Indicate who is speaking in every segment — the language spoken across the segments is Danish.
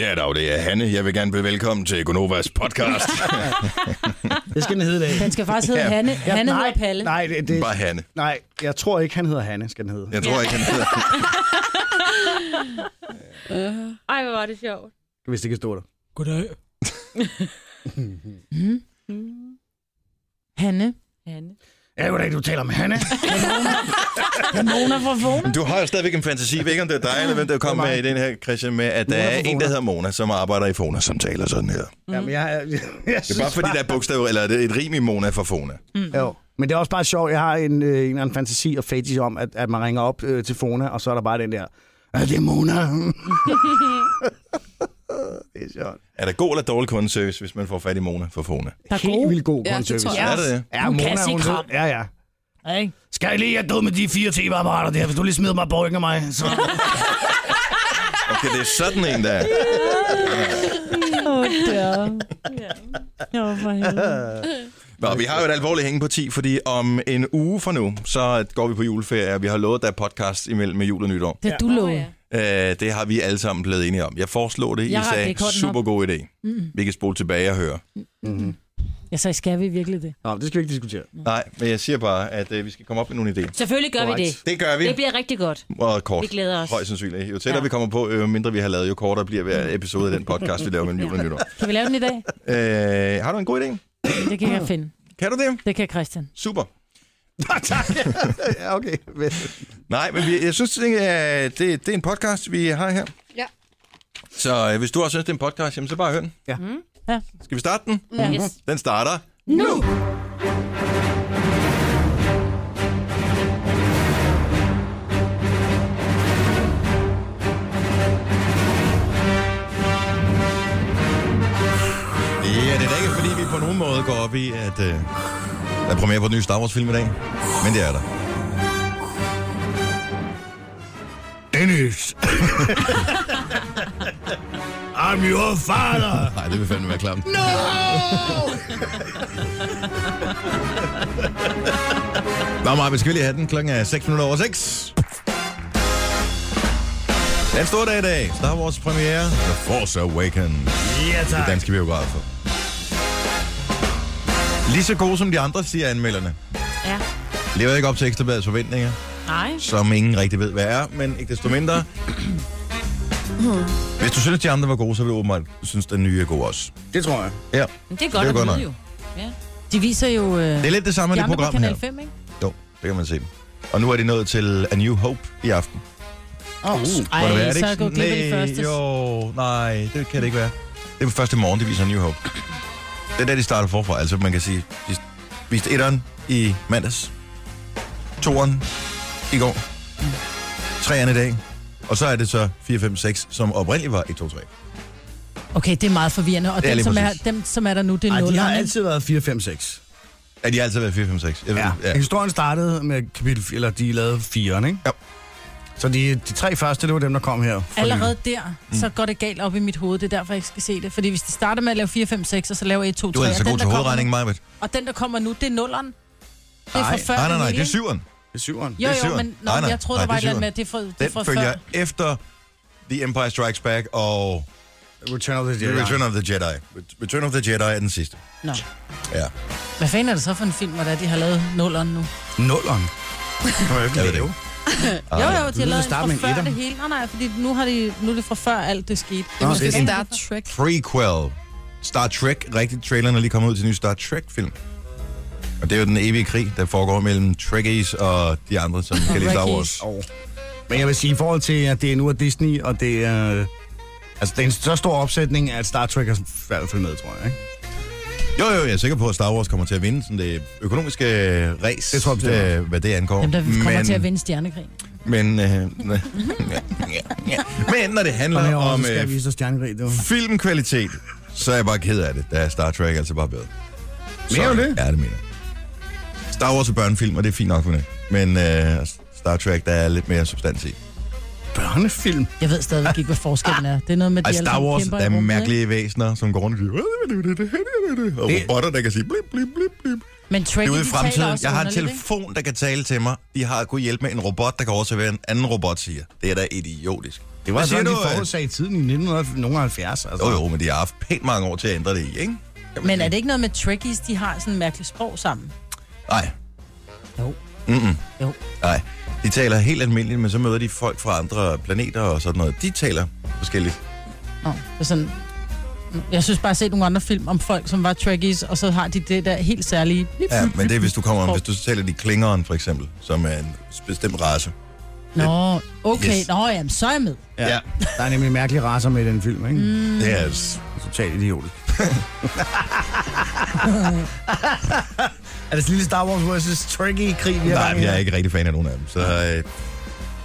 Speaker 1: Ja, dag, det er Hanne. Jeg vil gerne byde velkommen til Gonovas podcast.
Speaker 2: Det skal den hedde i dag.
Speaker 3: Den skal faktisk hedde
Speaker 1: Ja.
Speaker 3: Hanne.
Speaker 2: Ja,
Speaker 3: Hanne
Speaker 2: nej,
Speaker 3: hedder Palle.
Speaker 2: Nej, det, det,
Speaker 1: Bare Hanne.
Speaker 2: nej, jeg tror ikke, han hedder Hanne, skal den hedde.
Speaker 1: Jeg tror ikke, han hedder.
Speaker 4: Ej, hvor var det sjovt.
Speaker 2: Hvis det kan stå der.
Speaker 5: Goddag.
Speaker 3: Mm. Hanne.
Speaker 4: Hanne.
Speaker 2: Ja, goddag, du taler om Hanne.
Speaker 3: Mm. Mona fra Fona.
Speaker 1: Men Du har jo stadigvæk en fantasi. Jeg ved ikke, om det er dig, eller hvem der kommer med i den her, Christian, med, at der
Speaker 2: Mona
Speaker 1: er
Speaker 2: fra
Speaker 1: en,
Speaker 2: Fona.
Speaker 1: der hedder Mona, som arbejder i Fona, som taler sådan her. Det
Speaker 2: Jamen, jeg, jeg, jeg
Speaker 1: er bare fordi, der er bogstaver, eller det er et rim i Mona fra Fona.
Speaker 2: Jo. Men det er også bare sjovt. Jeg har en, øh, en eller anden fantasi og fetish om, at, at man ringer op øh, til Fona, og så er der bare den der, "Øh, det er Mona. det er sjovt.
Speaker 1: Er der god eller dårlig kundeservice, hvis man får fat i Mona fra Fona?
Speaker 3: Der er
Speaker 2: Helt
Speaker 3: gode.
Speaker 2: vildt god
Speaker 6: Ja, det
Speaker 2: kundeservice.
Speaker 6: tror
Speaker 1: Ja. Er det det?
Speaker 2: Ja,
Speaker 3: Hun
Speaker 2: Mona,
Speaker 3: kan sige
Speaker 2: hun
Speaker 3: kram.
Speaker 2: ved- Ja, ja.
Speaker 3: Ja, ikke?
Speaker 2: Skal jeg lige have død med de fire tv-apparater der? Hvis du lige smider mig på af mig, så...
Speaker 1: Okay, det er sådan en, der er.
Speaker 3: Åh, der. Ja, for helvede.
Speaker 1: Nå, vi har jo et alvorligt hænge på 10, fordi om en uge fra nu, så går vi på juleferie, og vi har lovet, at der er podcast imellem med jul og nytår.
Speaker 3: Det er du
Speaker 4: Åh,
Speaker 3: lå.
Speaker 4: ja.
Speaker 1: Øh, det har vi alle sammen blevet enige om. Jeg foreslog det, I
Speaker 3: Jeg rakte
Speaker 1: sagde,
Speaker 3: ikke hånden op.
Speaker 1: super god idé. Vi kan spole tilbage og høre.
Speaker 2: mm-hmm.
Speaker 3: Jeg sagde, skal vi virkelig det?
Speaker 2: Nå, det skal vi ikke diskutere.
Speaker 1: Nej, men jeg siger bare, at øh, vi skal komme op med nogle idéer.
Speaker 4: Selvfølgelig gør vi det.
Speaker 2: Korrekt.
Speaker 1: Det gør vi.
Speaker 4: Det bliver rigtig godt.
Speaker 1: Og kort.
Speaker 4: Vi glæder os.
Speaker 1: Højst sandsynligt. Jo tættere ja.
Speaker 4: Ja.
Speaker 1: vi kommer på, jo mindre vi har lavet, jo kortere bliver hver episode af den podcast, vi laver mellem jul og nytår.
Speaker 3: Kan vi lave den i dag?
Speaker 1: Øh, har du en god idé?
Speaker 3: Det kan
Speaker 1: Mm.
Speaker 3: jeg finde.
Speaker 1: Kan du det?
Speaker 3: Det kan Christian.
Speaker 1: Super.
Speaker 2: tak. ja, okay.
Speaker 1: Nej, men vi, jeg synes, det er, det, det er en podcast, vi har her.
Speaker 6: Ja.
Speaker 1: Så øh, hvis du også synes, det er en podcast, jamen, så bare hør den.
Speaker 2: Ja.
Speaker 3: Ja.
Speaker 1: Skal vi starte den?
Speaker 3: Mm.
Speaker 4: Ja. Mm. Yes.
Speaker 1: Den starter.
Speaker 4: Nu!
Speaker 1: Ja, det er da ikke, fordi vi på nogen måde går op i, at øh, der er premiere på den nye Star Wars-film i dag. Men det er der.
Speaker 2: Dennis. I'm your father.
Speaker 1: Nej, det vil fandme være klamt. No! Nå, Maja, vi skal lige have den. Klokken er 6 minutter over 6. Det er en stor dag i dag. Star Wars premiere. The Force Awakens.
Speaker 2: Ja,
Speaker 1: I
Speaker 2: tak.
Speaker 1: danske biografer. Lige så gode som de andre, siger anmelderne.
Speaker 4: Ja.
Speaker 1: Lever ikke op til Ekstrabladets forventninger,
Speaker 4: Nej.
Speaker 1: som ingen rigtig ved, hvad er, men ikke desto mindre. Hvis du synes, de andre var gode, så vil du åbenbart synes, den nye er god også.
Speaker 2: Det tror jeg.
Speaker 1: Ja.
Speaker 4: Men det er godt at
Speaker 1: Det er godt
Speaker 4: vide
Speaker 1: nok.
Speaker 4: jo.
Speaker 3: De viser jo øh,
Speaker 1: Det er lidt det samme med
Speaker 3: de
Speaker 1: det
Speaker 3: andre på
Speaker 1: program her.
Speaker 3: Kanal 5, ikke?
Speaker 1: Jo, det kan man se. Og nu er de nået til A New Hope i aften.
Speaker 2: Oh, uh.
Speaker 3: Ej,
Speaker 1: Må det være, er det
Speaker 3: så er jeg
Speaker 1: ikke
Speaker 3: gået glip af de
Speaker 1: sådan?
Speaker 3: første.
Speaker 1: Nej, jo, nej, det kan det ikke være. Det er første morgen, de viser New Hope. Det er der, de starter forfra. Altså, man kan sige, de viste etteren i mandags, toeren i går, treeren i dag, og så er det så 4, 5, 6, som oprindeligt var 1, 2, 3.
Speaker 3: Okay, det er meget forvirrende. Og
Speaker 1: Det er
Speaker 3: dem
Speaker 1: lige
Speaker 3: som, er,
Speaker 1: præcis.
Speaker 3: dem, som er der nu, det er
Speaker 2: Ej, de har
Speaker 3: nullerne.
Speaker 2: altid været 4, 5, 6.
Speaker 1: Ja, de har altid været 4, 5, 6. Jeg ved,
Speaker 2: Ja.
Speaker 1: ja.
Speaker 2: Historien startede med kapitel 4, eller de lavede 4, ikke?
Speaker 1: Ja.
Speaker 2: Så de, de tre første, det var dem, der kom her. for
Speaker 3: Allerede der, så
Speaker 1: Mm.
Speaker 3: går det galt op i mit hoved. Det er derfor, jeg ikke skal se det. Fordi hvis de starter med at lave 4, 5, 6, og så laver 1, 2, 3,
Speaker 1: Du er altså
Speaker 3: og,
Speaker 1: god
Speaker 3: den,
Speaker 1: til
Speaker 3: der kommer,
Speaker 1: hovedregningen, Majbet.
Speaker 3: nu- og den, der kommer nu, det er nulleren. Det er
Speaker 2: Ej,
Speaker 3: fra før.
Speaker 1: Nej, nej,
Speaker 3: det
Speaker 1: nej,
Speaker 3: hele,
Speaker 1: det er
Speaker 3: ikke?
Speaker 1: syveren.
Speaker 2: nylig. Det er syveren.
Speaker 3: Jo,
Speaker 1: Det er
Speaker 3: jo, men
Speaker 1: syveren.
Speaker 3: nå,
Speaker 1: Nej, nej.
Speaker 3: jeg troede,
Speaker 1: Nej,
Speaker 3: der var et
Speaker 1: det er
Speaker 3: eller andet med, at det er fra, det er
Speaker 1: Den
Speaker 3: fra
Speaker 1: følger
Speaker 3: før.
Speaker 1: efter The Empire Strikes Back og
Speaker 2: Return of the Jedi.
Speaker 1: Return of the Jedi. Ret- Return of the Jedi er den sidste.
Speaker 3: Nå.
Speaker 1: Ja.
Speaker 3: Hvad fanden er det så for en film, hvor det er, de har lavet nulleren nu?
Speaker 2: Nulleren. Kan man jo ikke
Speaker 1: Jeg ved det
Speaker 2: lave.
Speaker 3: Jo, jo, de
Speaker 2: ved,
Speaker 3: har
Speaker 2: at
Speaker 3: lavet en
Speaker 2: starte med
Speaker 3: fra
Speaker 2: en
Speaker 3: før
Speaker 2: etter.
Speaker 3: det hele. Nej, nej, fordi nu, har de, nu er det fra før alt det skete. Det
Speaker 2: Nå,
Speaker 3: er
Speaker 2: det
Speaker 3: måske
Speaker 2: er sådan.
Speaker 3: sådan.
Speaker 6: Star Trek.
Speaker 1: Prequel. Star Trek, rigtig traileren er lige kommet ud til en ny Star Trek-film. Og det er jo den evige krig, der foregår mellem Trekkies og de andre, som kan lide Star Wars.
Speaker 2: Og, men jeg vil sige, i forhold til, at det er nu er Disney, og det er... Altså, det er en så stor opsætning, at Star Trek er i hvert fald med, tror jeg, ikke?
Speaker 1: Jo, jo, jeg er sikker på, at Star Wars kommer til at vinde sådan det økonomiske race,
Speaker 2: Det tror jeg bestemt
Speaker 1: øh, hvad det angår.
Speaker 3: Dem, der kommer
Speaker 1: men,
Speaker 3: til at vinde stjernekrig.
Speaker 1: Men, øh, ja, ja. men når det
Speaker 2: Og
Speaker 1: handler
Speaker 2: herovre,
Speaker 1: om
Speaker 2: så skal jeg
Speaker 1: øh,
Speaker 2: vise dig stjernerig, det var.
Speaker 1: filmkvalitet, så er jeg bare ked af det. Der er Star Trek altså bare bedre.
Speaker 2: Mener du det?
Speaker 1: Ja, det mener jeg. Star Wars er børnefilm, og det er fint nok med det. Men øh, Star Trek, der er lidt mere substans i.
Speaker 2: Børnefilm.
Speaker 3: Jeg ved stadigvæk ikke, hvad forskellen er. Det er noget med, at de
Speaker 1: Ej,
Speaker 3: alle
Speaker 1: Star
Speaker 3: sammen
Speaker 1: Wars,
Speaker 3: kæmper
Speaker 1: der
Speaker 3: i
Speaker 1: er
Speaker 3: rummet,
Speaker 1: mærkelige væsener, som går rundt og siger... Og robotter, der kan sige... Blip, blip, blip, blip.
Speaker 3: ikke? Men
Speaker 1: Det
Speaker 3: Trekkie,
Speaker 1: er ude i
Speaker 3: de taler
Speaker 1: fremtiden.
Speaker 3: også
Speaker 1: Jeg har en
Speaker 3: underligt, ikke?
Speaker 1: telefon, der kan tale til mig. De har kunnet hjælpe med en robot, der kan oversætte, hvad en anden robot siger. Det er da idiotisk.
Speaker 2: Det var
Speaker 1: Hvad siger
Speaker 2: sådan, de
Speaker 1: du, øh?
Speaker 2: forudsagde tiden i 1970. Altså.
Speaker 1: Jo, jo, men de har haft pænt mange år til at ændre det i, ikke? Kan man
Speaker 3: Men er
Speaker 1: sige.
Speaker 3: det ikke noget med trekkies, de har sådan et mærkeligt sprog sammen?
Speaker 1: Nej.
Speaker 3: Jo.
Speaker 1: Mm-mm.
Speaker 3: Jo.
Speaker 1: Nej. De taler helt almindeligt, men så møder de folk fra andre planeter og sådan noget. De taler forskelligt.
Speaker 3: Nå, det er sådan... Jeg synes bare, jeg har set nogle andre film om folk, som var trekkies, og så har de det der helt særlige...
Speaker 1: Ja, men det er, hvis du kommer hvis du taler de klingeren, for eksempel, som er en bestemt race.
Speaker 3: Nå, okay,
Speaker 1: Yes.
Speaker 3: yes. nå jamen, så er jeg med.
Speaker 2: Ja. ja. Der er nemlig mærkelige raser med i den film, ikke? Mm.
Speaker 1: Det er s-
Speaker 2: Totalt idiotisk. er det sådan en lille Star Wars vs. Turkey-krig, vi har
Speaker 1: Nej,
Speaker 2: gang i
Speaker 1: men jeg er
Speaker 2: her?
Speaker 1: ikke rigtig fan af nogen af dem, så øh,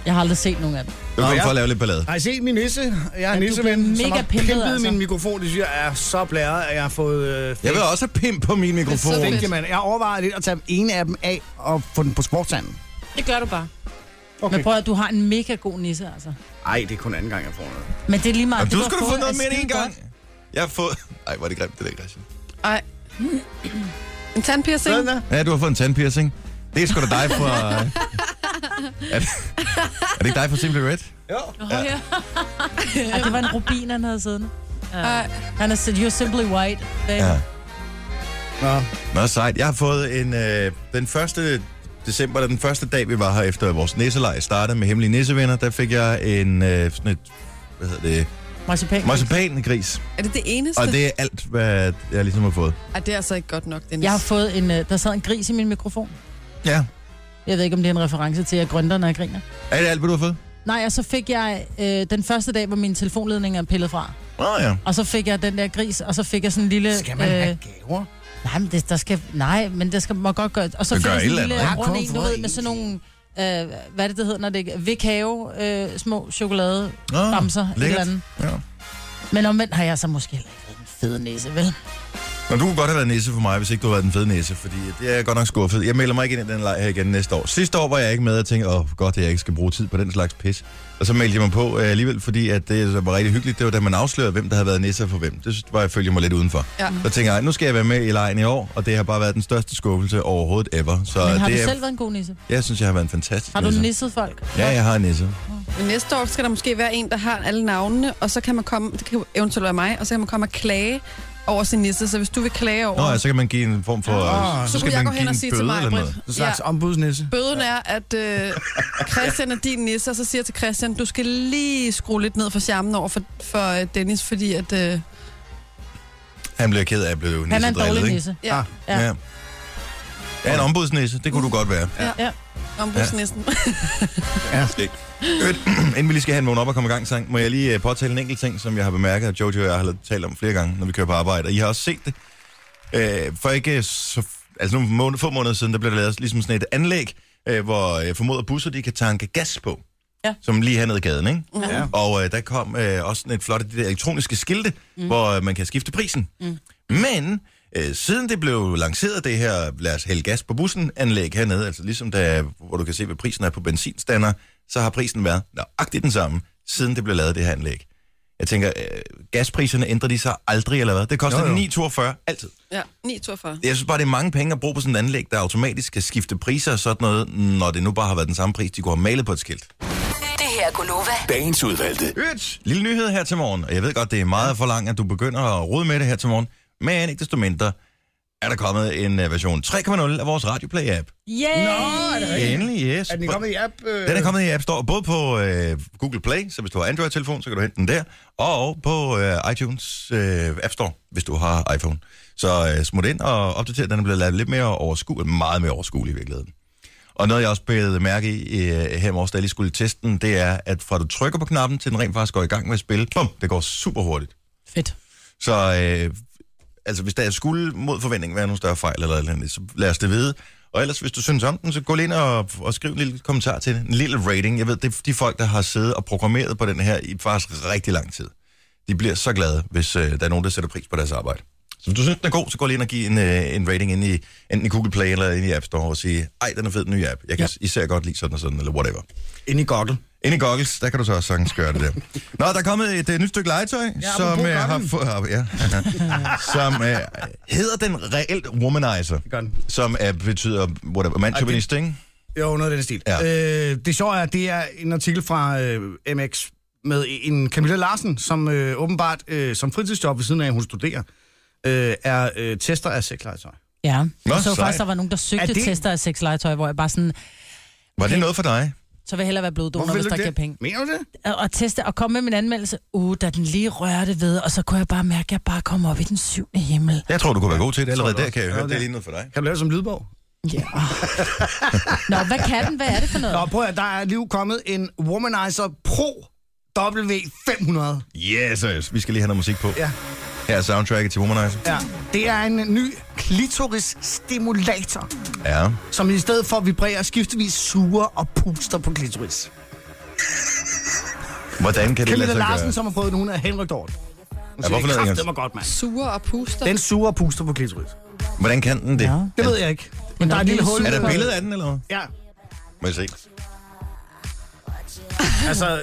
Speaker 3: Jeg har aldrig set nogen af dem.
Speaker 1: du
Speaker 2: Nå,
Speaker 1: kommer
Speaker 2: ja.
Speaker 1: for at lave lidt ballade.
Speaker 2: Har I set min nisse? Jeg er
Speaker 3: Ja, du
Speaker 2: nisseven,
Speaker 3: bliver
Speaker 2: som
Speaker 3: mega
Speaker 2: har
Speaker 3: pimpet,
Speaker 2: pimpet
Speaker 3: altså.
Speaker 2: min mikrofon. Det synes jeg er så blæret, at jeg har fået... Øh,
Speaker 1: Jeg vil også have pimp på min mikrofon.
Speaker 4: Det er så
Speaker 2: fake- mand. Jeg overvejede lidt at tage en af dem af og få den på sportsanden.
Speaker 4: Det gør du bare.
Speaker 3: Okay. Men prøv at du har en mega god nisse, altså.
Speaker 2: Ej, det er kun anden gang, jeg får noget.
Speaker 3: Men det er lige meget...
Speaker 1: Og
Speaker 3: det,
Speaker 1: du skulle
Speaker 3: har
Speaker 1: få noget
Speaker 3: er
Speaker 1: mere end en
Speaker 3: skide
Speaker 1: gang. Jeg har fået... Ej, hvor er det grimt, det der, Christian.
Speaker 4: Ej. En tandpiercing?
Speaker 2: Sådan der.
Speaker 1: Ja, du har fået en tandpiercing. Det er sgu da dig fra... øh, er, det, er det ikke dig fra Simply Red?
Speaker 3: godt. Ej, det var en rubin, han havde siddende.
Speaker 4: Ej.
Speaker 3: Han har said, you're simply white. babe."
Speaker 1: Ja.
Speaker 2: Nå.
Speaker 1: Nå, sejt. Jeg har fået en... Øh, den første december, eller den første dag, vi var her efter vores nisselej startede med Hemmelige Nissevenner, der fik jeg en øh, sådan et, hvad hedder det,
Speaker 3: Marcipan.
Speaker 1: marcipangris.
Speaker 5: Er det det eneste?
Speaker 1: Og det er alt, hvad jeg ligesom har fået.
Speaker 5: Ej, det er altså ikke godt nok, Dennis.
Speaker 3: Jeg har fået en... øh, Der sad en gris i min mikrofon.
Speaker 1: Ja.
Speaker 3: Jeg ved ikke, om det er en reference til, at jeg grønter, når jeg griner.
Speaker 1: Er det alt, hvad du har fået?
Speaker 3: Nej, og så fik jeg øh, den første dag, hvor min telefonledning er pillet fra.
Speaker 1: Nå ja.
Speaker 3: Og så fik jeg den der gris, og så fik jeg sådan en lille... øh,
Speaker 2: Skal man have gaver?
Speaker 3: nej, men det, der skal, nej, men det skal man godt gøre. Og så
Speaker 1: Det
Speaker 3: fik
Speaker 1: gør
Speaker 3: jeg sådan
Speaker 1: et
Speaker 3: en
Speaker 1: eller
Speaker 3: lille
Speaker 2: andet.
Speaker 3: rund
Speaker 2: Ja,
Speaker 3: en,
Speaker 2: kom
Speaker 3: du
Speaker 2: for
Speaker 3: ved, med
Speaker 2: en.
Speaker 3: sådan nogle... Øh, hvad er det, det hedder, når det ikke... Vikave, øh, små chokolade
Speaker 1: Nå,
Speaker 3: bamser, et eller
Speaker 1: lækkert.
Speaker 3: andet.
Speaker 1: Ja.
Speaker 3: Men omvendt har jeg så måske heller ikke en fed næse, vel?
Speaker 1: Men du kunne godt have været nisse for mig, hvis ikke du havde været den fede nisse, fordi det er jeg godt nok skuffet. Jeg melder mig ikke ind i den leg her igen næste år. Sidste år var jeg ikke med og tænkte, åh, godt, at jeg ikke skal bruge tid på den slags pis. Og så meldte jeg mig på øh, alligevel, fordi at det så var rigtig hyggeligt. Det var da man afslørede, hvem der havde været nisser for hvem. Det var jeg følte mig lidt udenfor.
Speaker 5: Ja.
Speaker 1: Så tænker jeg, nu skal jeg være med i lejen i år, og det har bare været den største skuffelse overhovedet ever. Så
Speaker 3: Men har
Speaker 1: det
Speaker 3: du
Speaker 1: er,
Speaker 3: selv været en god nisse?
Speaker 1: jeg synes, jeg har været en fantastisk
Speaker 3: Har du
Speaker 1: nisse.
Speaker 3: nisset folk?
Speaker 1: Ja, jeg har en nisse.
Speaker 5: Men næste år skal der måske være en, der har alle navnene, og så kan man komme, det kan eventuelt være mig, og så kan man komme og klage over sin nisse. Så hvis du vil klage over...
Speaker 1: Nå ja, så kan man give en form for...
Speaker 2: Åh,
Speaker 1: så,
Speaker 5: så
Speaker 1: skal
Speaker 5: kunne
Speaker 1: man
Speaker 5: jeg gå
Speaker 1: give
Speaker 5: hen og
Speaker 1: en
Speaker 5: sige
Speaker 1: bøde
Speaker 5: til mig,
Speaker 1: eller noget.
Speaker 5: Britt,
Speaker 2: En slags ja. ombudsnisse.
Speaker 5: Bøden er, at øh, Christian er din nisse, og så siger jeg til Christian, du skal lige skrue lidt ned for charmen over for, for øh, Dennis, fordi at... Øh,
Speaker 1: Han bliver ked af at blive
Speaker 3: Han er en
Speaker 1: nissedrillet,
Speaker 3: dårlig
Speaker 1: ikke?
Speaker 3: nisse.
Speaker 5: ja,
Speaker 2: Ah.
Speaker 5: ah.
Speaker 3: Ja.
Speaker 1: Ja. ja, en ombudsnisse, det kunne du godt være. Ah,
Speaker 5: ombudsnissen. Ja.
Speaker 1: Skægt. Øvrigt, Øhm, Inden vi lige skal have en vågn op og komme i gang sang, må jeg lige øh, påtale en enkelt ting, som jeg har bemærket, at Jojo og jeg har talt om flere gange, når vi kører på arbejde. Og I har også set det. Øh, for ikke så... Altså nogle måneder, få måneder siden, der blev der lavet ligesom sådan et anlæg, øh, hvor jeg formoder busser, de kan tanke gas på.
Speaker 3: Ja.
Speaker 1: Som lige hernede i gaden, ikke?
Speaker 2: Ja.
Speaker 1: Og øh, der kom øh, også sådan et flot af de der elektroniske skilte, mm. hvor øh, man kan skifte prisen. Mm. Men øh, siden det blev lanceret, det her lad os hælde gas på bussen anlæg hernede, altså ligesom der, hvor du kan se, hvad prisen er på benzinstander, så har prisen været nøjagtigt den samme, siden det blev lavet det her anlæg. Jeg tænker, øh, gaspriserne ændrer de sig aldrig, eller hvad? Det koster
Speaker 2: Jo, jo.
Speaker 1: 9,42 altid.
Speaker 5: ja. 942.
Speaker 1: Jeg synes bare, det er mange penge at bruge på sådan et anlæg, der automatisk skal skifte priser og sådan noget, når det nu bare har været den samme pris, de kunne have malet på et skilt.
Speaker 6: Det her er Gunova.
Speaker 7: Dagens udvalgte.
Speaker 1: Øt, lille nyhed her til morgen. Og jeg ved godt, det er meget for langt, at du begynder at rode med det her til morgen. Men ikke desto mindre er der kommet en øh, version 3.0 af vores Radioplay-app.
Speaker 3: Yay!
Speaker 1: Endelig, yes.
Speaker 2: Er den kommet i app? Øh...
Speaker 1: Den er kommet i App Store, både på øh, Google Play, så hvis du har Android-telefon, så kan du hente den der, og på øh, iTunes øh, App Store, hvis du har iPhone. Så øh, smut ind og opdater, den er blevet lavet lidt mere overskuelig, meget mere overskuelig i virkeligheden. Og noget, jeg også blev mærke i øh, her i morges, da jeg lige skulle teste den, det er, at fra du trykker på knappen, til den rent faktisk går i gang med at spille, bum, det går super hurtigt.
Speaker 3: Fedt.
Speaker 1: Så øh, altså, hvis der skulle mod forventning være nogle større fejl eller et eller andet, så lad os det vide. Og ellers, hvis du synes om den, så gå lige ind og, og skriv en lille kommentar til den. En lille rating. Jeg ved, det er de folk, der har siddet og programmeret på den her i faktisk rigtig lang tid. De bliver så glade, hvis øh, der er nogen, der sætter pris på deres arbejde. Så hvis du synes, den er god, så gå lige ind og giv en, øh, en rating ind i, enten i Google Play eller ind i App Store og sige, ej, den er fed, den nye app. Jeg kan ja. især godt lide sådan og sådan, eller whatever.
Speaker 2: Inde i goggle.
Speaker 1: Inde i goggles, der kan du så også sagtens gøre det der. Nå, der er kommet et, øh, nyt stykke legetøj, ja, som,
Speaker 2: apropos
Speaker 1: øh, har
Speaker 2: gogglen.
Speaker 1: få, har, ja, som øh, hedder den reelt womanizer,
Speaker 2: Det gør den.
Speaker 1: som er, betyder whatever, mandchauvinist, ikke?
Speaker 2: Jo, noget af den stil.
Speaker 1: Ja.
Speaker 2: Øh, det sjove er, at det er en artikel fra øh, MX med en Camilla Larsen, som øh, åbenbart øh, som fritidsjob ved siden af, at hun studerer, øh, er øh, tester af sexlegetøj.
Speaker 3: Ja.
Speaker 1: Nå,
Speaker 3: jeg
Speaker 1: sej.
Speaker 3: så faktisk, der var nogen, der
Speaker 2: Er
Speaker 3: søgte
Speaker 2: det-
Speaker 3: det... tester af sexlegetøj, hvor jeg bare sådan,
Speaker 1: Var det noget for dig?
Speaker 3: så vil jeg hellere være bloddonor, hvis der giver penge.
Speaker 2: Mener du det?
Speaker 3: Og, og teste og komme med min anmeldelse. Uh, da den lige rørte ved, og så kunne jeg bare mærke, at jeg bare kom op i den syvende himmel.
Speaker 1: Jeg tror, du kunne være god til det. Allerede
Speaker 2: Tror jeg
Speaker 1: der kan jeg
Speaker 2: også.
Speaker 1: høre,
Speaker 2: Ja,
Speaker 1: det er
Speaker 2: det-
Speaker 1: lige noget for dig.
Speaker 2: Kan du lave det som lydbog?
Speaker 3: Ja. Nå, hvad kan den? Hvad er det for noget?
Speaker 2: Nå, prøv at, der er lige kommet en Womanizer Pro W500.
Speaker 1: Yes, yes. Vi skal lige have noget musik på.
Speaker 2: Ja.
Speaker 1: Her er soundtracket til Womanizer.
Speaker 2: Ja. Det er en ny klitorisstimulator,
Speaker 1: Ja.
Speaker 2: som i stedet for at vibrere, skiftevis suger og puster på klitoris.
Speaker 1: Hvordan kan det lade
Speaker 2: Camilla
Speaker 1: sig
Speaker 2: Larsen,
Speaker 1: gøre?
Speaker 2: som har prøvet den, hun er Henrik Dorte. Hun
Speaker 1: Ja, hvorfor
Speaker 2: siger,
Speaker 1: noget,
Speaker 2: "Kraft, det var godt, mand.
Speaker 5: Suger og puster.
Speaker 2: Den suger og puster på klitoris.
Speaker 1: Hvordan kan den det?
Speaker 3: Ja.
Speaker 2: Det ved jeg ikke. Men der er et lille hul.
Speaker 1: Er der
Speaker 3: Super.
Speaker 1: billede af den, eller hvad?
Speaker 2: Ja,
Speaker 1: Må jeg se?
Speaker 2: altså...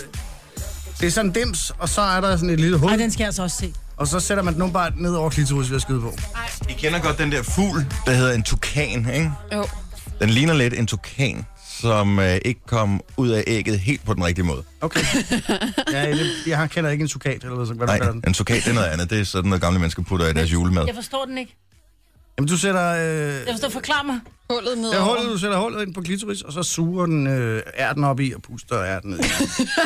Speaker 2: Det er sådan en dims, og så er der sådan et lille hul,
Speaker 3: Ej, den skal jeg altså også se.
Speaker 2: og så sætter man den bare ned over klitoris ved at skyde på.
Speaker 1: I kender godt den der fugl, der hedder en tukan, ikke?
Speaker 5: Jo.
Speaker 1: Den ligner lidt en tukan, som øh, ikke kom ud af ægget helt på den rigtige måde.
Speaker 2: Okay. ja, jeg, jeg kender ikke en sukat, eller hvad, hvad du
Speaker 1: Nej,
Speaker 2: kalder den.
Speaker 1: en tukan det er noget andet. Det er sådan noget, gamle mennesker putter i deres julemad.
Speaker 3: Jeg forstår den ikke.
Speaker 2: Jamen, du sætter... Øh,
Speaker 3: Jeg forstår, forklar mig.
Speaker 5: Hullet ned
Speaker 2: jeg holder, du sætter hullet ind på klitoris, og så suger den øh, ærten op i, og puster ærten ned. i.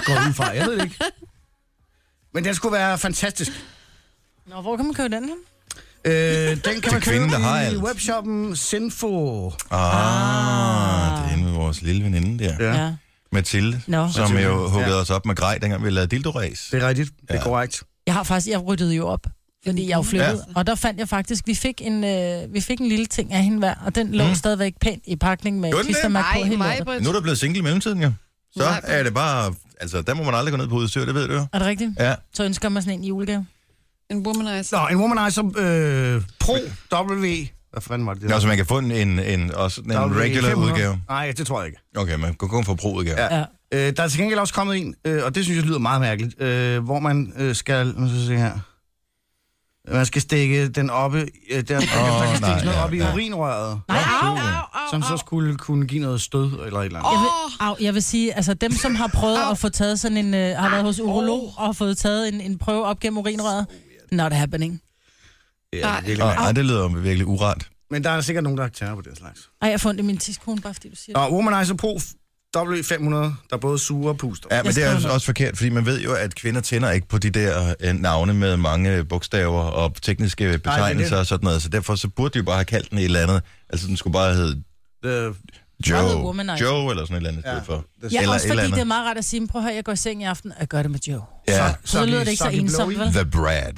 Speaker 2: Går ud fra, jeg ved det ikke. Men den skulle være fantastisk.
Speaker 3: Nå, hvor kan man købe den hen?
Speaker 2: Øh, den kan man købe
Speaker 1: kvinden, der har
Speaker 2: i
Speaker 1: alt.
Speaker 2: webshoppen Sinfo.
Speaker 1: Ah, det er inde med vores lille veninde der.
Speaker 2: Ja.
Speaker 1: Mathilde,
Speaker 3: Nå.
Speaker 1: som jo
Speaker 2: Mathilde,
Speaker 1: huggede
Speaker 2: ja.
Speaker 1: os op med grej, dengang vi lavede dildo-ræs.
Speaker 2: Det er rigtigt. Det er
Speaker 1: Ja.
Speaker 2: korrekt.
Speaker 3: Jeg har faktisk, jeg ryddede jo op, fordi jeg er jo flyttet. Ja. Og der fandt jeg faktisk, vi fik en, øh, vi fik en lille ting af hende hver, og den lå
Speaker 1: Mm.
Speaker 3: mm. stadigvæk pænt i pakningen med
Speaker 1: Gjorde den det?
Speaker 3: klistermærke på
Speaker 5: Nej,
Speaker 3: hele
Speaker 5: mig,
Speaker 3: lortet.
Speaker 5: Britt.
Speaker 1: Nu er der blevet single i mellemtiden, jo. Så
Speaker 5: Nej.
Speaker 1: er det bare... Altså, der må man aldrig gå ned på udstyr, det ved du jo.
Speaker 3: Er det rigtigt?
Speaker 1: Ja.
Speaker 3: Så ønsker jeg mig sådan en i julegave.
Speaker 5: En womanizer.
Speaker 2: Nå, en womanizer øh, Pro W... Hvad fanden var det?
Speaker 1: Nå, så man kan få en, en, en, også en regular udgave.
Speaker 2: Nej, det tror jeg ikke.
Speaker 1: Okay, man kan kun få pro-udgave. Ja.
Speaker 2: Ja.
Speaker 3: Ja.
Speaker 2: Øh, der er til gengæld også kommet en, øh, og det synes jeg lyder meget mærkeligt, øh, hvor man øh, skal... Nu skal jeg se her. Man skal stikke den oppe... Øh, der, oh, der kan stikkes
Speaker 1: nej,
Speaker 2: noget
Speaker 1: ja,
Speaker 2: op i
Speaker 1: ja.
Speaker 2: urinrøret.
Speaker 3: Nej, au,
Speaker 2: Som så skulle kunne give noget stød eller et eller andet.
Speaker 3: Jeg vil, au, jeg vil sige, altså dem, som har prøvet at få taget sådan en, øh, har været hos urolog og fået taget en, en prøve op gennem urinrøret, not happening.
Speaker 5: Nej.
Speaker 2: det er
Speaker 1: Oh, nej, det lyder virkelig urart.
Speaker 2: Men der er sikkert nogen, der tærer på det slags.
Speaker 3: Ej, jeg har fundet min tidskone, bare fordi du siger det.
Speaker 2: Nå, womanizer Pro W500, der både suger og puster.
Speaker 1: Ja, men
Speaker 3: Jeg
Speaker 1: det er
Speaker 3: skriver
Speaker 1: jo
Speaker 3: det.
Speaker 1: også forkert, fordi man ved jo, at kvinder tænder ikke på de der øh, navne med mange bogstaver og tekniske betegnelser og sådan noget, så derfor så burde de jo bare have kaldt den et eller andet. Altså, den skulle bare hedde
Speaker 2: Øh,
Speaker 1: Joe,
Speaker 3: Bare hedde Womanizer.
Speaker 1: Joe eller sådan et eller andet.
Speaker 2: Ja.
Speaker 1: Ja. For.
Speaker 2: Det-
Speaker 3: Ja,
Speaker 1: eller
Speaker 3: eller også
Speaker 1: et eller
Speaker 3: fordi
Speaker 1: andet.
Speaker 3: det er meget rart at sige, prøv at høre, jeg går i seng i aften, og jeg gør det med Joe.
Speaker 1: Ja,
Speaker 3: Så, så lyder det ikke så ensomt, vel?
Speaker 1: The Brad.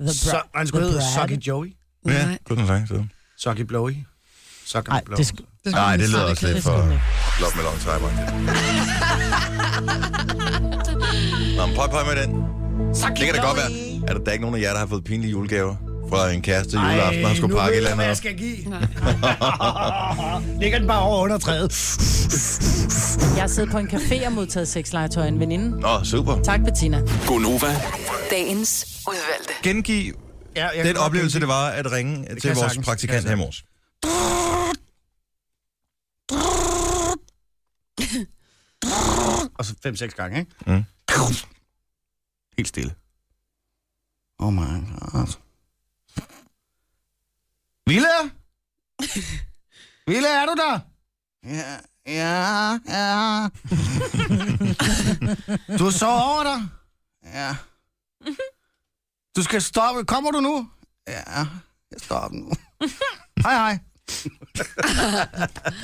Speaker 3: The
Speaker 2: Så, man skulle
Speaker 3: the
Speaker 2: hedde
Speaker 3: brat.
Speaker 2: Sucky Joey.
Speaker 1: Ja,
Speaker 5: Nej.
Speaker 1: kunne den sagtens hedde.
Speaker 2: Sucky Blowy. Sucky
Speaker 3: Ej,
Speaker 2: Blowy.
Speaker 3: det skal...
Speaker 5: Det
Speaker 1: Nej, det lyder også lidt
Speaker 3: det
Speaker 1: for
Speaker 3: skulle den
Speaker 1: Love Me Long Time. Nå, men prøv, prøv med den. Det kan da godt være. Er der, der ikke nogen af jer, der har fået pinlige julegaver fra en kæreste juleaften, og har skulle pakke et eller andet
Speaker 2: jeg
Speaker 1: op?
Speaker 2: skal give. Ligger den bare over under træet.
Speaker 3: Jeg har siddet på en café og modtaget sexlegetøj af en veninde.
Speaker 1: Nå, super.
Speaker 3: Tak, Bettina.
Speaker 7: Gonova,
Speaker 6: Dagens udvalgte.
Speaker 1: Gengiv
Speaker 2: Ja, jeg
Speaker 1: den oplevelse, det var at ringe til
Speaker 2: jeg
Speaker 1: vores
Speaker 2: sagtens, det kan
Speaker 1: praktikant
Speaker 2: jeg
Speaker 1: her i morges.
Speaker 2: Og så fem-seks gange, ikke?
Speaker 1: Mm.
Speaker 2: Helt stille. Oh my god. Villa? Villa, er du der? Ja, ja, ja. du så over dig? Ja. Du skal stoppe. Kommer du nu? Ja, jeg stopper nu. hej, hej.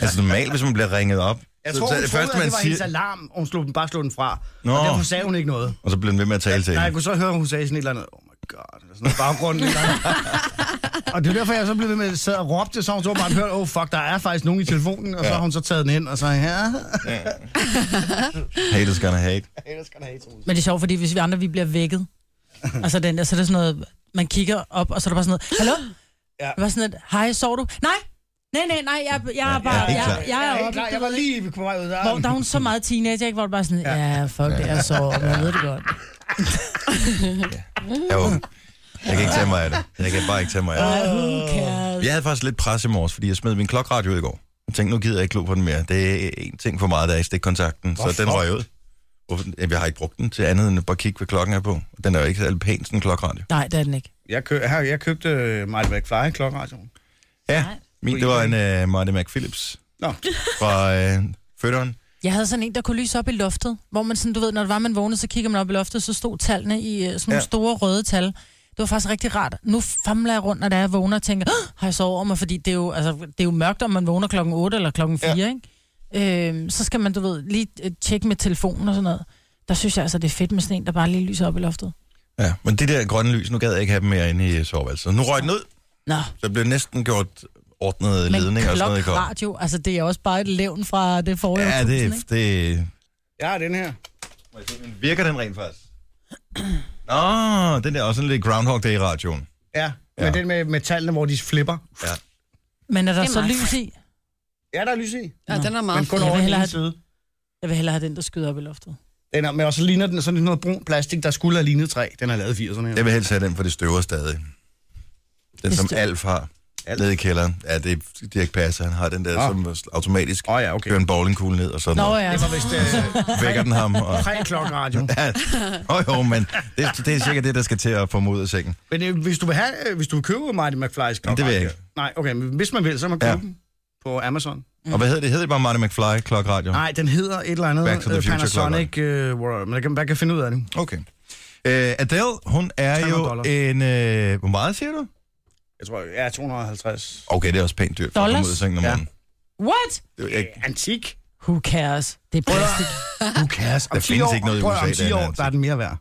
Speaker 1: Altså normalt, hvis man bliver ringet op,
Speaker 2: Jeg
Speaker 1: så-
Speaker 2: tror,
Speaker 1: så
Speaker 2: hun
Speaker 1: er det
Speaker 2: troede,
Speaker 1: første,
Speaker 2: at
Speaker 1: man
Speaker 2: det var hendes
Speaker 1: siger,
Speaker 2: alarm. Hun slog den, bare slog den fra.
Speaker 1: Nå.
Speaker 2: Og derfor sagde hun ikke noget.
Speaker 1: og så bliver den ved med at tale til
Speaker 2: Nej, jeg
Speaker 1: hende.
Speaker 2: kunne så høre, hun sagde sådan et eller andet, oh my god, eller sådan noget i baggrunden. et eller andet. og det er derfor, jeg så blev ved med at sidde og råbte, så har hun så bare hørt, oh fuck, der er faktisk nogen i telefonen, og så har hun så taget den hen, og så, ja.
Speaker 1: Hate is gonna hate.
Speaker 3: Men det er sjovt, fordi hvis vi andre vi bliver vækket, altså den der, så er det sådan noget, man kigger op, og så er der bare sådan noget, hallo?
Speaker 2: Ja.
Speaker 3: Ja. Det var sådan et, hej, sov du? Nej, nej, nej, nej, jeg, jeg er bare,
Speaker 1: ja, helt
Speaker 3: jeg,
Speaker 1: klart.
Speaker 3: jeg, er
Speaker 2: helt
Speaker 3: oppe.
Speaker 2: klar, jeg var lige på vej ud af
Speaker 3: Hvor,
Speaker 2: døren.
Speaker 3: der er hun så meget teenager, ikke? Hvor det bare sådan, ja, fuck det, jeg sover, men jeg ved det godt.
Speaker 1: Jo, jeg kan ikke tage mig af det. Jeg kan bare ikke tage mig af det.
Speaker 3: Ej, who cares?
Speaker 1: Jeg havde faktisk lidt pres i morges, fordi jeg smed min klokradio ud i går. Jeg tænkte, nu gider jeg ikke glo på den mere. Det er en ting for meget, der er i stikkontakten, så den røg ud. Hvorfor, den- jeg har ikke brugt den til andet end at bare kigge, hvad klokken er på. Den er jo ikke særlig pæn, sådan en klokkeradio.
Speaker 3: Nej, det er den ikke.
Speaker 2: Jeg, kø, her, jeg købte øh, Marty McFly klokkeradioen.
Speaker 1: Ja,
Speaker 3: Nej.
Speaker 1: min, det var en uh, Marty McPhillips
Speaker 2: Nå,
Speaker 1: fra uh, fødderen.
Speaker 3: Jeg havde sådan en, der kunne lyse op i loftet, hvor man sådan, du ved, når det var, man vågnede, så kigger man op i loftet, så stod tallene i øh, sådan
Speaker 1: Ja.
Speaker 3: nogle ja. store røde tal. Det var faktisk rigtig rart. Nu famler jeg rundt, når der er, jeg vågner og tænker, "Åh, har jeg sovet over mig? Fordi det er, jo, altså, det er jo mørkt, om man vågner klokken 8 eller klokken 4, ja. ikke? Øhm, så skal man, du ved, lige øh, tjekke med telefonen og sådan noget. Der synes jeg altså, det er fedt med sådan en, der bare lige lyser op i loftet.
Speaker 1: Ja, men det der grønne lys, nu gad jeg ikke have dem mere inde i øh, soveværelset. Nu røg den ud,
Speaker 3: Nå,
Speaker 1: så det blev næsten gjort ordnede
Speaker 3: men
Speaker 1: ledninger og sådan noget. i går.
Speaker 3: klokradio, altså det er også bare et levn fra det forrige
Speaker 1: Ja,
Speaker 3: årtusind,
Speaker 1: det, det,
Speaker 2: jeg har den her.
Speaker 1: Må jeg se, men Virker den rent faktisk? Nå, den der er også en lidt Groundhog Day i radioen.
Speaker 2: Ja,
Speaker 1: Ja.
Speaker 2: men den med, med tallene, hvor de flipper.
Speaker 1: Ja.
Speaker 3: ikke? Men er der
Speaker 4: Det er
Speaker 3: så
Speaker 4: meget
Speaker 3: lys i?
Speaker 2: Ja, der er lys i.
Speaker 5: Ja, den er
Speaker 2: Men
Speaker 5: meget
Speaker 2: kun
Speaker 3: Jeg
Speaker 2: over den
Speaker 3: vil hellere
Speaker 2: ene
Speaker 3: have-
Speaker 2: side.
Speaker 3: Jeg vil hellere have den, der skyder op i loftet.
Speaker 2: Den er, men også ligner den sådan noget brun plastik, der skulle have lignet træ. Den er lavet i 80'erne.
Speaker 1: Jeg
Speaker 2: her.
Speaker 1: vil helst have den, for det støver stadig. Den,
Speaker 3: Det
Speaker 1: som
Speaker 3: støver.
Speaker 1: Alf har nede i kælderen. Ja, det er Dirk Passer. Han har den der,
Speaker 2: Åh.
Speaker 1: som automatisk
Speaker 2: Åh oh, ja, okay.
Speaker 1: kører en bowlingkugle ned og sådan
Speaker 3: Nå
Speaker 1: noget.
Speaker 3: ja,
Speaker 2: Det var vist øh,
Speaker 1: Vækker den ham. Og...
Speaker 2: tre klokkeradio.
Speaker 1: Ja. Oh, jo, men det, det er sikkert det, der skal til at få mig ud af sengen.
Speaker 2: Men øh, hvis, du vil have, øh, hvis du vil købe Marty McFly's klokkeradio...
Speaker 1: Jamen, det vil jeg ikke.
Speaker 2: Nej, okay, men hvis man vil, så kan man
Speaker 1: Ja.
Speaker 2: købe den på Amazon.
Speaker 1: Mm. Og hvad hedder det? Hedder det bare Marty McFly Clock Radio?
Speaker 2: Nej, den hedder et eller andet
Speaker 1: Back to the
Speaker 2: øh,
Speaker 1: Future
Speaker 2: Panasonic øh, World. Men jeg kan, man kan finde ud af det.
Speaker 1: Okay. Øh, Adele, hun er
Speaker 2: 300
Speaker 1: jo
Speaker 2: dollars.
Speaker 1: en... Øh, hvor meget siger du?
Speaker 2: Jeg tror, ja, 250.
Speaker 1: Okay, det er også pænt dyrt for at komme
Speaker 3: Dollars?
Speaker 1: ud af sengen om
Speaker 2: Ja.
Speaker 1: morgenen.
Speaker 3: What?
Speaker 1: Det er jo ikke...
Speaker 2: Øh, Antik.
Speaker 3: Who cares? Det er plastik.
Speaker 2: Du kan
Speaker 1: Der findes ikke noget i
Speaker 2: prøv, at-
Speaker 1: USA,
Speaker 2: om
Speaker 1: der
Speaker 2: 10
Speaker 1: er en
Speaker 2: år,
Speaker 1: antik.
Speaker 2: der er den mere værd.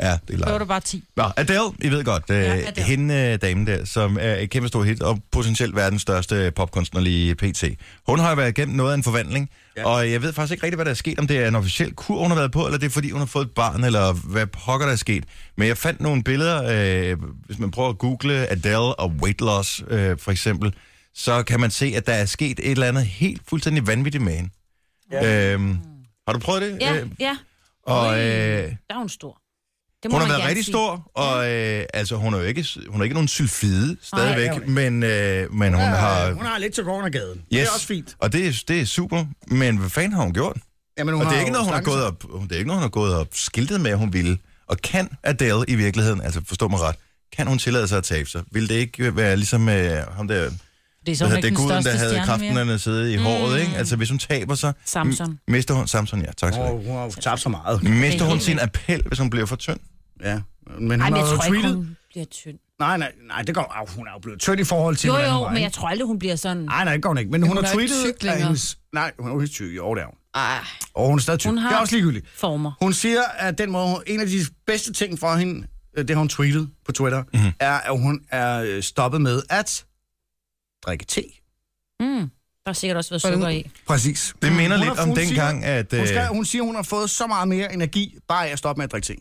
Speaker 1: Ja, det er klart.
Speaker 3: Så var det bare 10.
Speaker 1: Nå, Adele, I ved godt, ja,
Speaker 3: Adele.
Speaker 1: hende øh, damen der, som er et kæmpe stor hit, og potentielt verdens største popkunstner lige pt. Hun har jo været igennem noget af en forvandling, ja. og jeg ved faktisk ikke rigtig, hvad der er sket, om det er en officiel kur, hun har været på, eller det er fordi, hun har fået et barn, eller hvad pokker der er sket. Men jeg fandt nogle billeder, øh, hvis man prøver at google Adele og weight loss øh, for eksempel, så kan man se, at der er sket et eller andet helt fuldstændig vanvittigt med hende. Ja. Øhm, har du prøvet det?
Speaker 7: Ja,
Speaker 1: Øh,
Speaker 7: ja.
Speaker 1: og,
Speaker 7: Ui.
Speaker 1: øh,
Speaker 7: Der er hun stor. Det
Speaker 1: hun har
Speaker 7: man
Speaker 1: været
Speaker 7: gerne
Speaker 1: rigtig
Speaker 7: sige.
Speaker 1: stor, og øh, altså, hun er jo ikke, hun er ikke nogen sylfide stadigvæk,
Speaker 2: det er hun
Speaker 1: men, øh, men hun
Speaker 2: Ja,
Speaker 1: har...
Speaker 2: Hun har lidt til gården af gaden. Yes. Det er også fint.
Speaker 1: Og det er, det er super, men hvad fanden har hun gjort?
Speaker 2: Jamen,
Speaker 1: og det er
Speaker 2: har
Speaker 1: ikke
Speaker 2: jo
Speaker 1: noget, hun har
Speaker 2: slanket
Speaker 1: gået
Speaker 2: sig.
Speaker 1: op, det er ikke noget, hun har gået op skiltet med, at hun ville. Og kan Adele i virkeligheden, altså forstå mig ret, kan hun tillade sig at tabe sig? Vil det ikke være ligesom øh, ham der,
Speaker 3: Det er så
Speaker 1: hvad hedder
Speaker 3: hun ikke
Speaker 1: det
Speaker 3: den
Speaker 1: guden,
Speaker 3: største
Speaker 1: der havde
Speaker 3: stjerne mere.
Speaker 1: krafterne sidde i håret,
Speaker 2: Mm.
Speaker 1: ikke? Altså hvis hun taber sig,
Speaker 7: Samson.
Speaker 1: m- mister hun... Samson, ja, tak skal du
Speaker 2: Åh,
Speaker 1: have.
Speaker 2: hun har jo tabt så meget.
Speaker 1: Mister hun sin appel, hvis hun bliver for tynd?
Speaker 2: Ja. Men hun
Speaker 7: Ej, men jeg
Speaker 2: har jo
Speaker 7: tror ikke,
Speaker 2: tweetet.
Speaker 7: hun bliver tynd.
Speaker 2: Nej, nej, nej, det går... Au, hun er jo blevet tynd i forhold til,
Speaker 7: Jo,
Speaker 2: hvordan hun
Speaker 7: jo,
Speaker 2: var,
Speaker 7: men
Speaker 2: ikke?
Speaker 7: jeg tror aldrig, hun bliver sådan.
Speaker 2: Nej, nej, det går hun ikke. Men hun,
Speaker 5: hun
Speaker 2: har
Speaker 5: er jo ikke
Speaker 2: tweetet
Speaker 5: tyk længere.
Speaker 2: hendes... Nej, hun er jo ikke tyk. Jo, det er hun.
Speaker 5: Ej,
Speaker 2: Og hun er stadig tyk.
Speaker 7: Hun har-
Speaker 2: Det er også ligegyldigt.
Speaker 7: Former.
Speaker 2: Hun siger, at den måde, en af de bedste ting for hende, øh, det har hun tweetet på Twitter,
Speaker 1: Mhm.
Speaker 2: mm-hmm. er, at hun er øh, stoppet med at drikke te.
Speaker 7: Mm. Der har sikkert også været sukker i.
Speaker 2: Præcis.
Speaker 1: Det minder
Speaker 2: Mm. Hun
Speaker 1: lidt
Speaker 2: har-
Speaker 1: om
Speaker 2: hun
Speaker 1: dengang,
Speaker 2: siger-
Speaker 1: at...
Speaker 2: Hun, skal,
Speaker 1: øh,
Speaker 2: hun siger, hun har fået så meget mere energi, bare af at stoppe med at drikke te.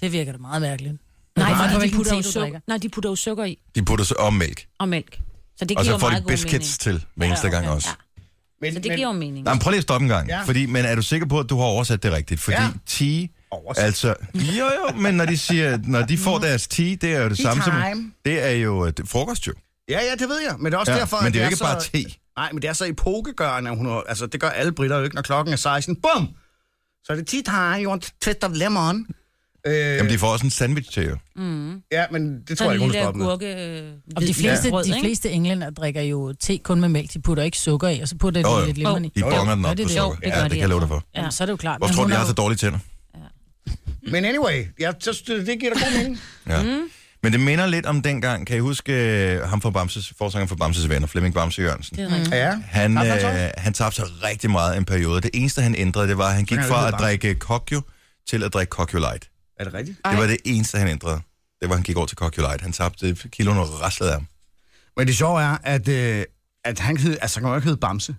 Speaker 3: Det virker da meget mærkeligt.
Speaker 7: Nej,
Speaker 3: Kommer an på,
Speaker 7: fordi de
Speaker 3: hvilken
Speaker 7: putter,
Speaker 3: te,
Speaker 7: jo
Speaker 3: du
Speaker 7: sukker.
Speaker 3: drikker.
Speaker 7: Nej, de putter jo sukker i
Speaker 1: De putter så om mælk,
Speaker 7: og mælk. Så det
Speaker 1: og
Speaker 7: giver
Speaker 1: så
Speaker 7: jo
Speaker 1: får de
Speaker 7: meget god
Speaker 1: biscuits
Speaker 7: mening.
Speaker 1: til hver eneste
Speaker 7: Ja,
Speaker 1: gang
Speaker 7: okay.
Speaker 1: også.
Speaker 7: Ja.
Speaker 2: Men,
Speaker 7: Så det giver jo mening.
Speaker 1: Nej, men prøv lige at stoppe en gang. Ja.
Speaker 2: Ja.
Speaker 1: Fordi, men er du sikker på, at du har oversat det rigtigt? Fordi
Speaker 2: Ja.
Speaker 1: tea,
Speaker 2: Oversat. Mm.
Speaker 1: altså... Jo, jo, men når de, siger, når de får deres tea, det er jo det
Speaker 2: Tea
Speaker 1: samme som...
Speaker 2: time.
Speaker 1: Det er jo øh, det- frokost, jo.
Speaker 2: Ja, ja, det ved jeg. Men det er også
Speaker 1: Ja,
Speaker 2: derfor,
Speaker 1: men
Speaker 2: at
Speaker 1: det er jo
Speaker 2: er
Speaker 1: ikke
Speaker 2: så,
Speaker 1: bare te.
Speaker 2: Nej, men det er så epokegørende, at hun har, altså det gør alle britter jo ikke, når klokken er 16. Bum! Så er det tea time, you want a twist of lemon. Øh,
Speaker 1: Jamen, de får også en sandwich til, jo.
Speaker 2: Ja, men det
Speaker 7: Så
Speaker 2: tror jeg
Speaker 7: en
Speaker 2: ikke, hun
Speaker 7: lille
Speaker 2: vil stoppe med.
Speaker 7: agurke... øh,
Speaker 3: Og de
Speaker 7: hvid-
Speaker 3: fleste,
Speaker 7: brød,
Speaker 3: de
Speaker 7: ikke?
Speaker 3: fleste englænder drikker jo te kun med mælk. De putter ikke sukker i, og så putter de
Speaker 1: Jo, jo.
Speaker 3: lidt lemon i.
Speaker 1: De
Speaker 2: Jo, jo.
Speaker 1: bonger den op
Speaker 3: Gør de
Speaker 1: på
Speaker 3: det?
Speaker 1: sukker.
Speaker 7: Jo, det
Speaker 1: Ja,
Speaker 7: gør
Speaker 1: det
Speaker 7: de
Speaker 1: kan jeg love dig
Speaker 7: altså.
Speaker 1: for.
Speaker 3: Ja, så er det jo klart.
Speaker 1: Hvorfor tror du,
Speaker 3: hun
Speaker 1: de har
Speaker 3: er
Speaker 1: så dårlige tænder?
Speaker 2: Men anyway, jeg, så, det giver da god mening.
Speaker 1: Ja.
Speaker 7: Mm.
Speaker 1: Men det minder lidt om dengang, kan I huske øh, ham fra Bamses, forsangeren for Bamses venner, Flemming Bamse Jørgensen?
Speaker 7: Det er rigtigt.
Speaker 2: ja.
Speaker 1: Han,
Speaker 2: Tabte han
Speaker 1: øh, han tabte sig rigtig meget en periode. Det eneste, han ændrede, det var, at han gik
Speaker 2: Han er jo
Speaker 1: fra
Speaker 2: ikke
Speaker 1: at
Speaker 2: bange.
Speaker 1: drikke Kokyo til at drikke Kokyo Light.
Speaker 2: Er det rigtigt?
Speaker 1: Det var det eneste, han ændrede. Det var, han gik over til Kokyo Light. Han tabte kiloen og raslede af ham.
Speaker 2: Men det sjove er, at, øh, at han, hed, altså, han kan jo ikke hedde Bamse.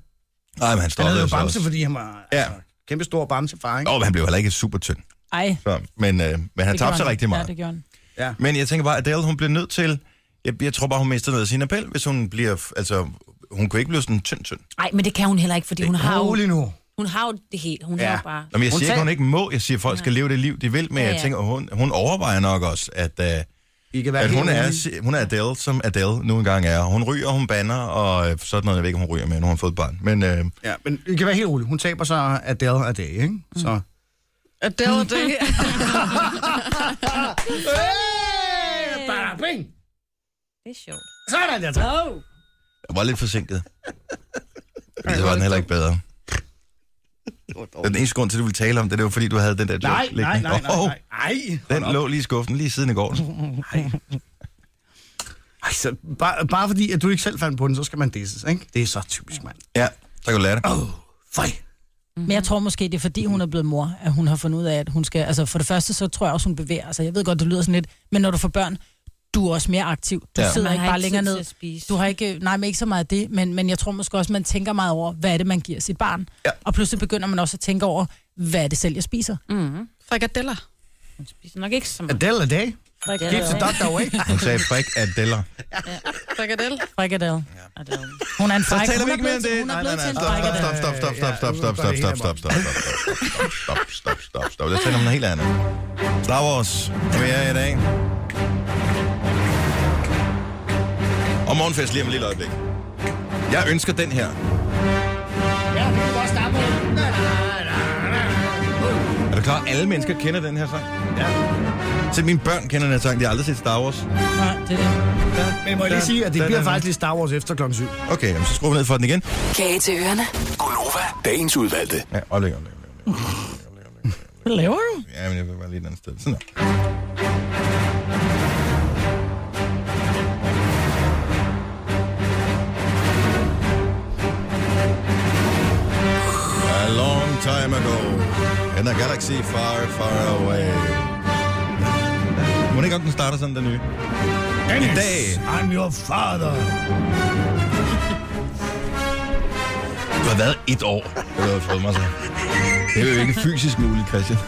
Speaker 1: Nej, men han
Speaker 2: Han
Speaker 1: stoppede
Speaker 2: hed jo
Speaker 1: altså
Speaker 2: Bamse,
Speaker 1: også.
Speaker 2: fordi han var
Speaker 1: Ja.
Speaker 2: ja. altså, kæmpe stor Bamsefar, ikke?
Speaker 1: Nå, men han blev heller ikke super tynd.
Speaker 3: Ej,
Speaker 1: Så, men, øh, men han
Speaker 3: det gjorde
Speaker 1: tabte sig rigtig
Speaker 3: Ja,
Speaker 1: meget.
Speaker 3: det gjorde han.
Speaker 1: Men jeg tænker bare, at Adele, hun bliver nødt til... Jeg, jeg tror bare, hun mister noget af sin appel, hvis hun bliver... f- Altså, hun kunne ikke blive sådan tynd-tynd.
Speaker 7: Nej, men det kan hun heller ikke, fordi hun har jo,
Speaker 2: Rolig nu.
Speaker 7: hun har jo det helt. Hun
Speaker 2: Ja.
Speaker 7: har jo bare...
Speaker 1: Nå, men jeg
Speaker 2: Hun
Speaker 1: siger ikke,
Speaker 2: tager-
Speaker 1: hun ikke må. Jeg siger, at folk skal leve det liv, de vil. Men
Speaker 7: Ja,
Speaker 1: jeg
Speaker 7: ja.
Speaker 1: tænker, hun, hun overvejer nok også, at... Øh,
Speaker 2: I kan være
Speaker 1: at
Speaker 2: helt
Speaker 1: hun er,
Speaker 2: rolige.
Speaker 1: si- hun er Adele, som Adele nu engang er. Hun ryger, hun banner, og øh, sådan noget, jeg ved ikke, om hun ryger med, nu har hun fået et barn. Men øh,
Speaker 2: Mm. Ja, men I kan være helt rolig. Hun taber sig af dag og dag, ikke? Så
Speaker 5: Adele, det her.
Speaker 2: Hey! Bada bing!
Speaker 7: Det er sjovt.
Speaker 2: Sådan der, tak.
Speaker 7: Oh.
Speaker 1: Jeg var lidt forsinket. Det var den heller ikke bedre. Den eneste grund til, at du ville tale om det, det var fordi, du havde den der joke
Speaker 2: Nej, nej,
Speaker 1: liggende.
Speaker 2: nej, nej,
Speaker 1: Åh,
Speaker 2: nej. Ej,
Speaker 1: Den lå lige i skuffen lige siden i går.
Speaker 2: Ej, så bare, bare fordi, at du ikke selv fandt på den, så skal man disses, ikke? Det er så typisk, mand.
Speaker 1: Ja, så kan du lære det.
Speaker 2: Åh, oh, fej.
Speaker 3: Men jeg tror måske, det er fordi, hun er blevet mor, at hun har fundet ud af, at hun skal... Altså, for det første, så tror jeg også, hun bevæger sig. Jeg ved godt, det lyder sådan lidt, men når du får børn, du er også mere aktiv. Du
Speaker 1: Ja.
Speaker 3: ja. sidder
Speaker 7: Man har
Speaker 3: ikke bare
Speaker 7: ikke
Speaker 3: længere
Speaker 7: tid til
Speaker 3: ned.
Speaker 7: at spise.
Speaker 3: Du har ikke, nej, men ikke så meget af det, men, men jeg tror måske også, man tænker meget over, hvad er det, man giver sit barn.
Speaker 1: Ja.
Speaker 3: Og pludselig begynder man også at tænke over, hvad er det selv, jeg spiser.
Speaker 7: Mm.
Speaker 5: Frikadeller.
Speaker 7: Hun spiser nok ikke så meget.
Speaker 2: Adele er dag.
Speaker 7: Frikadelle.
Speaker 2: Give the doctor away.
Speaker 1: Hun sagde frik adeller.
Speaker 5: Frikadelle.
Speaker 3: Frikadelle. Hun er en
Speaker 1: Så
Speaker 3: fræk.
Speaker 1: taler
Speaker 3: hun
Speaker 1: vi
Speaker 3: er
Speaker 1: ikke mere om
Speaker 3: blevet til-
Speaker 1: det.
Speaker 3: Hun er
Speaker 1: Nej, nej,
Speaker 3: blevet
Speaker 1: nej.
Speaker 3: til en
Speaker 1: Stop,
Speaker 3: frikadelle.
Speaker 1: stop, stop, stop, stop, stop, stop, stop, stop, stop, stop, stop, stop, stop, stop, stop. Jeg taler om noget helt andet. Star Wars, hvor jeg er i dag. Og morgenfest lige om et lille øjeblik. Jeg ønsker den her.
Speaker 2: Ja, vi kan godt starte med. Na, na, na,
Speaker 1: Er du klar? Alle mennesker kender den her sang.
Speaker 2: na. Ja.
Speaker 1: Selv mine børn kender den her sang. De har aldrig set Star Wars.
Speaker 3: Nej, det er det.
Speaker 2: Men må jeg lige sige, at det
Speaker 1: Da, da,
Speaker 2: bliver
Speaker 1: da.
Speaker 2: faktisk lidt Star Wars efter klokken 7.
Speaker 1: Okay, jamen, så skruer vi ned for den igen.
Speaker 6: Kage til ørerne.
Speaker 8: Gunova, dagens udvalgte.
Speaker 1: Ja, øjeblik, øjeblik, øjeblik.
Speaker 3: Hvad laver du?
Speaker 1: Ja, men jeg vil bare lige et andet sted. Sådan der. A long time ago, in a galaxy far, far away. Må det ikke godt, den starter sådan, den nye? I dag.
Speaker 2: I'm your father.
Speaker 1: Du har været et år, det har fået mig så. Det er jo ikke fysisk muligt, Christian.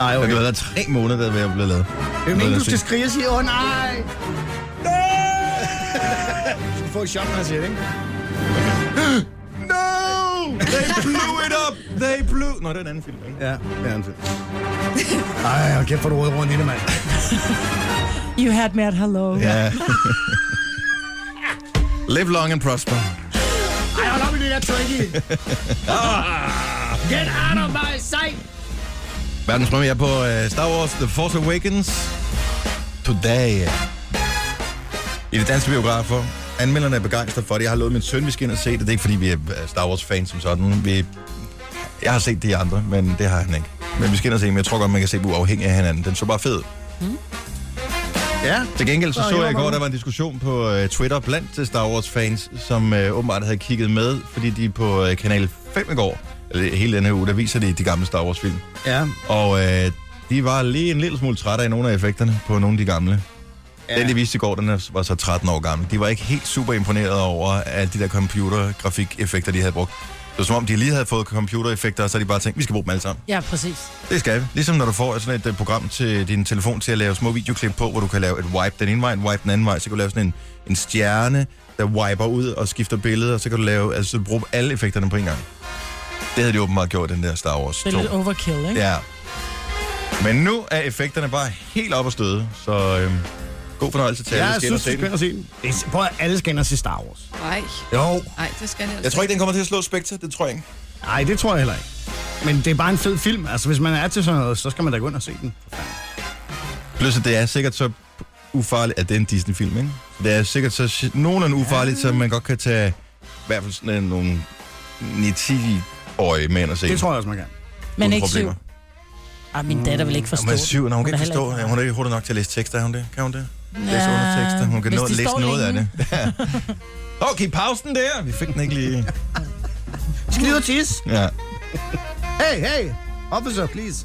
Speaker 2: Ej,
Speaker 1: Det
Speaker 2: okay.
Speaker 1: har været der tre måneder, da jeg blev lavet.
Speaker 2: Det er jo meningen, du skal skrige og sige, åh nej. Du skal få et chok, når jeg siger det, ikke?
Speaker 1: No! They blew it up! They blew... Nå, det er en anden film, ikke?
Speaker 2: Ja, det er en fed. Ej, og kæft, hvor du råd rundt i det, mand.
Speaker 3: You had me at hello.
Speaker 1: Ja. Live long and prosper.
Speaker 2: Ej, hold op med det der tricky. Get out of my sight.
Speaker 1: Verdens premiere er på øh, Star Wars The Force Awakens. Today. I det danske biografer. Anmelderne er begejstrede for det. Jeg har lovet min søn, vi skal ind og se det. Det er ikke, fordi vi er øh, Star Wars-fans som sådan. Vi... Jeg har set de andre, men det har han ikke. Men vi skal ind og se, men jeg tror godt, man kan se, hvor uafhængig af hinanden. Den så bare fed. ud.
Speaker 2: Ja.
Speaker 1: Til gengæld så,
Speaker 2: Nå,
Speaker 1: så
Speaker 2: jo,
Speaker 1: jeg i går,
Speaker 2: men-
Speaker 1: der var en diskussion på øh, Twitter blandt øh, Star Wars-fans, som øh, åbenbart havde kigget med, fordi de på øh, Kanal 5 i går, eller hele den her uge, der viser de de gamle Star Wars-film.
Speaker 2: Ja.
Speaker 1: Og øh, de var lige en lille smule trætte af nogle af effekterne på nogle af de gamle. Ja. Den, de viste i går, den er- var så 13 år gammel. De var ikke helt super imponeret over alle de der computergrafik-effekter, de havde brugt. Det var som om, de lige havde fået computereffekter, og så havde de bare tænkt, vi skal bruge dem alle sammen.
Speaker 3: Ja, præcis.
Speaker 1: Det skal vi. Ligesom når du får sådan et øh, program til din telefon til at lave små videoklip på, hvor du kan lave et wipe den ene vej, en wipe den anden vej, så kan du lave sådan en, en stjerne, der wiper ud og skifter billeder, og så kan du lave, altså bruge alle effekterne på en gang. Det havde de åbenbart gjort, den der Star Wars
Speaker 3: Det
Speaker 1: 2.
Speaker 3: er lidt overkill, ikke?
Speaker 1: Ja. Men nu er effekterne bare helt op at støde, så øhm, god fornøjelse til
Speaker 2: Ja,
Speaker 1: alle, der
Speaker 2: jeg
Speaker 1: skal ind og
Speaker 2: synes,
Speaker 1: se den.
Speaker 2: du skal ind og se den. Det er- Prøv at alle skal ind og se Star Wars.
Speaker 5: Nej,
Speaker 2: Jo.
Speaker 5: nej, det skal jeg altså.
Speaker 1: Jeg tror ikke, den kommer til at slå Spectre, det tror jeg ikke.
Speaker 2: Nej, det tror jeg heller ikke. Men det er bare en fed film. Altså, hvis man er til sådan noget, så skal man da gå ind og se den.
Speaker 1: Plus, at det er sikkert så ufarligt, at det er en Disney-film, ikke? Så det er sikkert så si- nogenlunde ufarligt, så man godt kan tage i hvert fald sådan en- nogle 9-10-årige mænd og se.
Speaker 2: Det tror jeg også, man kan.
Speaker 3: Men ikke syv. Ej, min datter vil ikke forstå
Speaker 1: Hun er
Speaker 3: det.
Speaker 1: syv, når hun, kan
Speaker 3: er
Speaker 1: ikke
Speaker 3: heller
Speaker 1: forstå. Ikke. Hun er ikke hurtigt nok til at læse tekster, er hun det? Kan hun det? Læse
Speaker 3: Ja,
Speaker 1: undertekster. Hun kan
Speaker 3: hvis
Speaker 1: nå at
Speaker 3: de
Speaker 1: læse
Speaker 3: står
Speaker 1: noget af
Speaker 3: længe.
Speaker 1: det. Ja. Okay, pausen der. Vi fik den ikke lige.
Speaker 2: Skal lige ud og tisse?
Speaker 1: Ja.
Speaker 2: Hey, hey. Officer, please.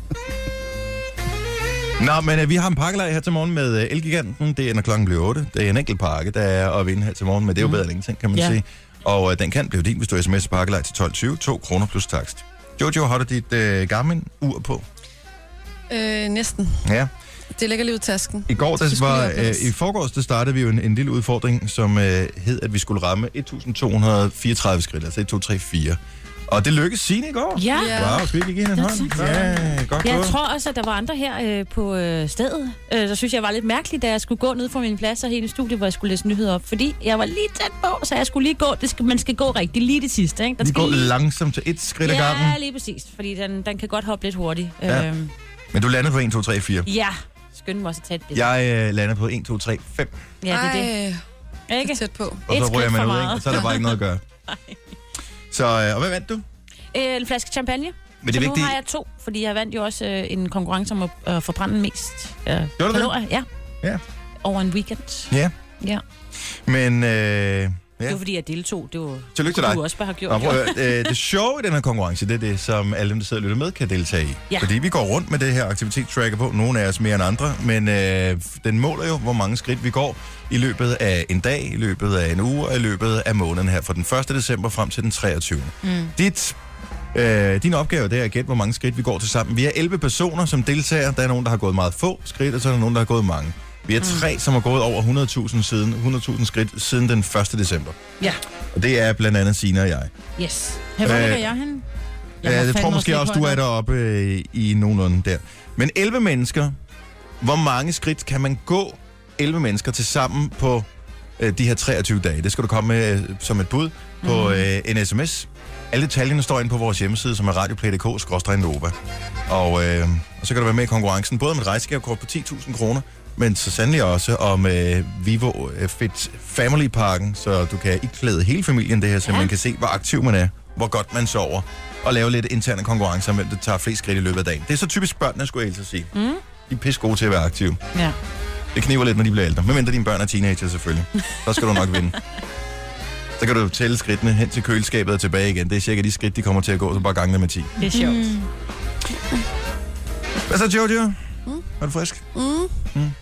Speaker 1: Nå, men øh, vi har en pakkelej her til morgen med øh, Elgiganten. Det er, når klokken bliver 8. Det er en enkelt pakke, der er at vinde her til morgen, men det er jo bedre end ingenting, kan man
Speaker 3: Mhm. Ja.
Speaker 1: sige. Og øh, den kan blive din, hvis du sms pakkelej til 12.20. 2 kroner plus takst. Jojo, har du dit øh, Garmin-ur på?
Speaker 5: Øh, næsten.
Speaker 1: Ja.
Speaker 5: Det ligger lige ud i tasken.
Speaker 1: I går,
Speaker 5: Så
Speaker 1: der
Speaker 5: skulle
Speaker 1: var,
Speaker 5: jeg
Speaker 1: øh,
Speaker 5: opdages.
Speaker 1: i forgårs, der startede vi jo en, en lille udfordring, som øh, hed, at vi skulle ramme 1.234 skridt, altså 1, 2, 3, 4. Og det lykkedes Signe i går.
Speaker 7: Ja.
Speaker 1: Wow, skal vi ikke lige give hende en
Speaker 7: Det
Speaker 1: hånd?
Speaker 7: er
Speaker 1: Ja, godt
Speaker 7: Jeg
Speaker 1: gået.
Speaker 7: tror også, at der var andre her øh, på øh, stedet, øh, der synes jeg var lidt mærkeligt, da jeg skulle gå ned fra min plads og hele studiet, hvor jeg skulle læse nyheder op. Fordi jeg var lige tæt på, så jeg skulle lige gå. Det skal, man skal gå rigtigt lige det sidste. Ikke? Der
Speaker 1: Vi
Speaker 7: skal
Speaker 1: går
Speaker 7: lige...
Speaker 1: langsomt til et skridt ad gangen.
Speaker 7: Ja, lige præcis. Fordi den, den kan godt hoppe lidt hurtigt.
Speaker 1: Ja.
Speaker 7: Ja. Øhm,
Speaker 1: Men du landede på 1, 2, 3, 4.
Speaker 7: ja. Skynd mig også at tage et billede.
Speaker 1: Jeg øh, landede på 1, 2, 3, 5.
Speaker 7: Ja, det er
Speaker 5: Ej,
Speaker 7: det. Ikke?
Speaker 5: det er tæt på.
Speaker 1: Og
Speaker 7: Et
Speaker 1: så
Speaker 7: skridt
Speaker 1: ryger man
Speaker 7: for
Speaker 1: ud, ikke?
Speaker 7: meget.
Speaker 1: Og så er der bare ikke noget at gøre. Så, øh, og hvad vandt du?
Speaker 7: Øh, en flaske champagne.
Speaker 1: Men
Speaker 7: så
Speaker 1: det
Speaker 7: nu
Speaker 1: vigtige...
Speaker 7: har jeg to, fordi jeg vandt jo også øh, en konkurrence om at øh, forbrænde mest øh,
Speaker 1: Gjorde du det?
Speaker 7: kalorier. Ja.
Speaker 1: Ja.
Speaker 7: Over en weekend.
Speaker 1: Ja.
Speaker 7: Ja.
Speaker 1: Men øh,
Speaker 7: Det
Speaker 1: ja,
Speaker 7: var fordi, jeg deltog. Det var
Speaker 1: tillykke til dig.
Speaker 7: du også bare har gjort.
Speaker 1: Nå, prøv
Speaker 7: jo.
Speaker 1: at høre, øh, det sjove i den her konkurrence, det er det, som alle dem, der sidder og lytter med, kan deltage i.
Speaker 7: Ja.
Speaker 1: Fordi vi går rundt med det her aktivitetstracker på, nogle af os mere end andre, men øh, den måler jo, hvor mange skridt vi går i løbet af en dag, i løbet af en uge og i løbet af måneden her, fra den 1. december frem til den 23. Mm. Dit, øh, din opgave det er at gætte, hvor mange skridt vi går til sammen. Vi er 11 personer, som deltager. Der er nogen, der har gået meget få skridt, og så er der nogen, der har gået mange. Vi er tre, som har gået over 100.000 siden, 100.000 skridt siden den 1. december.
Speaker 7: Ja.
Speaker 1: Og det er blandt andet Sina og jeg.
Speaker 7: Yes.
Speaker 3: Her, hvor
Speaker 1: Øh,
Speaker 3: ligger jeg henne?
Speaker 1: Jeg,
Speaker 3: har
Speaker 1: jeg
Speaker 3: fandme
Speaker 1: tror måske
Speaker 3: ikke
Speaker 1: også, du er
Speaker 3: højt nok.
Speaker 1: deroppe øh, i nogenlunde der. Men 11 mennesker, hvor mange skridt kan man gå 11 mennesker til sammen på øh, de her 23 dage? Det skal du komme med øh, som et bud på øh, en sms. Alle detaljerne står inde på vores hjemmeside, som er radioplay.dk-nova. Og, øh, og så kan du være med i konkurrencen, både om et rejsegavekort på 10.000 kroner, men så sandelig også om øh, Vivo øh, Fit Family Parken, så du kan iklæde hele familien det her, så ja. man kan se, hvor aktiv man er, hvor godt man sover, og lave lidt interne konkurrencer om, hvem der tager flest skridt i løbet af dagen. Det er så typisk børnene, skulle jeg helst sige. Mm. De er pisse gode til at være aktive.
Speaker 3: Ja.
Speaker 1: Det kniver lidt, når de bliver ældre. Medmindre dine børn er teenager, selvfølgelig. Så skal du nok vinde. Så kan du tælle skridtene hen til køleskabet og tilbage igen. Det er cirka de skridt, de kommer til at gå, så bare gange dem med 10.
Speaker 7: Det er sjovt.
Speaker 1: Hvad så, Jojo? Er du frisk?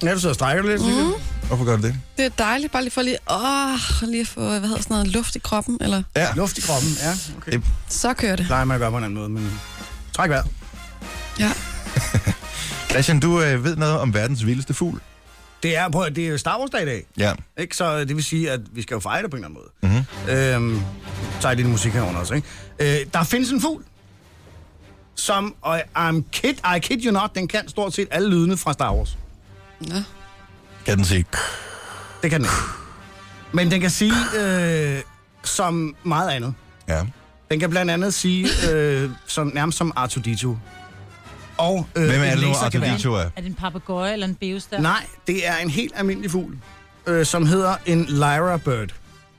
Speaker 2: Ja, du sidder og strækker lidt. Mm.
Speaker 1: Hvorfor gør du det?
Speaker 5: Det er dejligt, bare lige for lige, åh, lige at få, hvad hedder sådan noget, luft i kroppen, eller
Speaker 1: Ja.
Speaker 2: Luft i kroppen, ja. Okay.
Speaker 1: Det-
Speaker 2: Det
Speaker 5: så kører det.
Speaker 2: plejer man at gøre på en anden måde, men træk vejret.
Speaker 1: Christian, du øh, ved noget om verdens vildeste fugl.
Speaker 2: Det er, prøv, at- det er jo Star Wars dag i dag,
Speaker 1: Ja.
Speaker 2: ikke? Så øh, det vil sige, at vi skal jo fejre det på en eller anden måde.
Speaker 1: Mhm.
Speaker 2: Mm-hmm. Øhm, så er det musik herunder også, ikke? Øh, der findes en fugl, som, og I'm kid, I kid you not, den kan stort set alle lydene fra Star Wars.
Speaker 5: Nå.
Speaker 1: Kan den sige?
Speaker 2: Det kan den ikke. Men den kan sige, øh, som meget andet.
Speaker 1: Ja.
Speaker 2: Den kan blandt andet sige, øh, som, nærmest som R2-D2. Og, øh,
Speaker 1: Hvem er
Speaker 2: et
Speaker 1: det nu,
Speaker 2: lasergevær.
Speaker 1: R2-D2 er?
Speaker 3: Er det en papegøje eller en bios der?
Speaker 2: Nej, det er en helt almindelig fugl, øh, som hedder en Lyra Bird.
Speaker 5: Hvad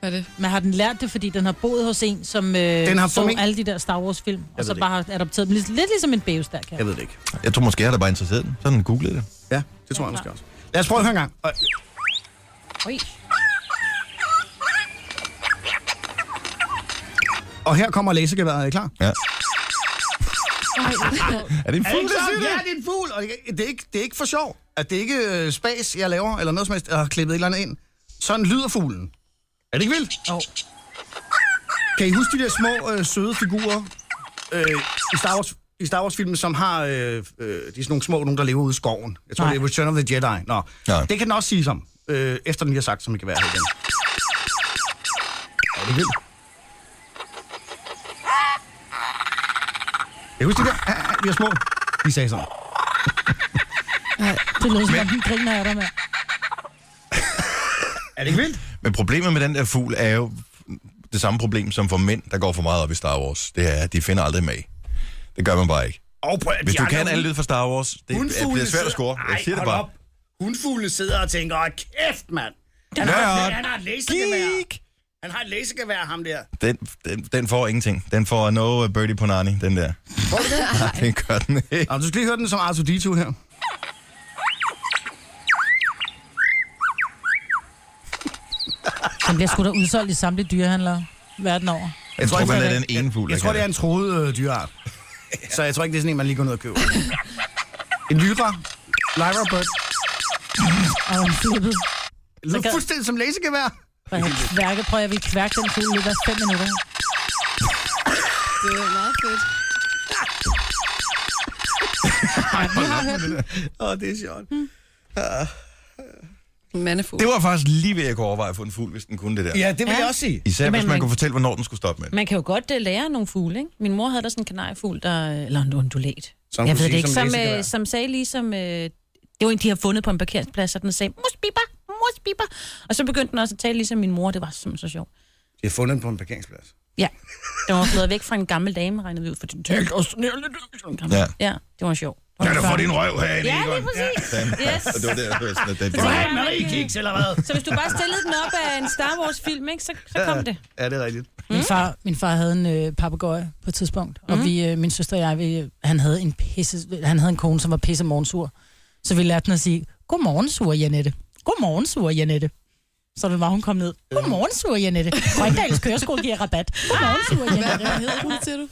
Speaker 5: er det?
Speaker 3: Men har den lært det, fordi den har boet hos en, som øh,
Speaker 2: Den har
Speaker 3: så
Speaker 2: formentlig-
Speaker 3: alle de der Star Wars-film, og så
Speaker 2: det
Speaker 3: bare har adopteret dem lidt, lidt ligesom en bæves der, kan
Speaker 2: Jeg ved det ikke.
Speaker 1: Jeg tror måske, jeg er da bare interesseret i den. Så har den googlede det.
Speaker 2: Ja, det tror jeg måske også. Lad os prøve at høre en gang. Og,
Speaker 7: Ui.
Speaker 2: og her kommer lasergeværet. Er I klar?
Speaker 1: Ja. er det en fugl, der siger
Speaker 2: Ja,
Speaker 1: det?
Speaker 2: det er en fugl, og det, det, er ikke, det er ikke for sjov. At det er ikke øh, spas, jeg laver, eller noget som helst, jeg har klippet et eller andet ind. Sådan lyder fuglen. Er det ikke vildt? Jo. Kan I huske de der små, øh, søde figurer øh, i Star Wars? i Star Wars-filmen, som har øh, øh, de er sådan nogle små, nogle der lever ude i skoven. Jeg tror,
Speaker 3: Nej.
Speaker 2: det er Return of the Jedi. Nå.
Speaker 1: Nej.
Speaker 2: Det kan den også sige som, øh, efter den lige har sagt, som det kan være her igen. Er det vildt? Jeg husker det der, Ah, ah, de er små. De sagde sådan.
Speaker 3: Det lyder som om, den griner af dig med.
Speaker 2: Er det ikke vildt?
Speaker 1: Men problemet med den der fugl er jo det samme problem som for mænd, der går for meget op i Star Wars. Det er, at de finder aldrig mag. Det gør man bare ikke.
Speaker 2: Og prøv, at-
Speaker 1: Hvis
Speaker 2: de
Speaker 1: du
Speaker 2: andre
Speaker 1: kan
Speaker 2: hun-
Speaker 1: alle lyd fra Star Wars, det er,
Speaker 2: hundfugle
Speaker 1: bliver svært at score.
Speaker 2: sidder-
Speaker 1: Jeg
Speaker 2: Ej,
Speaker 1: siger det
Speaker 2: hold
Speaker 1: bare.
Speaker 2: op. Hundfuglene sidder og tænker, åh, kæft, mand. Han,
Speaker 1: Nørd.
Speaker 2: har, han har et lasergevær.
Speaker 1: Geek.
Speaker 2: Han har et lasergevær, ham der.
Speaker 1: Den, den, den får ingenting. Den får no birdie på Nani, den der. Nej, den gør den ikke.
Speaker 2: Nå, du skal lige høre den som R2-D2 her.
Speaker 3: Den bliver sgu da udsolgt i samtlige dyrehandlere verden over.
Speaker 1: Jeg tror,
Speaker 2: ikke,
Speaker 1: man
Speaker 2: det
Speaker 1: er den ene fugl,
Speaker 2: Jeg
Speaker 1: der
Speaker 2: tror,
Speaker 1: kan
Speaker 2: det er en troet øh, dyreart. Så jeg tror ikke, det er sådan en, man lige går ned og køber. En lyra. Lyra bird.
Speaker 3: Og en flippet.
Speaker 2: Det lyder
Speaker 3: kan-
Speaker 2: fuldstændig som lasergevær.
Speaker 3: Prøv, jeg kværke, prøv, jeg vil kværke den fugl i løbet af fem minutter.
Speaker 5: Det er meget fedt.
Speaker 2: Åh, det er sjovt.
Speaker 5: mandefugl.
Speaker 1: Det var faktisk lige ved, at jeg kunne overveje at få en fugl, hvis den kunne det der.
Speaker 2: Ja, det vil
Speaker 7: Ja.
Speaker 2: jeg også sige.
Speaker 1: Især hvis
Speaker 7: Jamen,
Speaker 1: man
Speaker 7: man-
Speaker 1: kunne fortælle, hvornår den skulle stoppe med. det.
Speaker 7: Man kan jo godt uh, lære nogle fugle, ikke? Min mor havde der sådan en kanariefugl, der, øh, eller en undulat.
Speaker 2: Som
Speaker 7: jeg
Speaker 2: kunne
Speaker 7: ved det
Speaker 2: sige,
Speaker 7: ikke,
Speaker 2: som læse
Speaker 7: som,
Speaker 2: kan
Speaker 7: som, øh, som sagde ligesom... Øh, det var en, de havde fundet på en parkeringsplads, og den sagde, muspipa, muspipa. Og så begyndte den også at tale ligesom min mor, det var simpelthen så sjovt.
Speaker 2: De har fundet den på en parkeringsplads.
Speaker 7: Ja, den var flyttet væk fra en gammel dame, regnede vi ud, for den talte også sådan her lidt. sådan en gammel-
Speaker 1: Ja.
Speaker 7: ja, det var sjovt.
Speaker 1: Kan du få din røv herinde,
Speaker 7: Ja,
Speaker 1: Egon?
Speaker 7: lige præcis.
Speaker 1: Ja.
Speaker 7: Yes.
Speaker 1: Og det var der, jeg hørte sådan, at det, det
Speaker 7: Ja.
Speaker 1: var.
Speaker 2: Marie Kiks, eller hvad?
Speaker 7: Så hvis du bare stillede den op af en Star Wars-film, ikke, så, så kom det.
Speaker 2: Ja, det er rigtigt.
Speaker 3: Min far, min far havde en øh, papegøje på et tidspunkt, mm. og vi, øh, min søster og jeg, vi, han, havde en pisse, han havde en kone, som var pisse morgensur. Så vi lærte den at sige, godmorgen, sur Janette. Godmorgen, sur Janette. Så det var, hun kom ned. Godmorgen, sur Janette. Grøndals køreskole giver rabat. Godmorgen,
Speaker 5: Ah.
Speaker 3: sur Janette.
Speaker 5: Hvad hed hun, siger du?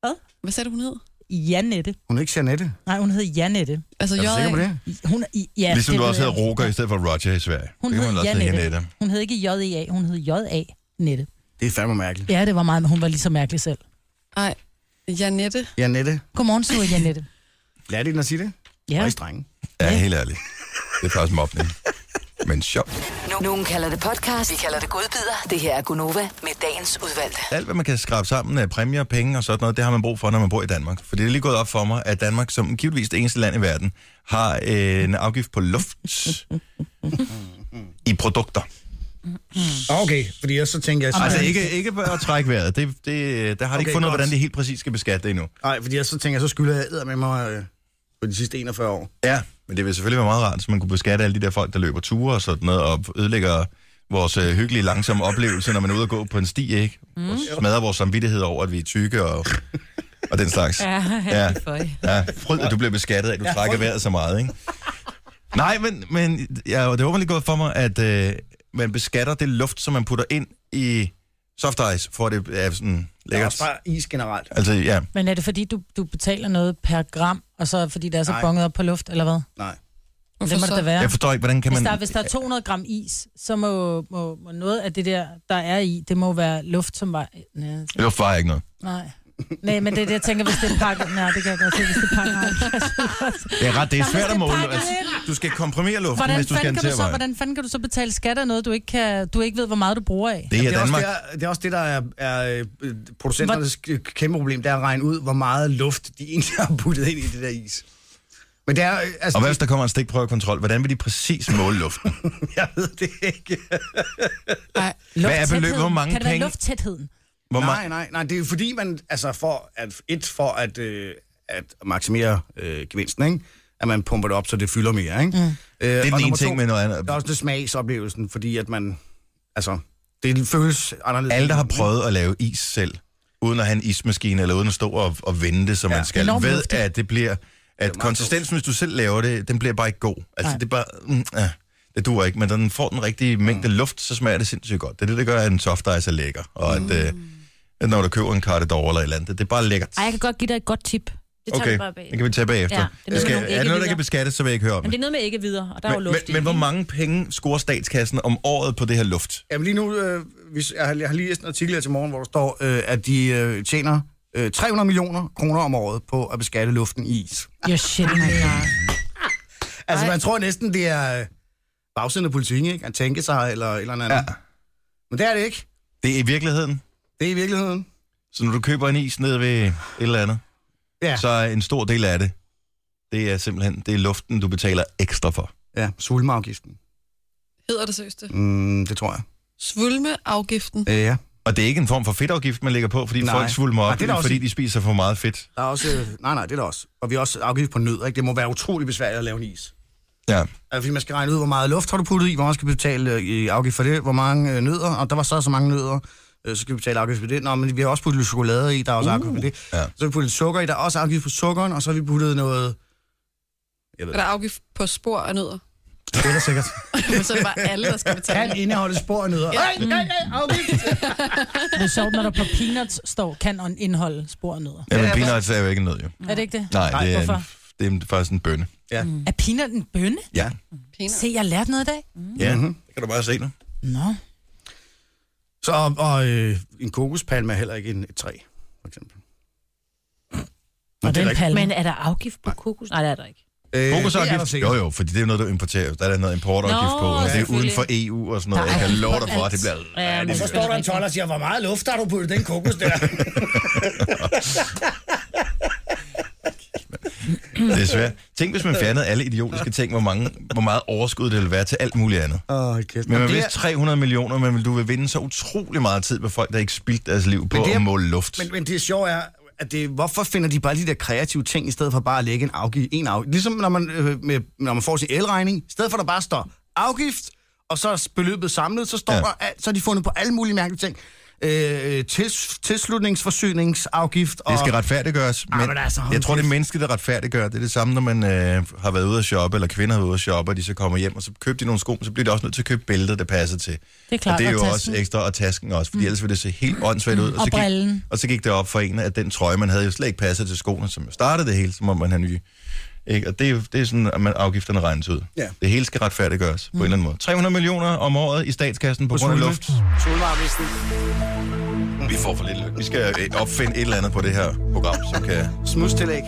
Speaker 7: Hvad?
Speaker 5: Hvad sagde du, hun hed?
Speaker 3: Janette.
Speaker 2: Hun er ikke Janette.
Speaker 3: Nej, hun hed Janette.
Speaker 5: Altså,
Speaker 2: Er du sikker på
Speaker 5: J.A.
Speaker 2: det?
Speaker 3: Hun, i, ja,
Speaker 1: Ligesom
Speaker 3: det
Speaker 1: du
Speaker 3: ved
Speaker 1: også
Speaker 3: jeg
Speaker 1: hedder
Speaker 3: ikke.
Speaker 1: Roger i stedet for Roger i Sverige.
Speaker 3: Hun
Speaker 1: det kan man
Speaker 3: hed
Speaker 1: også hedde
Speaker 3: Janette.
Speaker 1: Janette.
Speaker 3: Hun hed ikke J.E.A., hun hed J.A. Nette.
Speaker 2: Det er fandme mærkeligt.
Speaker 3: Ja, det var meget, hun var lige så mærkelig selv.
Speaker 5: Ej, Janette.
Speaker 2: Janette.
Speaker 3: Godmorgen, sur Janette.
Speaker 2: Lad det at sige det.
Speaker 3: Ja.
Speaker 2: Høj strenge.
Speaker 1: Ja, helt ærligt. Det er faktisk mobning. Men sjovt.
Speaker 6: Nu- Nogen kalder det podcast, vi kalder det godbider. Det her er Gunova med dagens udvalgte.
Speaker 1: Alt, hvad man kan skrabe sammen af præmier, penge og sådan noget, det har man brug for, når man bor i Danmark. For det er lige gået op for mig, at Danmark, som givetvis det eneste land i verden, har øh, en afgift på luft i produkter.
Speaker 2: Okay, fordi jeg så tænker jeg...
Speaker 1: Altså ikke, ikke bare at trække vejret. Det, det, der har de okay, ikke
Speaker 2: Okay,
Speaker 1: fundet, ud af,
Speaker 2: godt.
Speaker 1: hvordan det helt præcis skal beskatte det endnu.
Speaker 2: Nej, fordi jeg så tænker, så skylder jeg med mig øh, på de sidste 41 år.
Speaker 1: Ja, men det ville selvfølgelig være meget rart, så man kunne beskatte alle de der folk, der løber ture og sådan noget, og ødelægger vores øh, hyggelige, langsomme oplevelse, når man er ude og gå på en sti, ikke? Og smadrer vores samvittighed over, at vi er tykke og, og den slags. Ja, ja. ja fryd, at du bliver beskattet af, at du ja, trækker vejret så meget, ikke? Nej, men, men ja, det er åbenbart gået for mig, at øh, man beskatter det luft, som man putter ind i soft ice, for at det er sådan
Speaker 2: Jeg er
Speaker 1: lækkert.
Speaker 2: også bare is generelt.
Speaker 1: Altså, ja.
Speaker 3: Men er det fordi, du, du betaler noget per gram, og så er det fordi, det er så
Speaker 2: Nej.
Speaker 3: bonget op på luft, eller hvad?
Speaker 2: Nej.
Speaker 3: Det må det da være.
Speaker 1: Jeg forstår ikke, hvordan kan
Speaker 3: Hvis
Speaker 1: man...
Speaker 3: der, hvis der er 200 gram is, så må, må, må noget af det der, der er i, det må være luft, som var... Nej.
Speaker 1: Luft vejer ikke noget.
Speaker 3: Nej, nej men det er det, jeg tænker, hvis det er pakket... Nej, det kan jeg godt se, hvis det er pakket.
Speaker 1: Det er ret, det er svært at
Speaker 3: skal
Speaker 1: måle.
Speaker 3: pakke
Speaker 1: Altså, du skal komprimere luften,
Speaker 3: Hvordan,
Speaker 1: hvis du skal en
Speaker 3: fanden kan du, så,
Speaker 1: terveje.
Speaker 3: hvordan fanden kan du så betale skat af noget, du ikke, kan, du ikke ved, hvor meget du bruger af?
Speaker 1: Det er
Speaker 2: det, er også
Speaker 1: Danmark.
Speaker 2: det, er- det er også det, der er, er øh, producenternes Hvor... kæmpe problem, det er at regne ud, hvor meget luft de egentlig har puttet ind i det der is. Men det er, øh, altså,
Speaker 1: Og hvad hvis der kommer en stikprøvekontrol? Hvordan vil de præcis måle luften?
Speaker 2: jeg ved det ikke.
Speaker 1: Hvad er
Speaker 3: Lufttætheden.
Speaker 1: beløbet? Hvor mange
Speaker 3: Kan det være
Speaker 1: penge?
Speaker 3: lufttætheden?
Speaker 1: Hvor
Speaker 2: Nej,
Speaker 1: meget?
Speaker 2: nej, nej, det er jo fordi, man, altså for at, et for at, øh, at maksimere øh, gevinsten, ikke? at man pumper det op, så det fylder mere. Ikke? Mm. Øh, det
Speaker 1: er den ene ting, men noget andet-
Speaker 2: Der er også det smagsoplevelsen, fordi at man, altså, det føles anderledes.
Speaker 1: Alle, der har prøvet at lave is selv, uden at have en ismaskine, eller uden at stå og, og vente, som
Speaker 2: Ja.
Speaker 1: man skal,
Speaker 3: Enormt
Speaker 1: ved,
Speaker 3: luftigt.
Speaker 1: at det bliver... At
Speaker 2: meget
Speaker 1: konsistensen, hvis du selv laver det, den bliver bare ikke god. Altså, det er bare... Mm, ja, det duer ikke, men når den får den rigtige mængde luft, så smager det sindssygt godt. Det er det, der gør, at en soft ice er lækker. Og at, øh, at når du køber en carte d'or eller et eller andet, det, det er bare lækkert.
Speaker 7: Ej, jeg kan godt give dig et godt tip. Det tager okay.
Speaker 1: Okay,
Speaker 7: vi bare bag.
Speaker 1: det kan vi tage bagefter.
Speaker 7: Ja,
Speaker 1: Ja,
Speaker 7: det
Speaker 1: det
Speaker 7: ved
Speaker 1: skal,
Speaker 7: vi nok
Speaker 1: er
Speaker 7: ikke
Speaker 1: det noget, der
Speaker 7: videre.
Speaker 1: kan beskattes, så vil jeg ikke høre om
Speaker 7: Men det
Speaker 1: det.
Speaker 7: er noget med ikke videre, og der er jo
Speaker 1: Men, men,
Speaker 7: luft i.
Speaker 1: men hvor mange penge scorer statskassen om året på det her luft?
Speaker 2: Jamen lige nu, øh, hvis, jeg, har, jeg har lige læst en artikel her til morgen, hvor der står, øh, at de øh, tjener øh, 300 millioner kroner om året på at beskatte luften i is.
Speaker 3: You're shitting me.
Speaker 1: Oh
Speaker 2: Altså man tror næsten, det er øh, bagsiden af politikken, ikke? At tænke sig eller et eller andet. Ja. Men det er det ikke.
Speaker 1: Det er i virkeligheden.
Speaker 2: Det er i virkeligheden.
Speaker 1: Så når du køber en is nede ved et eller andet,
Speaker 2: Ja,
Speaker 1: så
Speaker 2: så...
Speaker 1: er en stor del af det, det er simpelthen det er luften, du betaler ekstra for.
Speaker 2: ja sulmeafgiften.
Speaker 5: Hedder det seriøst det?
Speaker 2: Mm, det tror jeg.
Speaker 5: Svulmeafgiften.
Speaker 2: Øh, ja.
Speaker 1: Og det er ikke en form for fedtafgift, man lægger på, fordi Nej.
Speaker 2: Nej.
Speaker 1: folk svulmer
Speaker 2: Nej,
Speaker 1: op,
Speaker 2: det er der
Speaker 1: Nej,
Speaker 2: også
Speaker 1: fordi
Speaker 2: i.
Speaker 1: de spiser for meget fedt.
Speaker 2: Der er også, øh, nej, nej, det er der også. Og vi har også afgift på nød, ikke? Det må være utrolig besværligt at lave en is.
Speaker 1: Ja.
Speaker 2: Altså, fordi man skal regne ud, hvor meget luft har du puttet i, hvor meget skal vi betale øh, i afgift for det, hvor mange øh, nødder, og der var så og så mange nødder, øh, så skal vi betale afgift for det. Nå, men vi har også puttet lidt chokolade i, der er også uh, afgift på det.
Speaker 1: ja.
Speaker 2: Så har vi puttet lidt sukker i, der er også afgift på sukkeren, og så har vi puttet noget... Jeg ved
Speaker 5: Er der afgift på spor af nødder?
Speaker 2: det, det er der sikkert.
Speaker 5: Men så er det bare alle, der skal betale.
Speaker 2: Kan indeholde spor af nødder. Ej, ej, ej, afgift!
Speaker 3: Det er sjovt, når der på peanuts står, kan indholde spor og nødder.
Speaker 1: Ja, men
Speaker 2: Ja,
Speaker 1: peanuts er jo ikke en nød, jo.
Speaker 3: Er det ikke det?
Speaker 1: Nej,
Speaker 2: Nej,
Speaker 1: det er,
Speaker 3: hvorfor?
Speaker 1: en, det er faktisk en bønne.
Speaker 2: Ja.
Speaker 3: Er peanut en bønne?
Speaker 1: Ja.
Speaker 3: Se, jeg har lært noget i dag.
Speaker 1: Ja, mm-hmm. det kan du bare se nu.
Speaker 3: Nå.
Speaker 2: Så, og, og øh, en kokospalme er heller ikke en, et træ, for eksempel.
Speaker 3: Og
Speaker 2: det er
Speaker 3: den
Speaker 2: rigtigt.
Speaker 3: palme.
Speaker 7: Men er der afgift på kokos? Nej, det er der ikke.
Speaker 2: Øh, det er der
Speaker 1: Fokusafgift?
Speaker 2: sikkert.
Speaker 1: Jo, jo, fordi det er jo noget, du importerer. Der er der noget importafgift
Speaker 7: Nå,
Speaker 1: på, og det er uden
Speaker 7: selvfølgelig.
Speaker 1: for EU og sådan noget.
Speaker 7: Der
Speaker 1: Jeg
Speaker 7: er
Speaker 1: kan
Speaker 7: alt
Speaker 1: love
Speaker 7: for
Speaker 1: dig for, at det
Speaker 7: alt.
Speaker 1: bliver...
Speaker 7: Ja,
Speaker 1: Ja,
Speaker 7: men
Speaker 1: det
Speaker 7: så
Speaker 1: er
Speaker 9: Så står der en toller og siger, hvor meget luft har du puttet i den kokos der?
Speaker 1: Det er svært. Tænk, hvis man fjernede alle idiotiske ting, hvor, mange, hvor meget overskud det ville være til alt muligt andet.
Speaker 2: Åh, kæft.
Speaker 1: Men man
Speaker 2: det er-
Speaker 1: vidste 300 millioner, men du vil vinde så utrolig meget tid med folk, der ikke spildte deres liv på
Speaker 2: det
Speaker 1: at
Speaker 2: er-
Speaker 1: måle luft.
Speaker 2: Men, men det sjove er, at det, hvorfor finder de bare de der kreative ting, i stedet for bare at lægge en afgift? En afgift. Ligesom når man, øh, med, når man får sin elregning, i stedet for at der bare står afgift, og så er beløbet samlet, så står
Speaker 1: Ja.
Speaker 2: ja. der, alt- så er de fundet på alle mulige mærkelige ting. Øh, tils, tilslutningsforsyningsafgift. Og,
Speaker 1: Det skal retfærdiggøres, men,
Speaker 2: Ah, men altså, hold
Speaker 1: jeg tror, det er
Speaker 2: kæft.
Speaker 1: mennesket, der retfærdiggør. Det er det samme, når man øh, har været ude at shoppe, eller kvinder har været ude at shoppe, og de så kommer hjem, og så køber de nogle sko, men så bliver de også nødt til at købe bæltet, der passer til.
Speaker 3: Det er klart,
Speaker 1: og det er
Speaker 3: og
Speaker 1: jo
Speaker 3: tasken. Mm.
Speaker 1: også ekstra, og tasken også, fordi mm. ellers vil det se helt åndssvagt ud.
Speaker 3: Og
Speaker 1: så gik,
Speaker 3: brillen.
Speaker 1: og så gik det op for en, at den trøje, man havde jo slet ikke passet til skoene, som jo startede det hele, så må man have nye. Ikke? Og det, er jo- det er sådan, at man afgifterne regnes ud.
Speaker 9: Ja.
Speaker 1: Det hele skal retfærdiggøres mm. på en eller anden måde. 300 millioner om året i statskassen på grund af luft.
Speaker 9: Solvarmisten.
Speaker 1: Vi får for lidt lykke. Vi skal øh, opfinde et eller andet på det her program, som kan
Speaker 9: Smustillæg.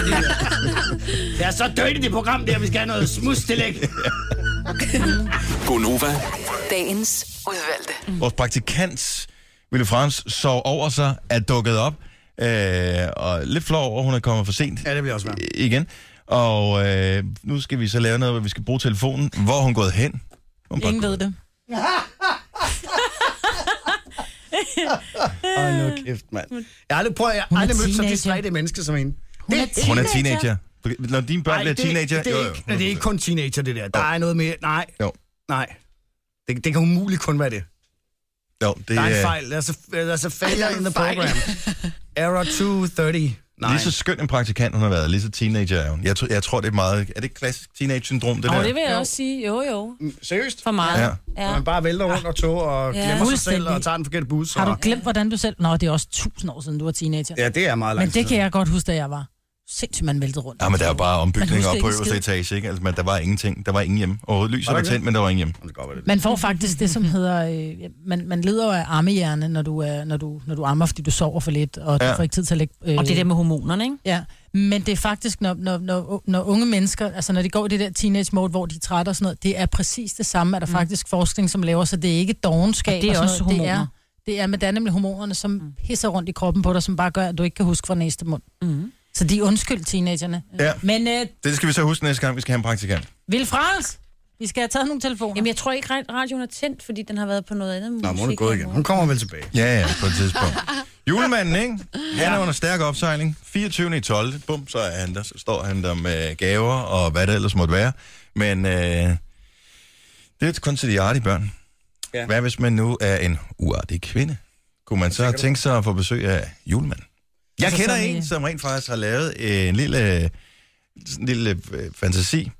Speaker 9: Det er så dødt i det program der, vi skal have noget smustillæg.
Speaker 8: Gonova,
Speaker 6: Dagens udvalgte.
Speaker 1: Vores praktikant, Ville Frans, sov over sig, er dukket op, øh, og lidt flov over, hun er kommet for sent
Speaker 2: Ja, det bliver også med.
Speaker 1: øh, igen. Og øh, nu skal vi så lave noget, hvor vi skal bruge telefonen. Hvor er hun gået hen? Hun er
Speaker 3: Ingen
Speaker 1: bare-
Speaker 3: ved det.
Speaker 2: Åh, nu kæft, mand. Jeg har aldrig, prøvet, jeg
Speaker 3: Hun
Speaker 2: har
Speaker 3: er
Speaker 2: aldrig mødt så
Speaker 3: teenager.
Speaker 2: distrætte mennesker som hende.
Speaker 3: Hun er
Speaker 1: Hun er
Speaker 3: teenager.
Speaker 1: teenager. Når dine børn bliver
Speaker 2: det,
Speaker 1: teenager...
Speaker 2: det, er ikke, det er ikke kun teenager, det der. Der er noget mere. Nej,
Speaker 1: Jo,
Speaker 2: nej. Det, det kan umuligt kun være det.
Speaker 1: jo, det
Speaker 2: Der er en
Speaker 1: er...
Speaker 2: fejl. There's a, there's a failure in the program. Error 230. Nej.
Speaker 1: Lige så skøn en praktikant, hun har været, lige så teenager er hun. Jeg, tror, jeg tror, det er meget... Er det ikke klassisk teenage-syndrom, det
Speaker 7: Og
Speaker 1: der?
Speaker 7: det vil jeg også sige. Jo, jo.
Speaker 2: Seriøst?
Speaker 7: For meget.
Speaker 1: Ja.
Speaker 2: Ja. Man bare vælter rundt og tog og
Speaker 7: Ja.
Speaker 2: glemmer sig selv
Speaker 3: Fuldstændig.
Speaker 2: og tager den forkerte bus.
Speaker 3: Har du
Speaker 2: og...
Speaker 3: glemt, hvordan du selv... Nå, det er også tusind år siden, du var teenager.
Speaker 2: Ja, det er meget
Speaker 3: Men
Speaker 2: langt.
Speaker 3: det kan jeg godt huske, da jeg var sindssygt, man væltede rundt.
Speaker 1: Ja, men der er bare
Speaker 3: Man
Speaker 1: ombygninger
Speaker 3: husker
Speaker 1: op på
Speaker 3: ikke en
Speaker 1: øverste etage, ikke? Altså, men der var ingenting. Der var ingen hjemme. Overhovedet lyset
Speaker 2: Var der
Speaker 1: var
Speaker 2: ikke
Speaker 1: tændt, men der var ingen hjemme.
Speaker 2: Det kan godt være, det er det.
Speaker 3: Man får faktisk det, som hedder... Øh, man, man lider jo af armehjerne, når du, er, når, du, når du ammer, fordi du sover for lidt, og
Speaker 1: Ja.
Speaker 3: du får ikke tid til at lægge... Øh,
Speaker 7: Og det der med hormonerne, ikke?
Speaker 3: Ja, men det er faktisk, når, når, når, når unge mennesker, altså når de går i det der teenage-mode, hvor de er trætte og sådan noget, det er præcis det samme, at der mm. faktisk forskning, som laver, så det er ikke dogenskab
Speaker 7: Og det er
Speaker 3: og sådan
Speaker 7: også
Speaker 3: noget. Det
Speaker 7: hormoner.
Speaker 3: er, det er, men det er nemlig hormonerne, som mm. hisser rundt i kroppen på dig, som bare gør, at du ikke kan huske fra næste mund.
Speaker 7: Mm-hmm.
Speaker 3: Mm. Så de er undskyld, teenagerne.
Speaker 1: Ja.
Speaker 3: Men øh,
Speaker 1: Det skal vi så huske næste gang, vi skal have en praktikant.
Speaker 3: Vil Frans, vi skal have taget nogle telefoner.
Speaker 7: Jamen, jeg tror ikke, at radioen er tændt, fordi den har været på noget andet musik.
Speaker 2: Nå, hun er gået igen. Hun kommer vel tilbage.
Speaker 1: Ja, ja, på et tidspunkt. Julemanden, ikke? Han er under stærk opsejling. 24. i 12. Bum, så er han der. Så står han der med gaver og hvad det ellers måtte være. Men øh, det er kun til de artige børn. Ja.
Speaker 9: Ja.
Speaker 1: Hvad hvis man nu er en uartig kvinde? Kunne man så tænke sig at få besøg af julemanden? Jeg
Speaker 3: Altså
Speaker 1: kender
Speaker 3: sådan
Speaker 1: en,
Speaker 3: en-
Speaker 1: som rent faktisk har lavet en lille, øh, sådan en lille øh, fantasi.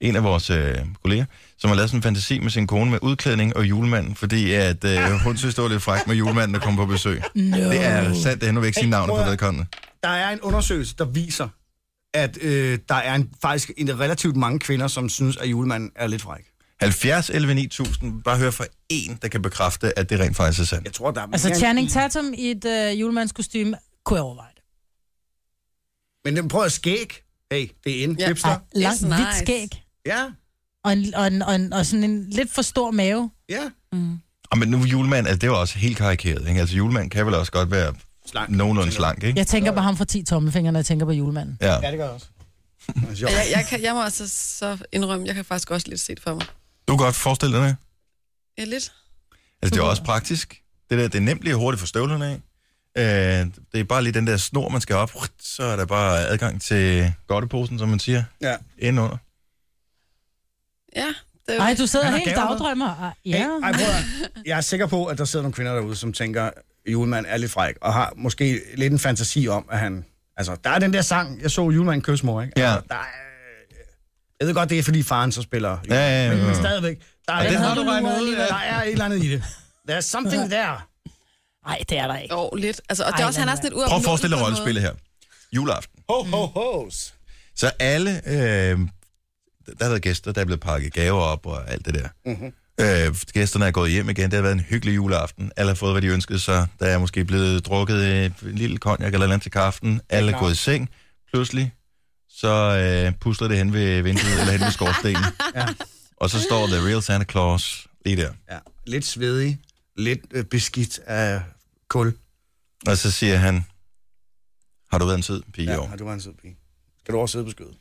Speaker 1: En af vores øh, kolleger, som har lavet sådan en fantasi med sin kone med udklædning og julemanden, fordi at, øh, hun synes, det var lidt frækt med julemanden, der kom på besøg. No. Det er sandt, det er nu væk sin
Speaker 2: Hey,
Speaker 1: navn på
Speaker 2: prøv at-
Speaker 1: vedkommende.
Speaker 2: Der er en undersøgelse, der viser, at øh, der er en, faktisk en relativt mange kvinder, som synes, at julemanden er lidt fræk.
Speaker 1: 70 11 9000, bare hør fra en, der kan bekræfte, at det rent faktisk er sandt.
Speaker 2: Jeg tror, der er
Speaker 3: Altså
Speaker 2: mere end
Speaker 3: Channing
Speaker 2: en.
Speaker 3: Tatum i et øh, julемandskostume, kunne jeg overveje det.
Speaker 2: Men den prøver at skæg. Hey, det er en
Speaker 5: Ja.
Speaker 2: ja.
Speaker 3: Ja, Ah. langt,
Speaker 5: It's
Speaker 3: hvidt
Speaker 5: nice.
Speaker 3: skæg,
Speaker 2: ja,
Speaker 3: og, en, og, en, og, en, og sådan en lidt for stor mave.
Speaker 2: ja.
Speaker 1: Og men nu julemanden, altså, det var også helt karikeret. Ikke? Altså julemanden kan vel også godt være
Speaker 2: Slank.
Speaker 1: nogenlunde slank, ikke?
Speaker 3: Jeg tænker på ham fra 10 tommelfingre, når jeg tænker på julemanden.
Speaker 1: Ja.
Speaker 2: Ja, det gør jeg også.
Speaker 5: Og Jeg, jeg, kan, jeg må altså så indrømme, jeg kan faktisk også lidt se det for mig.
Speaker 1: Du kan godt forestille dig det.
Speaker 5: Ja, lidt.
Speaker 1: Altså, det er også praktisk. Det der, det er nemt lige hurtigt for støvlerne af. Øh, det er bare lige den der snor, man skal op. Så er der bare adgang til godteposen, som man siger,
Speaker 9: Ja.
Speaker 1: indenunder.
Speaker 5: Ja, det,
Speaker 3: Nej, du sidder
Speaker 2: Han har
Speaker 3: helt
Speaker 2: gaver med.
Speaker 3: dagdrømmer. Ej,
Speaker 2: Hey,
Speaker 3: Ja.
Speaker 2: ej, prøv at, jeg er sikker på, at der sidder nogle kvinder derude, som tænker, julemanden er lidt fræk, og har måske lidt en fantasi om, at han... Altså, der er den der sang, jeg så julemanden kysse mor, ikke?
Speaker 1: Ja.
Speaker 2: Altså, der er, jeg ved godt, det er, fordi faren så spiller.
Speaker 1: Ja, ja,
Speaker 2: Men,
Speaker 1: ja.
Speaker 2: men stadigvæk, der er,
Speaker 1: Ja, den har du regnet ud,
Speaker 2: alligevel.
Speaker 1: ja.
Speaker 2: der er et eller andet i det. There's something there.
Speaker 3: Nej, det er der ikke.
Speaker 5: jo, lidt. Altså, og det
Speaker 3: Ej,
Speaker 5: er også, han er
Speaker 3: lad
Speaker 5: sådan lidt uafnåelig.
Speaker 1: Prøv at forestille
Speaker 5: på
Speaker 1: dig
Speaker 5: en måde.
Speaker 1: rollespillet her. Juleaften.
Speaker 9: Ho, ho, hos.
Speaker 1: Så alle, øh, der har været gæster, der er blevet pakket gaver op og alt det der.
Speaker 2: Mhm.
Speaker 1: Mm-hmm. Øh, gæsterne er gået hjem igen, det har været en hyggelig juleaften. Alle har fået, hvad de ønskede sig. Der er måske blevet drukket øh, en lille konjak eller noget til kaften. Alle er gået i seng. pludselig, så øh, pusler det hen ved vinduet eller hen ved skorstenen.
Speaker 2: Ja.
Speaker 1: Og så står The Real Santa Claus lige der.
Speaker 2: Ja. Lidt svedig, lidt øh, beskidt af kul.
Speaker 1: Og så siger han, har du været en sød pige i år?
Speaker 2: har du var en sød pige. Skal du også sidde på skødet?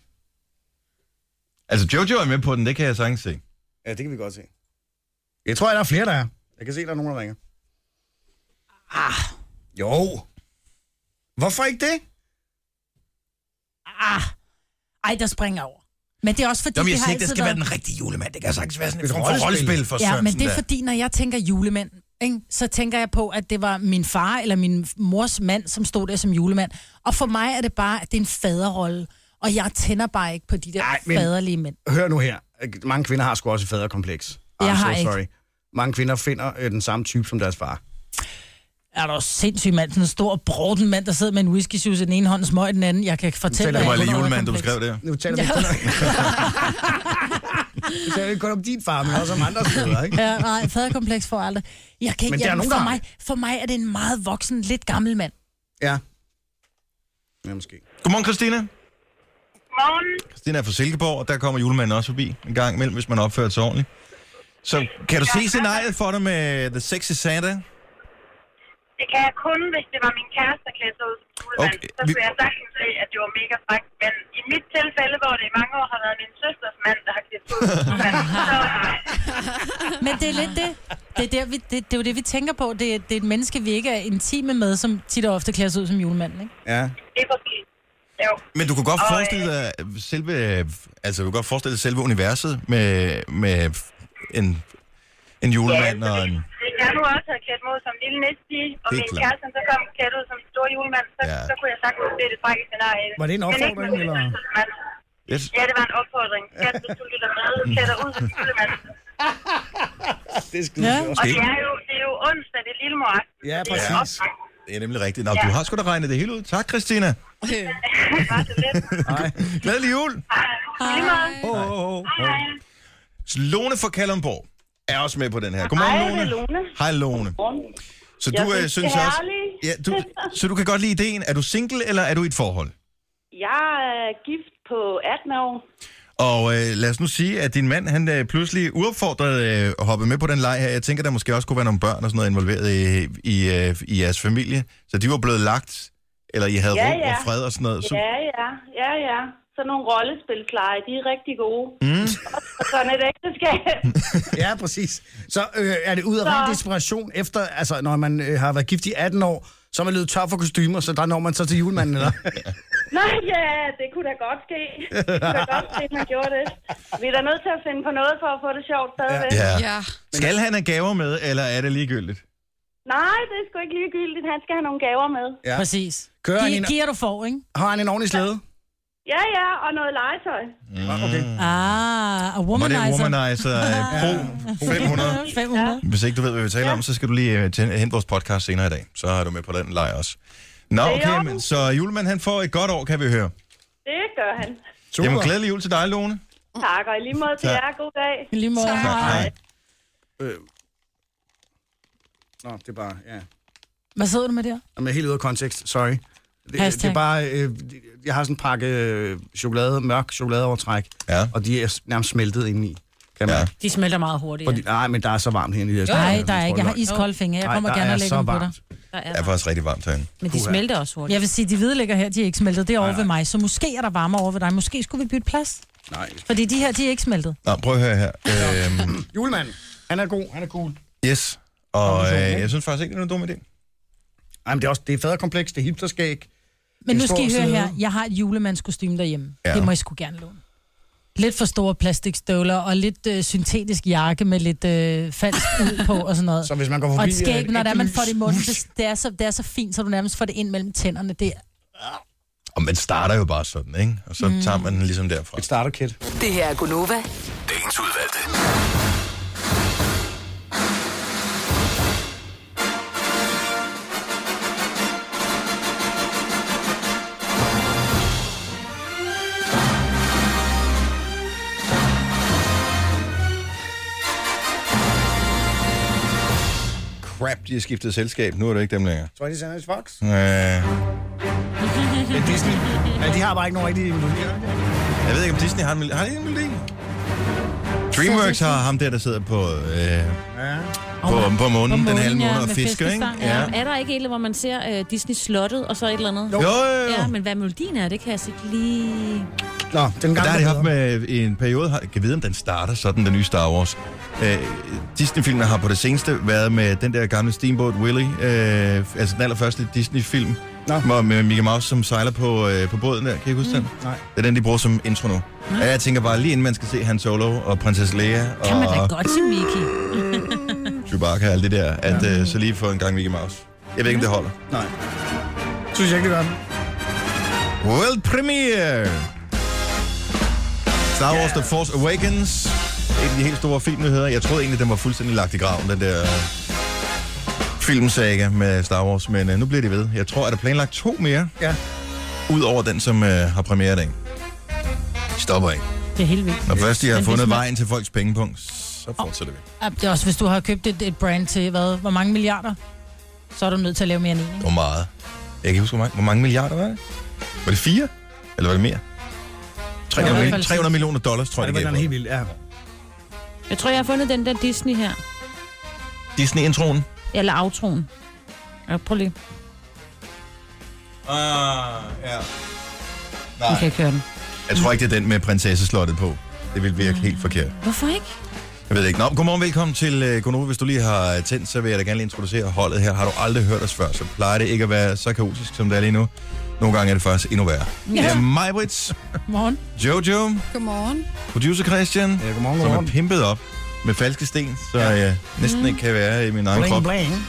Speaker 1: Altså, Jojo er med på den, det kan jeg sagtens se.
Speaker 2: Ja, det kan vi godt se. Jeg tror, der er flere, der er. Jeg kan se, der er nogen, der ringer. Ah. Jo. Hvorfor ikke det?
Speaker 3: Ah, ej, der springer jeg over. Men det er også fordi,
Speaker 10: Jamen, jeg
Speaker 3: det
Speaker 10: siger
Speaker 3: har
Speaker 10: ikke, det
Speaker 3: altid
Speaker 10: skal være
Speaker 3: været...
Speaker 10: den rigtige julemand. Det kan sagtens være sådan
Speaker 2: Det
Speaker 10: et
Speaker 2: er
Speaker 10: form
Speaker 2: et
Speaker 10: for
Speaker 2: rollespil.
Speaker 10: rollespil for
Speaker 3: Ja,
Speaker 10: Sørensen.
Speaker 3: men det er
Speaker 10: der.
Speaker 3: fordi, når jeg tænker julemænd, ikke, så tænker jeg på, at det var min far eller min mors mand, som stod der som julemand. Og for mig er det bare, at det er en faderrolle. Og jeg tænder bare ikke på de der
Speaker 2: Ej,
Speaker 3: Ej,
Speaker 2: men-
Speaker 3: men... faderlige mænd.
Speaker 2: Hør nu her. Mange kvinder har sgu også et faderkompleks. I'm
Speaker 3: Jeg har
Speaker 2: so
Speaker 3: ikke.
Speaker 2: sorry. Mange kvinder finder øh, den samme type som deres far.
Speaker 3: Er der jo sindssyg mand, sådan en stor bråden mand, der sidder med en whisky i den ene hånd og smøg i den anden. Jeg kan ikke fortælle
Speaker 2: Det
Speaker 1: Det var
Speaker 3: jeg
Speaker 1: lige
Speaker 3: er
Speaker 1: julemanden, du
Speaker 3: underkompleks.
Speaker 1: beskrev der.
Speaker 2: Nu taler vi kun om... Nu taler vi kun om din far, men også om andre steder, ikke?
Speaker 3: Ja, nej, faderkompleks for aldrig. Jeg kan
Speaker 2: Men
Speaker 3: ikke, men
Speaker 2: der er
Speaker 3: jamen,
Speaker 2: nogen,
Speaker 3: for,
Speaker 2: der har
Speaker 3: mig, for mig er det en meget voksen, lidt gammel mand.
Speaker 2: Ja. Ja, måske.
Speaker 1: Godmorgen, Christina. Godmorgen. Christina er fra Silkeborg, og der kommer julemanden også forbi en gang imellem, hvis man opfører sig ordentligt. Så kan du se scenariet for dig med The Sexy Santa?
Speaker 11: Det kan jeg kun, hvis det var min kæreste, der klædte sig ud som julemand.
Speaker 1: Okay,
Speaker 11: Okay, så
Speaker 1: vi-
Speaker 11: kunne jeg sagtens se, at det var mega frækt. Men i mit tilfælde, hvor det i mange år har været min søsters mand, der har klædt sig ud som julemand, så øh, nej.
Speaker 3: Men det er lidt det. Det er, der, vi, det, det er jo det, vi tænker på. Det, er- det er et menneske, vi ikke er intime med, som tit og ofte klæder sig ud som julemanden, ikke?
Speaker 2: Ja.
Speaker 11: det er præcis. Jo,
Speaker 1: Men du kunne godt
Speaker 11: Og, øh,
Speaker 1: forestille dig selve, altså du kunne godt forestille dig selve universet med, med en, en julemand og en...
Speaker 11: hvis jeg nu også havde klædt mig ud som lille næstpige, og
Speaker 1: Det er
Speaker 11: min
Speaker 1: klart.
Speaker 11: kæreste så kom klædt ud som den store julemand, så,
Speaker 1: Ja.
Speaker 11: ja. så kunne jeg sagtens se det frække scenarie. i
Speaker 2: Var det en
Speaker 11: Men ikke
Speaker 2: opfordring,
Speaker 11: med min
Speaker 2: eller?
Speaker 11: søsters mand.
Speaker 1: Yes.
Speaker 11: Ja, det var en opfordring. Skat, hvis du lytter med, klæd dig ud som julemand.
Speaker 2: Det er skide
Speaker 3: Ja.
Speaker 2: sjovt.
Speaker 11: Og det er jo, det er jo onsdag, det er lille moraften.
Speaker 2: Ja,
Speaker 11: så det er en
Speaker 2: præcis.
Speaker 11: opfordring.
Speaker 1: Det er nemlig rigtigt. Nå, du har sgu da regnet det hele ud. Tak, Christina.
Speaker 11: Bare så lidt.
Speaker 2: Nej.
Speaker 1: Glædelig jul.
Speaker 11: Lige meget.
Speaker 2: Åh, åh, åh, åh.
Speaker 11: Hej.
Speaker 1: Lone fra Kalundborg er også med på den her. Godmorgen,
Speaker 11: Hej, det er
Speaker 1: Lone.
Speaker 11: Lone.
Speaker 1: Hej, Lone. Så
Speaker 11: Jeg
Speaker 1: du øh,
Speaker 11: synes,
Speaker 1: synes
Speaker 11: det er
Speaker 1: også...
Speaker 11: herligt.
Speaker 1: Ja, du, så du kan godt lide ideen. Er du single, eller er du i et forhold?
Speaker 11: Jeg er gift på 18 år.
Speaker 1: Og øh, lad os nu sige, at din mand, han øh, pludselig uopfordret øh, hoppede med på den leg her. Jeg tænker, der måske også kunne være nogle børn og sådan noget involveret i, i, øh, i jeres familie. Så de var blevet lagt, eller I havde
Speaker 11: Ja,
Speaker 1: ro
Speaker 11: ja.
Speaker 1: og fred og sådan noget. Så,
Speaker 11: Ja, ja, ja, ja. Sådan nogle rollespilsleje, de er rigtig gode. Mm. Og sådan et ægteskab.
Speaker 2: Ja, præcis. Så øh, er det ud af
Speaker 11: Så-
Speaker 2: ren desperation efter, altså når man øh, har været gift i 18 år, så er man løbet tør for kostymer, så der når man så til julemanden, eller?
Speaker 11: Nej, ja, det kunne da godt ske. Det kunne da godt ske, man gjorde det. Vi er da nødt til at finde på noget for at få det sjovt stadigvæk.
Speaker 1: ja.
Speaker 5: Ja.
Speaker 1: Skal han have gaver med, eller er det ligegyldigt?
Speaker 11: Nej, det er sgu ikke ligegyldigt. Han skal have nogle gaver med.
Speaker 2: Ja. Mm.
Speaker 3: Ja. Præcis.
Speaker 2: Kører han en-
Speaker 3: Gi- giver du for, ikke?
Speaker 2: Har han en ordentlig slæde?
Speaker 11: Ja, ja, og noget legetøj.
Speaker 2: Ah, Okay.
Speaker 3: Ah, a
Speaker 1: Var det
Speaker 3: womanizer.
Speaker 1: Womanizer øh, Pro 500?
Speaker 3: 500.
Speaker 1: Hvis ikke du ved, hvad vi taler ja. om, så skal du lige øh, tæn- hente vores podcast senere i dag. Så er du med på den leg også. Nå,
Speaker 11: er i
Speaker 1: okay,
Speaker 11: orden.
Speaker 1: men, så julemanden han får et godt år, kan vi høre.
Speaker 11: Det gør han.
Speaker 2: Super.
Speaker 1: Jamen, glædelig jul til dig, Lone.
Speaker 11: Tak, og i lige måde til
Speaker 1: Tak.
Speaker 11: jer. God dag.
Speaker 3: Ja. Lige måde.
Speaker 1: Hej.
Speaker 2: Øh. Nå, det er bare, ja.
Speaker 3: Hvad sidder du med der?
Speaker 2: Jamen, jeg er helt ude af kontekst, sorry. Det, det
Speaker 3: Hashtag.
Speaker 2: er bare, øh, jeg har sådan en pakke øh, chokolade, mørk chokoladeovertræk,
Speaker 1: Ja.
Speaker 2: og de er nærmest smeltet indeni, kan man.
Speaker 1: Ja.
Speaker 2: Ja.
Speaker 7: De smelter meget hurtigt.
Speaker 2: Fordi, nej, men der er så varmt herinde i det her.
Speaker 3: Nej,
Speaker 2: studie,
Speaker 3: der er
Speaker 2: jeg
Speaker 3: ikke.
Speaker 2: tror,
Speaker 3: Jeg har iskolde fingre. Jeg
Speaker 2: Nej,
Speaker 3: kommer
Speaker 2: der
Speaker 3: gerne
Speaker 2: er
Speaker 3: og lægger
Speaker 2: så
Speaker 3: dem på dig.
Speaker 2: varmt.
Speaker 7: Der
Speaker 1: Det er faktisk rigtig varmt herinde.
Speaker 7: Men de
Speaker 2: Puha.
Speaker 7: smelter også hurtigt.
Speaker 3: Jeg vil sige, de hvide ligger her, de er ikke smeltet. Det er over ved mig, så måske er der varmere over ved dig. Måske skulle vi bytte plads,
Speaker 2: Nej.
Speaker 3: fordi de her, de er ikke smeltet.
Speaker 1: Nå, prøv at høre her. Øhm,
Speaker 2: Julemand, han er god, han er cool.
Speaker 1: yes. Og
Speaker 2: Konklusion,
Speaker 1: øh,
Speaker 2: ikke?
Speaker 1: jeg synes faktisk ikke, det er nogen dum idé.
Speaker 2: Ej, men det er også, det er faderkompleks, det er hipsterskæg.
Speaker 3: Men
Speaker 2: En
Speaker 3: nu skal I
Speaker 2: stor
Speaker 3: høre
Speaker 2: slæde.
Speaker 3: her, jeg har et julemandskostyme derhjemme.
Speaker 1: Ja.
Speaker 3: Ja. Det må I sgu gerne låne. Lidt for store plastikstøvler og lidt øh, syntetisk jakke med lidt øh, falsk ud på og sådan noget.
Speaker 2: Så hvis man går forbi...
Speaker 3: og et
Speaker 2: øh,
Speaker 3: skæg, når det er, man
Speaker 2: ægte
Speaker 3: får det i
Speaker 2: lys.
Speaker 3: munden, det, det, er så, det er så fint, så du nærmest får det ind mellem tænderne. Det er,
Speaker 1: Mm, Og man starter jo bare sådan, ikke? Og så mm. tager man den ligesom derfra.
Speaker 2: Et starterkit.
Speaker 6: Det her er Gunova.
Speaker 8: Dagens udvalgte.
Speaker 1: Crap, de har skiftet selskab. Nu er det ikke dem længere.
Speaker 2: Tror I, det er Fox?
Speaker 1: Øh.
Speaker 2: Det er Disney. Men de har bare ikke nogen rigtige melodier.
Speaker 1: Jeg ved ikke, om Disney har en melodi. Har de en melodi? DreamWorks har ham der, der sidder på, øh, på, på månen, den halve måned og
Speaker 7: med
Speaker 1: fisker, ikke?
Speaker 7: fiskestang, Ja. Er der ikke et eller andet, hvor man ser øh, Disney-slottet, og så et eller andet?
Speaker 1: Jo. Jo, jo, jo.
Speaker 7: Ja, men hvad melodien er, det kan jeg altså ikke lige...
Speaker 2: Nå, den
Speaker 1: Og
Speaker 2: gang
Speaker 1: der har de haft med i en periode, har- kan vide, om den starter sådan, den nye Star Wars. Øh, Disney-filmene har på det seneste været med den der gamle Steamboat Willie, øh, altså den allerførste Disney-film, hvor med Mickey Mouse, som sejler på, øh, på båden der. Kan I ikke huske mm. den?
Speaker 2: Nej.
Speaker 1: Det er den, de bruger som intro nu. Mm. Og jeg tænker bare, lige inden man skal se Han Solo og Prinsesse Leia
Speaker 7: Kan man da
Speaker 1: og
Speaker 7: godt se Mickey.
Speaker 1: Chewbacca og alt det der, at øh, så lige få en gang Mickey Mouse. Jeg ved ikke, om det holder.
Speaker 2: Nej. Synes jeg ikke, det gør den.
Speaker 1: World premiere! Star Wars The Force Awakens. En af de helt store filmnyheder. Jeg troede egentlig, den var fuldstændig lagt i graven, den der øh, filmsaga med Star Wars. Men øh, nu bliver det ved. Jeg tror, at der er planlagt to mere.
Speaker 2: Ja.
Speaker 1: Udover den, som øh, har premiere i dag. De Stopper ikke.
Speaker 3: Det er helt vildt.
Speaker 1: Når først de har
Speaker 3: Men hvis
Speaker 1: fundet
Speaker 3: man-
Speaker 1: vejen til folks pengepunkt, så fortsætter vi.
Speaker 3: Ja, Det er også, hvis du har købt et, et brand til, hvad, hvor mange milliarder, så er du nødt til at lave mere end en, ikke?
Speaker 1: Hvor meget? Jeg kan ikke huske, hvor mange, hvor mange milliarder var det? Var det fire? Eller var det mere? 300,
Speaker 3: hvert
Speaker 1: millioner-
Speaker 3: fald
Speaker 1: 300 millioner dollars, tror
Speaker 2: Nej,
Speaker 1: jeg,
Speaker 2: det var
Speaker 1: det
Speaker 2: den
Speaker 1: gav.
Speaker 2: helt vildt, ja.
Speaker 7: Jeg tror, jeg har fundet den der Disney her.
Speaker 1: Disney-introen.
Speaker 7: Eller aftroen. Ja, prøv lige.
Speaker 1: Ah, ja.
Speaker 7: Nu
Speaker 1: Nej.
Speaker 7: kan jeg køre den.
Speaker 1: Jeg tror ikke, det er den med prinsesseslottet på. Det vil virke helt forkert.
Speaker 7: Hvorfor ikke?
Speaker 1: Jeg ved det ikke. Nå, godmorgen, velkommen til uh, Gonova. Hvis du lige har tændt, så vil jeg da gerne lige introducere holdet her. Har du aldrig hørt os før, så plejer det ikke at være så kaotisk, som det er lige nu. Nogle gange er det faktisk endnu værre. Ja. Det er Majbrits,
Speaker 3: Morgen.
Speaker 1: Jojo,
Speaker 5: Godmorgen.
Speaker 1: producer Christian,
Speaker 2: Ja, godmorgen,
Speaker 1: som er
Speaker 2: godmorgen.
Speaker 1: pimpet op med falske sten, så jeg ja. næsten ikke kan være i min egen
Speaker 2: Bling,
Speaker 1: krop.
Speaker 2: bling.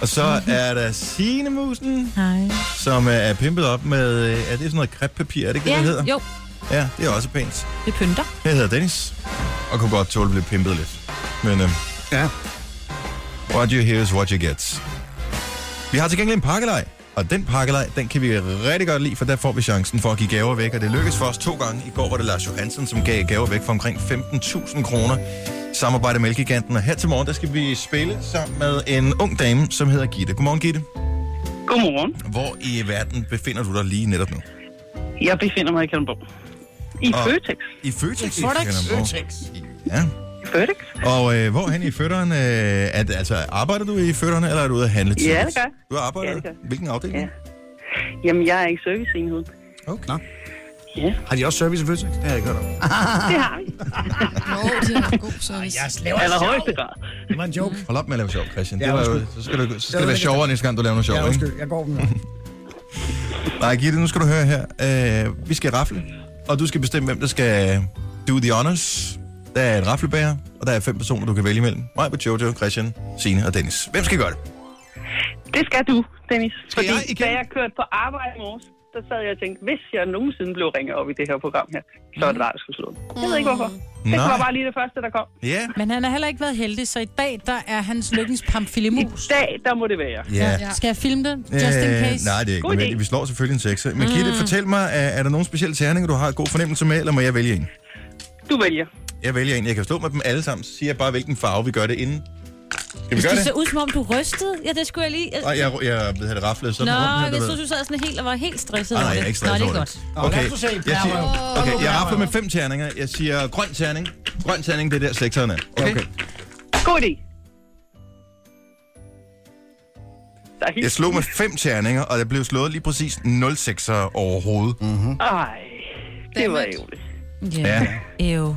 Speaker 1: Og så er der Signe-musen,
Speaker 7: Hej.
Speaker 1: som øh, er pimpet op med, øh, er det sådan noget kreppapir, er det ikke,
Speaker 7: Ja,
Speaker 1: det det hedder?
Speaker 7: jo,
Speaker 1: Ja, det er også pænt.
Speaker 7: det pynter.
Speaker 1: Jeg hedder Dennis, og kunne godt tåle at blive pimpet lidt. Men øh,
Speaker 2: Ja.
Speaker 1: what you hear is what you get. Vi har til gengæld en pakkelej, og den pakkelej, den kan vi rigtig godt lide, for der får vi chancen for at give gaver væk. Og det lykkedes for os to gange. I går var det Lars Johansen, som gav gaver væk for omkring 15.000 kroner. i Samarbejde med Mælkegiganten. Og her til morgen, der skal vi spille sammen med en ung dame, som hedder Gitte. Godmorgen, Gitte.
Speaker 11: Godmorgen.
Speaker 1: Hvor i verden befinder du dig lige netop nu?
Speaker 11: Jeg befinder mig i Kalundborg. I
Speaker 1: Og-
Speaker 11: Føtex.
Speaker 1: I Føtex.
Speaker 3: I Føtex.
Speaker 1: Føtex. Ja.
Speaker 11: Føtex?
Speaker 1: Og øh, hvorhen i fødderne? Øh, er, det- altså, arbejder du i fødderne, eller er du ude at handle til?
Speaker 11: Ja, det gør jeg.
Speaker 1: Du arbejder?
Speaker 11: Ja, det gør jeg.
Speaker 1: Hvilken afdeling?
Speaker 11: Ja. Jamen, jeg er i serviceenheden.
Speaker 1: Okay.
Speaker 2: Nå.
Speaker 11: Ja,
Speaker 2: Har de også service i Føtex? Det har jeg ikke hørt om.
Speaker 11: det har vi.
Speaker 5: Nå, det er en god service.
Speaker 2: Jeg laver
Speaker 11: Allerhøjeste grad.
Speaker 2: Det var en joke.
Speaker 1: Hold op med at lave sjov, Christian.
Speaker 2: Ja,
Speaker 1: Det var jo, så
Speaker 2: undskyld.
Speaker 1: skal, du, så skal det
Speaker 2: Jeg ved
Speaker 1: være
Speaker 2: ikke,
Speaker 1: sjovere næste gang, du laver noget
Speaker 2: Ja,
Speaker 1: sjovt, ikke?
Speaker 2: undskyld. Jeg går den.
Speaker 1: Nej, Gitte, nu skal du høre her. Øh, vi skal rafle, og du skal bestemme, hvem der skal do the honors. Der er et raflebærer, og der er fem personer, du kan vælge imellem. Mig, Jojo, Christian, Sine og Dennis. Hvem skal gøre det?
Speaker 11: Det skal du, Dennis.
Speaker 1: Skal
Speaker 11: Fordi
Speaker 1: jeg igen?
Speaker 11: da jeg kørte på arbejde i morges, så sad jeg og tænkte, hvis jeg nogensinde blev ringet op i det her program her, så var det dig, der skulle slå den. Jeg ved ikke hvorfor. Det
Speaker 1: Mhm. Nej.
Speaker 11: var bare lige det første, der kom.
Speaker 1: Ja.
Speaker 3: Men han har heller ikke været heldig, så i dag, der er hans lykkens
Speaker 11: I
Speaker 3: pamfilimus.
Speaker 11: dag, der må det være.
Speaker 1: Ja. Øh,
Speaker 3: Skal jeg filme det? Just in case? Mm.
Speaker 1: nej, det er ikke
Speaker 11: God
Speaker 1: nødvendigt.
Speaker 11: idé.
Speaker 1: Vi slår selvfølgelig en sekser. Men Gitte, fortæl mig, er, er der nogle specielle terninger, du har god fornemmelse med, eller må jeg vælge en?
Speaker 11: Du vælger.
Speaker 1: Jeg vælger en. Jeg kan stå med dem alle sammen. Så siger jeg bare, hvilken farve vi gør det inden. Skal vi gøre
Speaker 7: Det
Speaker 1: det?
Speaker 7: ser ud, som om du rystede. Ja, det skulle jeg lige...
Speaker 1: Nej, jeg, jeg ved, at det raflede sådan
Speaker 7: Nå,
Speaker 1: rundt her,
Speaker 7: jeg
Speaker 1: du ved.
Speaker 7: synes, du sad sådan helt og var helt stresset
Speaker 1: Ah, nej,
Speaker 7: over
Speaker 1: jeg
Speaker 7: det.
Speaker 1: er ikke
Speaker 7: Nå,
Speaker 1: stresset
Speaker 7: det er
Speaker 1: over
Speaker 7: godt.
Speaker 1: det.
Speaker 2: Nå,
Speaker 1: Okay,
Speaker 2: lad os se.
Speaker 1: jeg, siger,
Speaker 2: Bravo.
Speaker 1: okay, jeg rafler med fem terninger. Jeg siger grøn terning. Grøn terning, det er der sekserne. er. Okay? okay.
Speaker 11: God idé. Der er
Speaker 1: Jeg
Speaker 11: helt...
Speaker 1: slog med fem terninger, og der blev slået lige præcis 0 sekser overhovedet. Mm.
Speaker 11: Ej, det var ærgerligt.
Speaker 1: Ja,
Speaker 7: Ew.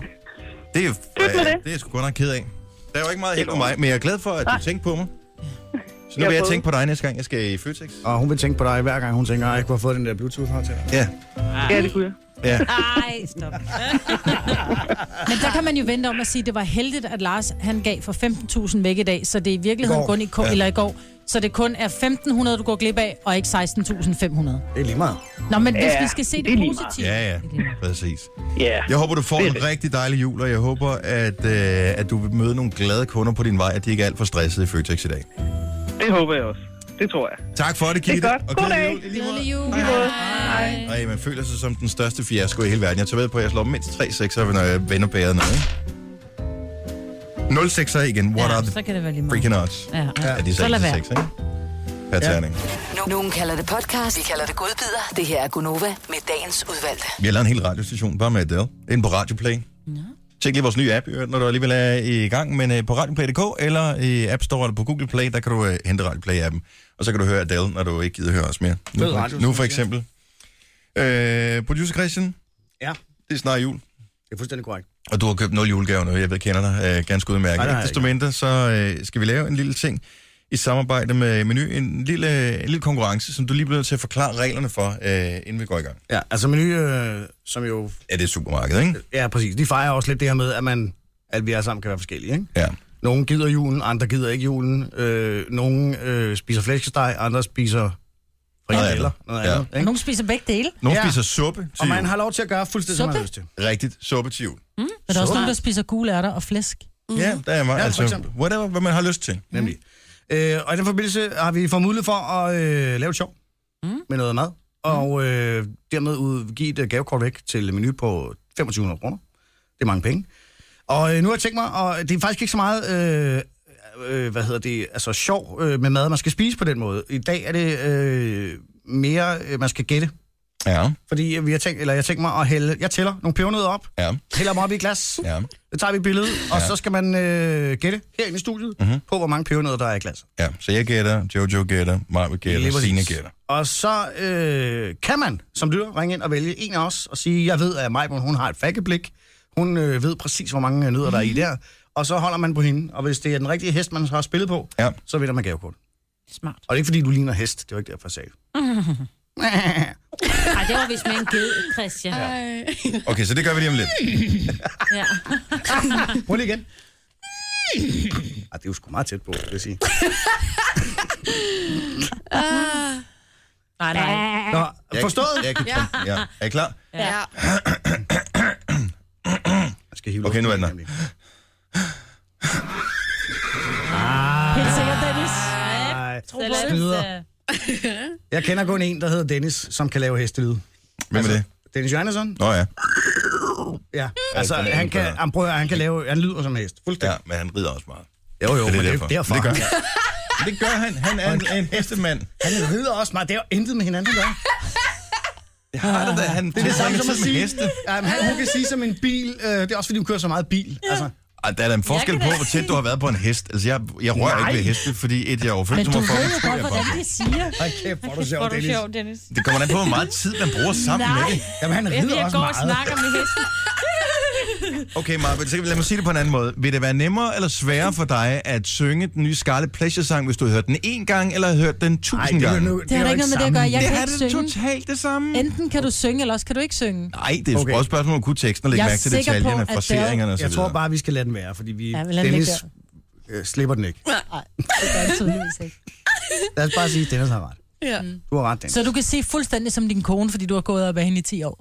Speaker 1: det er, jo-
Speaker 11: Pyt med det.
Speaker 1: det er jeg sgu godt nok ked af. Der er jo ikke meget hjælp med mig, men jeg er glad for, at du tænkte på mig. Så nu
Speaker 11: Ah. Jeg
Speaker 1: vil jeg
Speaker 11: prøvede.
Speaker 1: tænke på dig næste gang, jeg skal i Føtex.
Speaker 2: Og hun vil tænke på dig hver gang, hun tænker, at jeg kunne have fået den der Bluetooth-højtaler.
Speaker 1: Ja,
Speaker 11: Ja, det kunne jeg.
Speaker 1: ja.
Speaker 7: Ej, stop.
Speaker 3: Men der kan man jo vente om at sige, at det var heldigt, at Lars han gav for 15.000 væk i dag, så det er i virkeligheden
Speaker 2: I går.
Speaker 3: kun i, ko- eller i går, så det kun er 1.500, du går glip af, og ikke 16.500.
Speaker 2: Det er lige meget.
Speaker 3: Nå, men hvis
Speaker 11: Ja,
Speaker 3: vi skal se det,
Speaker 11: det er lige meget.
Speaker 3: positivt.
Speaker 1: Ja, ja, præcis.
Speaker 11: Ja.
Speaker 1: Jeg håber, du får
Speaker 11: Det er
Speaker 1: en
Speaker 11: det.
Speaker 1: rigtig dejlig jul, og jeg håber, at, øh, at du vil møde nogle glade kunder på din vej, at de ikke er alt for stressede i Føtex i dag.
Speaker 11: Det håber jeg også. Det tror jeg.
Speaker 1: Tak for det, Gitte.
Speaker 11: Det er godt.
Speaker 1: Og
Speaker 11: God
Speaker 1: glædelig
Speaker 11: dag.
Speaker 1: jul. I lige måde.
Speaker 3: jul.
Speaker 1: Ej, man føler sig som den største fiasko i hele verden. Jeg tager ved på, at jeg slår mindst 3 sekser, når jeg vender bæret noget, ikke? 0 sekser igen. What
Speaker 7: Ja,
Speaker 1: are the
Speaker 7: så kan det være lige meget.
Speaker 1: freaking odds?
Speaker 7: Ja,
Speaker 1: Ja, de
Speaker 7: så lad
Speaker 1: sagde
Speaker 7: være.
Speaker 1: ikke? per terning.
Speaker 6: Nu- Nogen kalder det podcast, vi kalder det godbider. Det her er Gunova med dagens udvalgte.
Speaker 1: Vi har lavet en hel radiostation bare med Adele. Inden på Radioplay. Ja. Tjek lige vores nye app, i øvrigt, når du alligevel er i gang. Men øh, på radioplay.dk eller i App Store eller på Google Play, der kan du øh, hente Radioplay-appen. Og så kan du høre Adele, når du ikke gider høre os mere. Nu,
Speaker 2: Fed radio,
Speaker 1: nu
Speaker 2: synes
Speaker 1: for
Speaker 2: jeg.
Speaker 1: eksempel. Øh, producer Christian,
Speaker 2: Ja,
Speaker 1: det er snart jul.
Speaker 2: det er fuldstændig korrekt.
Speaker 1: Og du har købt nul julegaver nu, jeg ved, kender dig øh, ganske udmærket.
Speaker 2: Nej, det har
Speaker 1: Nej,
Speaker 2: jeg
Speaker 1: Desto
Speaker 2: ikke.
Speaker 1: mindre, så øh, skal vi lave en lille ting i samarbejde med Menu. En lille, en lille konkurrence, som du lige bliver nødt til at forklare reglerne for, øh, inden vi går i gang.
Speaker 2: Ja, altså menu, øh, som jo...
Speaker 1: Ja, det er supermarkedet, ikke?
Speaker 2: Ja, præcis. De fejrer også lidt det her med, at, man, at vi alle sammen kan være forskellige, ikke?
Speaker 1: Ja.
Speaker 2: Nogle gider julen, andre gider ikke julen. Øh, nogle øh, spiser flæskesteg, andre spiser frikadeller. Noget
Speaker 1: Ja.
Speaker 2: andet. Ja.
Speaker 3: Og nogen spiser begge dele.
Speaker 1: Nogle
Speaker 2: Ja.
Speaker 1: ja. spiser suppe til
Speaker 2: Og man
Speaker 1: jul.
Speaker 2: har lov til at gøre fuldstændig, som man har
Speaker 3: Suppe?
Speaker 2: lyst til.
Speaker 1: Rigtigt, suppe til jul.
Speaker 3: Men der er også nogen, der spiser gule ærter og flæsk.
Speaker 1: Mm. Ja, der er meget. Ja,
Speaker 2: Ja, for
Speaker 1: altså,
Speaker 2: eksempel.
Speaker 1: whatever, hvad man har lyst til.
Speaker 2: Nemlig. Øh, og i den forbindelse har vi fået mulighed for at øh, lave et show mm. med noget mad. Og øh, dermed ud, give et øh, gavekort væk til menu på 2500 kroner. Det er mange penge. Og øh, nu har jeg tænkt mig, og det er faktisk ikke så meget, øh, øh, hvad hedder det, altså sjov øh, med mad, man skal spise på den måde. I dag er det øh, mere, øh, man skal gætte.
Speaker 1: Ja,
Speaker 2: Fordi vi har tænkt, eller jeg tænker mig at hælde, jeg tæller nogle pebernødder op,
Speaker 1: ja,
Speaker 2: hælder dem op i et glas,
Speaker 1: ja.
Speaker 2: det tager vi et billede, og så skal man øh, gætte herinde i studiet
Speaker 1: Mhm.
Speaker 2: mm-hmm. på, hvor mange pebernødder der er i glasset.
Speaker 1: ja. Så jeg gætter, Jojo gætter, Marve
Speaker 2: Lige
Speaker 1: gætter,
Speaker 2: præcis.
Speaker 1: Signe gætter.
Speaker 2: Og så øh, kan man som lytter ringe ind og vælge en af os og sige, jeg ved, at Majbon, hun har et fakkeblik. Hun øh, ved præcis, hvor mange øh, nødder der er
Speaker 1: Mhm.
Speaker 2: i der. Og så holder man på hende, og hvis det er den rigtige hest, man har spillet på,
Speaker 1: Ja.
Speaker 2: så vinder man gavekort.
Speaker 7: Smart.
Speaker 2: Og det er ikke, fordi du ligner hest. Det var ikke derfor, jeg sagde. det.
Speaker 7: Ej, det var vist med en ged, Christian. Ja.
Speaker 1: Okay, så det gør vi lige om lidt.
Speaker 7: ja.
Speaker 2: Prøv lige igen. Ej, det er jo sgu meget tæt på, vil jeg sige.
Speaker 7: Nej, nej.
Speaker 2: Nå,
Speaker 1: Jeg,
Speaker 2: forstået?
Speaker 1: Jeg, jeg, ja. ja. Er I klar?
Speaker 4: Ja.
Speaker 2: Jeg skal hive
Speaker 1: Okay, nu er den her.
Speaker 2: luften.
Speaker 7: Helt sikkert, Dennis.
Speaker 2: Nej,
Speaker 7: Tro på det.
Speaker 2: snyder.
Speaker 7: Øh,
Speaker 3: øh,
Speaker 2: Jeg kender kun en, der hedder Dennis, som kan lave hestelyde. Altså,
Speaker 1: Hvem er det?
Speaker 2: Dennis Johannesson?
Speaker 1: Nå ja.
Speaker 2: Ja, altså
Speaker 1: det er
Speaker 2: han
Speaker 1: en
Speaker 2: kan,
Speaker 1: bedre.
Speaker 2: han, prøver, han kan lave, han lyder som hest.
Speaker 1: ja,
Speaker 2: Fuldstændig.
Speaker 1: men han rider også meget.
Speaker 2: Ja. Jo,
Speaker 1: Så
Speaker 2: jo, men
Speaker 1: det
Speaker 2: det
Speaker 1: er
Speaker 2: er
Speaker 1: derfor.
Speaker 2: derfor.
Speaker 1: Men det gør han. Men Det gør han. Han er en, en hestemand.
Speaker 2: Han rider også meget. Det er jo intet med hinanden, der.
Speaker 1: Det har det da. Han det er det samme som en heste.
Speaker 2: Jamen, han, hun kan sige som en bil. Øh, det er også, fordi hun kører så meget bil. Altså,
Speaker 1: Ej, der er da en forskel
Speaker 7: Jeg
Speaker 1: på,
Speaker 7: kan da
Speaker 1: hvor tæt du har været på en hest. Altså, jeg, jeg rører
Speaker 2: Nej.
Speaker 1: ikke ved heste, fordi et, jeg er
Speaker 3: Men
Speaker 1: overfølt,
Speaker 3: du
Speaker 1: som
Speaker 3: ved jo
Speaker 1: får
Speaker 3: godt, hvordan de siger.
Speaker 2: hold kæft, hvor er du
Speaker 7: Hvor
Speaker 2: sjov,
Speaker 7: er du
Speaker 2: Dennis.
Speaker 7: sjov, Dennis.
Speaker 1: Det kommer an på, hvor meget tid man bruger sammen med det.
Speaker 2: Jamen, han
Speaker 7: Jeg,
Speaker 2: rider
Speaker 7: jeg
Speaker 2: også
Speaker 7: går og
Speaker 2: meget.
Speaker 7: snakker med hesten.
Speaker 1: Okay, Marvind, så lad mig sige det på en anden måde. Vil det være nemmere eller sværere for dig at synge den nye Scarlet Pleasure-sang, hvis du har hørt den én gang, eller har hørt den
Speaker 2: Nej,
Speaker 1: tusind
Speaker 2: det er
Speaker 1: gange?
Speaker 2: jo nu,
Speaker 3: Det har
Speaker 2: jo
Speaker 3: da ikke noget med det at gøre. Jeg
Speaker 1: det
Speaker 3: kan
Speaker 1: er
Speaker 3: ikke
Speaker 1: det
Speaker 3: synge.
Speaker 1: totalt det samme.
Speaker 3: Enten kan du synge, eller også kan du ikke synge.
Speaker 1: Nej, det er okay.
Speaker 2: Okay.
Speaker 1: også et spørgsmål om at kunne teksten og lægge
Speaker 3: Jeg er
Speaker 1: mærke til
Speaker 3: sikker på,
Speaker 1: detaljerne,
Speaker 3: at der-
Speaker 1: fraseringerne osv.
Speaker 2: Jeg tror bare, vi skal lade den være, fordi vi...
Speaker 3: Ja,
Speaker 2: Ja,
Speaker 3: men lad den
Speaker 2: Dennis
Speaker 3: ligge
Speaker 2: øh, slipper den ikke.
Speaker 3: Det gør det tydeligvis ikke.
Speaker 2: Lad os bare sige, at Dennis har ret.
Speaker 4: Ja.
Speaker 2: Du har ret, Dennis.
Speaker 3: Så du kan sige fuldstændig som din kone, fordi du har gået op ad hende i 10 år.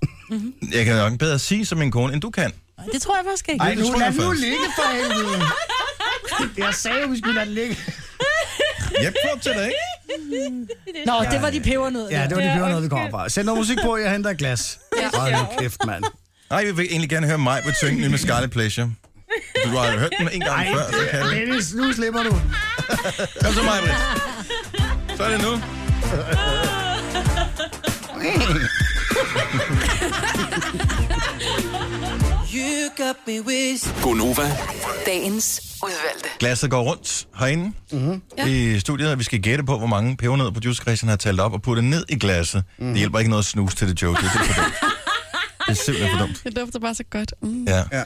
Speaker 1: Jeg kan nok bedre sige som min kone, end du kan.
Speaker 3: Ej, Det tror jeg faktisk ikke.
Speaker 2: Ej,
Speaker 1: det
Speaker 2: nu
Speaker 1: tror
Speaker 2: lad
Speaker 1: jeg
Speaker 2: nu
Speaker 1: faktisk.
Speaker 2: ligge for helvede. Jeg sagde jo, vi skulle lade den ligge.
Speaker 1: Jeg prøver til dig, ikke?
Speaker 3: Nå, det var de pebernødder.
Speaker 2: Ja, det var det
Speaker 7: Ja,
Speaker 2: hører noget, vi
Speaker 7: undskyld.
Speaker 2: kommer fra. Sæt noget musik på, jeg henter et glas. Hold nu kæft, mand.
Speaker 1: Nej, vi vil egentlig gerne høre mig på synge den med Scarlet Pleasure. Du har hørt den en gang før, så kan du.
Speaker 2: Dennis, nu slipper du.
Speaker 1: Kom så, Majbrit. Så er det nu.
Speaker 8: Gonova,
Speaker 6: Dagens udvalgte.
Speaker 1: Glasset går rundt herinde mm-hmm. i studiet, og vi skal gætte på, hvor mange pebernødder producer Christian har talt op og puttet ned i glasset. Mm. Det hjælper ikke noget at snuse til det joke. Det er for dumt. Det er simpelthen for dumt.
Speaker 5: Det dufter bare så godt. Mm.
Speaker 1: Ja. ja.
Speaker 2: Ja.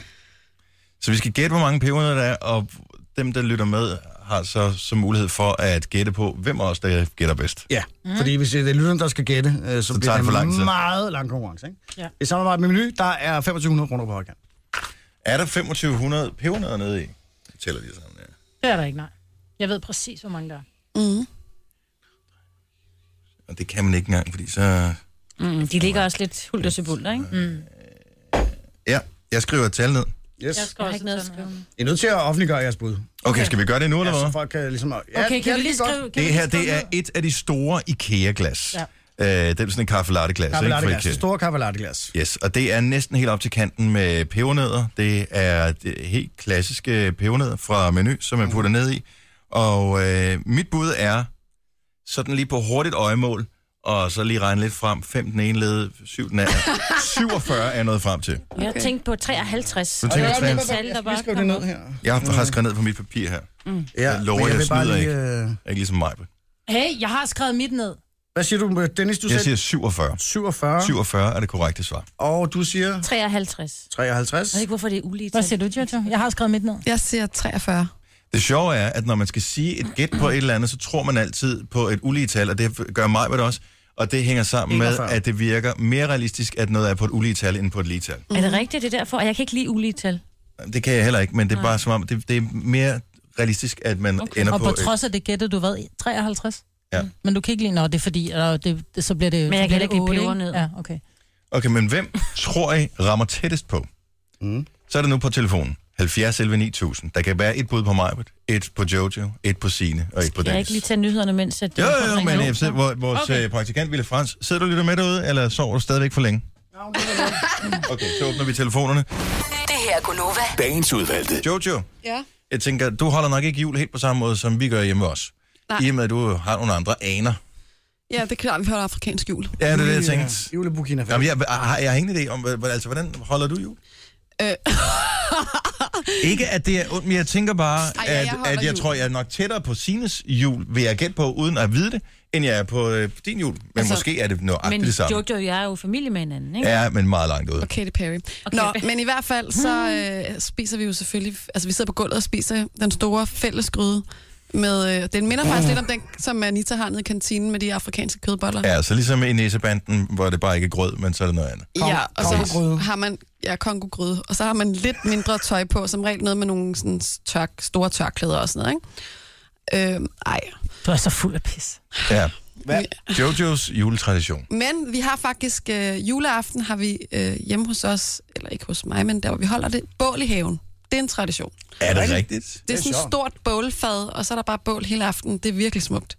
Speaker 1: Så vi skal gætte, hvor mange pebernødder der er, og dem, der lytter med, har så, så mulighed for at gætte på, hvem af os, der gætter bedst.
Speaker 2: Ja, mm. fordi hvis det er lytteren, der skal gætte, øh, så, så bliver
Speaker 1: tager det
Speaker 2: det,
Speaker 1: for
Speaker 2: det
Speaker 1: lang tid.
Speaker 2: en meget lang konkurrence. Ikke?
Speaker 3: Ja.
Speaker 2: I samarbejde med Menu, der er 2500 kroner på højkant.
Speaker 1: Er der 2500 pebernødder nede i? Jeg tæller lige sammen, ja.
Speaker 3: Det er der ikke, nej. Jeg ved præcis, hvor mange der er.
Speaker 1: Og det kan man ikke engang, fordi så...
Speaker 7: Mm, de ligger også lidt hult og sebulder, ikke? Mm.
Speaker 1: Ja, jeg skriver et tal ned.
Speaker 2: Yes.
Speaker 7: Jeg skal også ikke noget at skrive.
Speaker 2: I er nødt til at offentliggøre jeres bud.
Speaker 1: Okay, skal vi gøre det nu, eller
Speaker 2: Ja,
Speaker 1: hvad?
Speaker 2: så folk kan ligesom... Ja,
Speaker 3: Okay,
Speaker 2: ja,
Speaker 3: kan vi lige
Speaker 2: det godt.
Speaker 3: skrive... kan
Speaker 1: Det
Speaker 3: vi lige
Speaker 1: her, det
Speaker 3: skrive
Speaker 1: er
Speaker 3: ned?
Speaker 1: et af de store IKEA-glas.
Speaker 3: Ja.
Speaker 1: Øh, det er sådan en kaffe latte glas, ikke?
Speaker 2: Kaffelatteglas.
Speaker 1: For
Speaker 2: Det
Speaker 1: IKEA.
Speaker 2: store kaffelatteglas.
Speaker 1: Yes, og det er næsten helt op til kanten med pebernødder. Det er det helt klassiske pebernødder fra menu, som man putter ned i. Og øh, mit bud er sådan lige på hurtigt øjemål, og så lige regne lidt frem. 5 den ene led, 7 den anden. 47 er jeg nået frem til.
Speaker 7: Okay. Jeg tænkte på 53.
Speaker 1: Du tænker
Speaker 7: Og
Speaker 1: på
Speaker 7: det er
Speaker 1: 53.
Speaker 7: tal, der bare
Speaker 2: skrive det
Speaker 7: kommer.
Speaker 2: ned her.
Speaker 1: Jeg har faktisk skrevet ned på mit papir her.
Speaker 2: Mm.
Speaker 1: Jeg lover,
Speaker 2: men
Speaker 1: jeg
Speaker 2: vil bare
Speaker 1: snyder
Speaker 2: lige, øh,
Speaker 1: Ikke ligesom mig.
Speaker 3: Hey, jeg har skrevet mit ned.
Speaker 2: Hvad siger du, Dennis? Du
Speaker 1: Jeg
Speaker 2: sagde
Speaker 1: siger 47.
Speaker 2: 47.
Speaker 1: 47 er det korrekte svar.
Speaker 2: Og du siger
Speaker 7: 53.
Speaker 2: 53.
Speaker 7: Jeg ved ikke, hvorfor det er ulige
Speaker 3: Hvad
Speaker 7: tal.
Speaker 3: siger du, Jojo? Jeg har skrevet mit ned.
Speaker 5: Jeg siger 43.
Speaker 1: Det sjove er, at når man skal sige et gæt på et eller andet, så tror man altid på et ulige tal, og det gør mig med det også. Og det hænger sammen med,
Speaker 2: 41.
Speaker 1: at det virker mere realistisk, at noget er på et ulige tal, end på et lige tal.
Speaker 7: Er
Speaker 3: Mm.
Speaker 7: det rigtigt, det er derfor? Og jeg kan ikke lide ulige tal.
Speaker 1: Det kan jeg heller ikke, men det er bare som om, det, det er mere realistisk, at man okay. ender
Speaker 3: Og
Speaker 1: på...
Speaker 3: på
Speaker 1: et-
Speaker 3: trods af det gættede du hvad? 53?
Speaker 1: Ja.
Speaker 3: Men du kan ikke lide, når det er fordi, eller det, det, så bliver det...
Speaker 7: Men jeg
Speaker 3: så
Speaker 7: kan
Speaker 3: bliver
Speaker 7: ikke lide
Speaker 3: otte,
Speaker 7: peber ned.
Speaker 3: Ja, okay.
Speaker 1: Okay, men hvem tror I rammer tættest på?
Speaker 2: Mm.
Speaker 1: Så er det nu på telefonen. 70 11 9000. Der kan være et bud på Majbert, et på Jojo, et på Sine og et på
Speaker 7: Kan jeg ikke
Speaker 1: Dennis.
Speaker 7: lige tage nyhederne, mens at
Speaker 1: Jo,
Speaker 7: Jacob
Speaker 1: jo, jo,
Speaker 7: ringer
Speaker 1: men
Speaker 7: op?
Speaker 1: jeg sidder- hvor- vores okay. praktikant Ville Frans, sidder du lidt med derude, eller sover du stadigvæk for længe? Okay, så åbner vi telefonerne.
Speaker 6: Det her er Gunova.
Speaker 8: Dagens udvalgte.
Speaker 1: Jojo,
Speaker 5: Ja.
Speaker 1: jeg tænker, du holder nok ikke jul helt på samme måde, som vi gør hjemme hos os.
Speaker 5: Nej.
Speaker 1: I og med, at du har nogle andre aner.
Speaker 5: Ja, det er klart, vi holder afrikansk jul.
Speaker 1: Ja, det er det, jeg tænkte.
Speaker 2: Jule Burkina Faso.
Speaker 1: Jamen, jeg, jeg, jeg har ingen idé om, hvad- hvad- altså, hvordan holder du jul?
Speaker 5: Øh.
Speaker 1: ikke, at det er ondt, men jeg tænker bare,
Speaker 5: Ej,
Speaker 1: Ej,
Speaker 5: ja, jeg
Speaker 1: at,
Speaker 5: holder
Speaker 1: at jeg
Speaker 5: jul.
Speaker 1: tror, jeg er nok tættere på Sines jul, vil jeg gætte på, uden at vide det, end jeg er på øh, din jul. Men altså,
Speaker 5: Altså,
Speaker 1: måske er det noget
Speaker 7: Men
Speaker 1: det samme.
Speaker 7: Jojo og jeg er jo familie med hinanden, ikke?
Speaker 1: Ja, men meget langt ude.
Speaker 5: Og Katy Perry.
Speaker 7: Og
Speaker 5: Nå,
Speaker 7: Katy-
Speaker 5: men i hvert fald, så øh, spiser vi jo selvfølgelig... Altså, vi sidder på gulvet og spiser den store fællesgryde. Med, øh, den minder faktisk lidt om den, som Anita har nede i kantinen med de afrikanske kødboller.
Speaker 1: Ja, så ligesom i næsebanden, hvor det bare ikke er grød, men så er det noget andet.
Speaker 5: Ja, og
Speaker 2: kongegryde.
Speaker 5: så har man ja, kongogryde, og så har man lidt mindre tøj på, som regel noget med nogle sådan, tørk, store tørklæder og sådan noget, ikke? Øhm, ej.
Speaker 3: Du er så fuld af pis.
Speaker 1: Ja. Jojos juletradition.
Speaker 5: Men vi har faktisk øh, juleaften, har vi øh, hjemme hos os, eller ikke hos mig, men der hvor vi holder det, bål i haven. Det er en tradition.
Speaker 1: Er det rigtigt?
Speaker 5: Det er sådan et stort bålfad, og så er der bare bål hele aftenen. Det er virkelig smukt.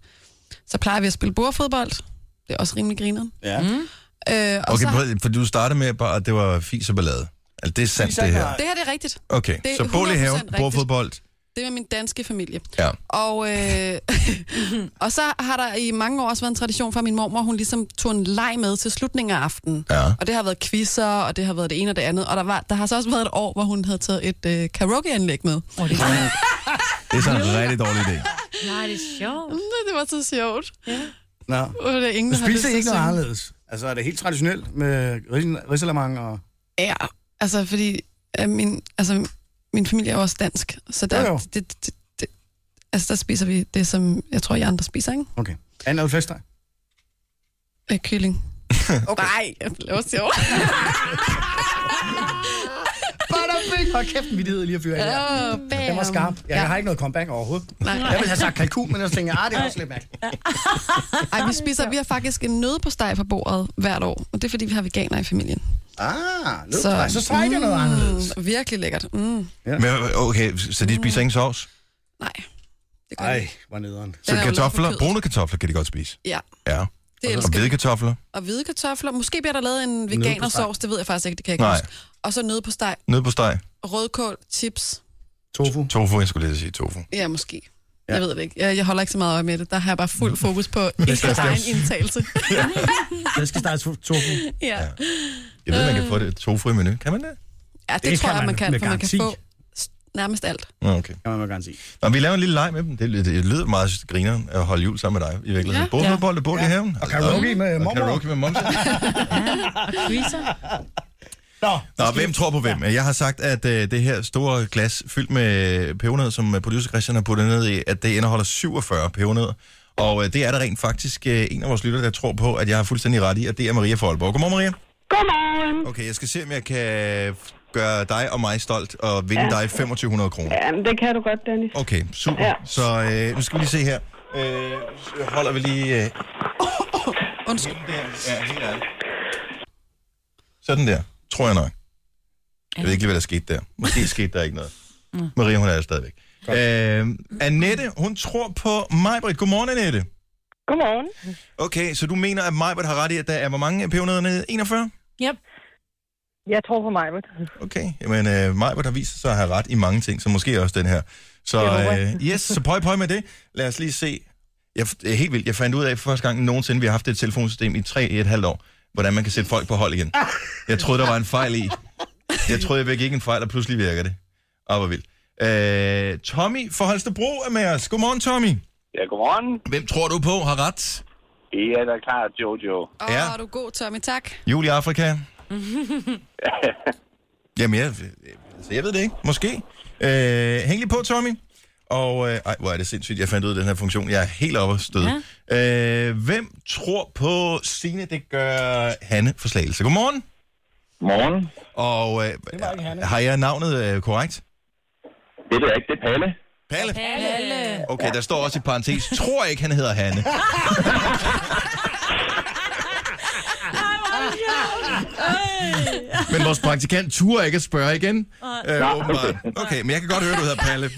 Speaker 5: Så plejer vi at spille bordfodbold. Det er også rimelig grineren.
Speaker 2: Ja.
Speaker 5: Øh, og okay,
Speaker 1: Okay,
Speaker 5: så,
Speaker 1: prøv- for du startede med, bare, at det var fis og ballade. Altså, det er sandt, det her.
Speaker 5: det her det er rigtigt.
Speaker 1: Okay,
Speaker 5: Det er
Speaker 1: så bål i haven,
Speaker 5: 100% rigtigt.
Speaker 1: bordfodbold.
Speaker 5: Det er med min danske familie.
Speaker 1: Ja.
Speaker 5: Og, øh, og så har der i mange år også været en tradition for at min mormor, hun ligesom tog en leg med til slutningen af aftenen.
Speaker 1: Ja.
Speaker 5: Og det har været quizzer, og det har været det ene og det andet. Og der, var, der har så også været et år, hvor hun havde taget et øh, karaokeanlæg med.
Speaker 3: Oh, det er
Speaker 1: Det er sådan en rigtig dårlig idé.
Speaker 7: Nej, det er sjovt.
Speaker 5: Det var så sjovt.
Speaker 2: Nå.
Speaker 5: Og det er ingen,
Speaker 2: Du
Speaker 5: der har lyst
Speaker 2: spiser
Speaker 5: til at
Speaker 2: ikke noget
Speaker 5: synge.
Speaker 2: anderledes? Altså, er det helt traditionelt med ris- risalamande og...
Speaker 5: Ja, altså fordi øh, min, altså, min familie er jo også dansk, så der,
Speaker 2: Jo, jo.
Speaker 5: Det, det, det, altså, der spiser vi det, som jeg tror, I andre spiser, ikke?
Speaker 2: Okay. Anden er flæskesteg?
Speaker 5: Øh, kylling. Okay. Nej, jeg laver sjov.
Speaker 2: Butterfing! Hold kæft, vi lige at fyre af der.
Speaker 5: Oh,
Speaker 2: Den var skarp. Jeg, jeg har ikke noget comeback overhovedet.
Speaker 5: Nej.
Speaker 2: Jeg ville have sagt kalkun, men så tænkte jeg, ah, det er også lidt mærkeligt.
Speaker 5: Ej, vi spiser, vi har faktisk en nøde på steg på bordet hvert år, og det er fordi, vi har veganer i familien.
Speaker 2: Ah, løb, så, så trækker jeg noget
Speaker 5: Mm,
Speaker 2: anderledes.
Speaker 5: Virkelig lækkert. Mm,
Speaker 1: Men, okay, så de spiser ingen sovs?
Speaker 5: nej, det gør vi
Speaker 2: Ej,
Speaker 5: ikke.
Speaker 2: hvor nederen.
Speaker 1: Så
Speaker 5: Den er jo lavet på
Speaker 1: kartofler,
Speaker 5: kødet.
Speaker 1: brune kartofler kan de godt spise.
Speaker 5: Ja,
Speaker 1: Ja.
Speaker 5: det
Speaker 1: Og
Speaker 5: elsker
Speaker 1: hvide
Speaker 5: vi.
Speaker 1: kartofler,
Speaker 5: Og hvide kartofler. Måske bliver der lavet en
Speaker 2: steg.
Speaker 5: veganersovs, det ved jeg faktisk ikke, det kan jeg ikke
Speaker 1: Nej.
Speaker 5: huske. Og så nøde på steg,
Speaker 1: nød på steg,
Speaker 5: rødkål, chips,
Speaker 2: Tofu.
Speaker 1: tofu, jeg skulle lige sige tofu.
Speaker 5: Ja, måske.
Speaker 2: Ja.
Speaker 5: Ja. Jeg ved det ikke. Jeg, jeg holder ikke så meget øje med det. Der har jeg bare fuld fokus på Islas egen indtagelse.
Speaker 2: Jeg skal starte tofu.
Speaker 5: ja.
Speaker 1: Ja. Jeg ved, man kan få det tofu i menu. Kan man det?
Speaker 5: ja, det,
Speaker 2: Det
Speaker 5: tror
Speaker 2: kan
Speaker 5: jeg,
Speaker 2: man
Speaker 5: man
Speaker 2: med
Speaker 5: kan, for man kan
Speaker 2: garanti.
Speaker 5: få s- nærmest alt.
Speaker 1: Nå, Okay.
Speaker 2: Kan man med garanti.
Speaker 1: Og vi laver en lille leg med dem. Det, lyder- det lyder meget grineren at holde jul sammen med dig, i virkeligheden. Ja.
Speaker 5: Ja.
Speaker 1: Både ja. fodbold og bål i haven.
Speaker 2: Og karaoke med
Speaker 1: Og
Speaker 2: mormor.
Speaker 1: karaoke med momsen.
Speaker 7: Quizzer.
Speaker 2: Nå,
Speaker 1: Nå, hvem tror på hvem? Jeg har sagt, at øh, det her store glas fyldt med pebernød, som øh, producer Christian har puttet ned i, at det indeholder 47 pebernød. Og øh, det er der rent faktisk øh, en af vores lytter, der tror på, at jeg har fuldstændig ret i, og det er Maria Folborg. Godmorgen, Maria.
Speaker 11: Godmorgen.
Speaker 1: Okay, jeg skal se, om jeg kan gøre dig og mig stolt og vinde dig 2500 kroner.
Speaker 11: Jamen, det kan du godt, Dennis.
Speaker 1: Okay, super.
Speaker 11: Ja.
Speaker 1: Så øh, nu skal vi lige se her. Øh, så holder vi lige... Øh,
Speaker 5: Undskyld.
Speaker 1: ja, helt ærligt. Sådan der, tror jeg nok. Jeg ved ikke lige, hvad der skete der. Måske skete der ikke noget. Maria, hun er der stadigvæk. Øh, Annette, hun tror på Majbrit. Godmorgen, Annette.
Speaker 11: Godmorgen.
Speaker 1: Okay, så du mener, at Majbrit har ret i, at der er hvor mange pebernødder nede? 41?
Speaker 7: Yep.
Speaker 11: Jeg tror på mig,
Speaker 1: Okay, men øh, Majbert har vist sig at have ret i mange ting, så måske også den her. Så
Speaker 11: Det håber
Speaker 1: øh, yes, så pøj pøj med det. Lad os lige se. Jeg, det er helt vildt. Jeg fandt ud af for første gang nogensinde, vi har haft et telefonsystem i tre et halvt år, hvordan man kan sætte folk på hold igen. Jeg troede, der var en fejl i. Jeg troede, jeg begik en fejl, og pludselig virker det. Åh, hvor vildt. Øh, Tommy fra Holstebro er med os. Godmorgen, Tommy.
Speaker 10: Ja, godmorgen.
Speaker 1: Hvem tror du på har ret?
Speaker 10: Det er da klart, Jojo.
Speaker 5: Åh,
Speaker 1: Ja.
Speaker 5: ja. er du god, Tommy. Tak.
Speaker 1: Jul i Afrika? Jamen, jeg, altså, jeg ved det ikke. Måske. Øh, hæng lige på, Tommy. Og øh, ej, hvor er det sindssygt, jeg fandt ud af den her funktion. Jeg er helt oppe at støde. Ja. Øh, hvem tror på Signe? Det gør Hanne for Slagelse. Godmorgen.
Speaker 10: Morgen.
Speaker 1: Og øh, har jeg navnet øh, korrekt?
Speaker 10: Det er ikke, det er Palle.
Speaker 1: Palle?
Speaker 3: Palle.
Speaker 1: Okay, der står også i parentes. Tror ikke, han hedder Hanne. Men vores praktikant turer ikke at spørge igen.
Speaker 12: Nej.
Speaker 1: Øh, åbenbart. Okay, men jeg kan godt høre, du hedder Palle.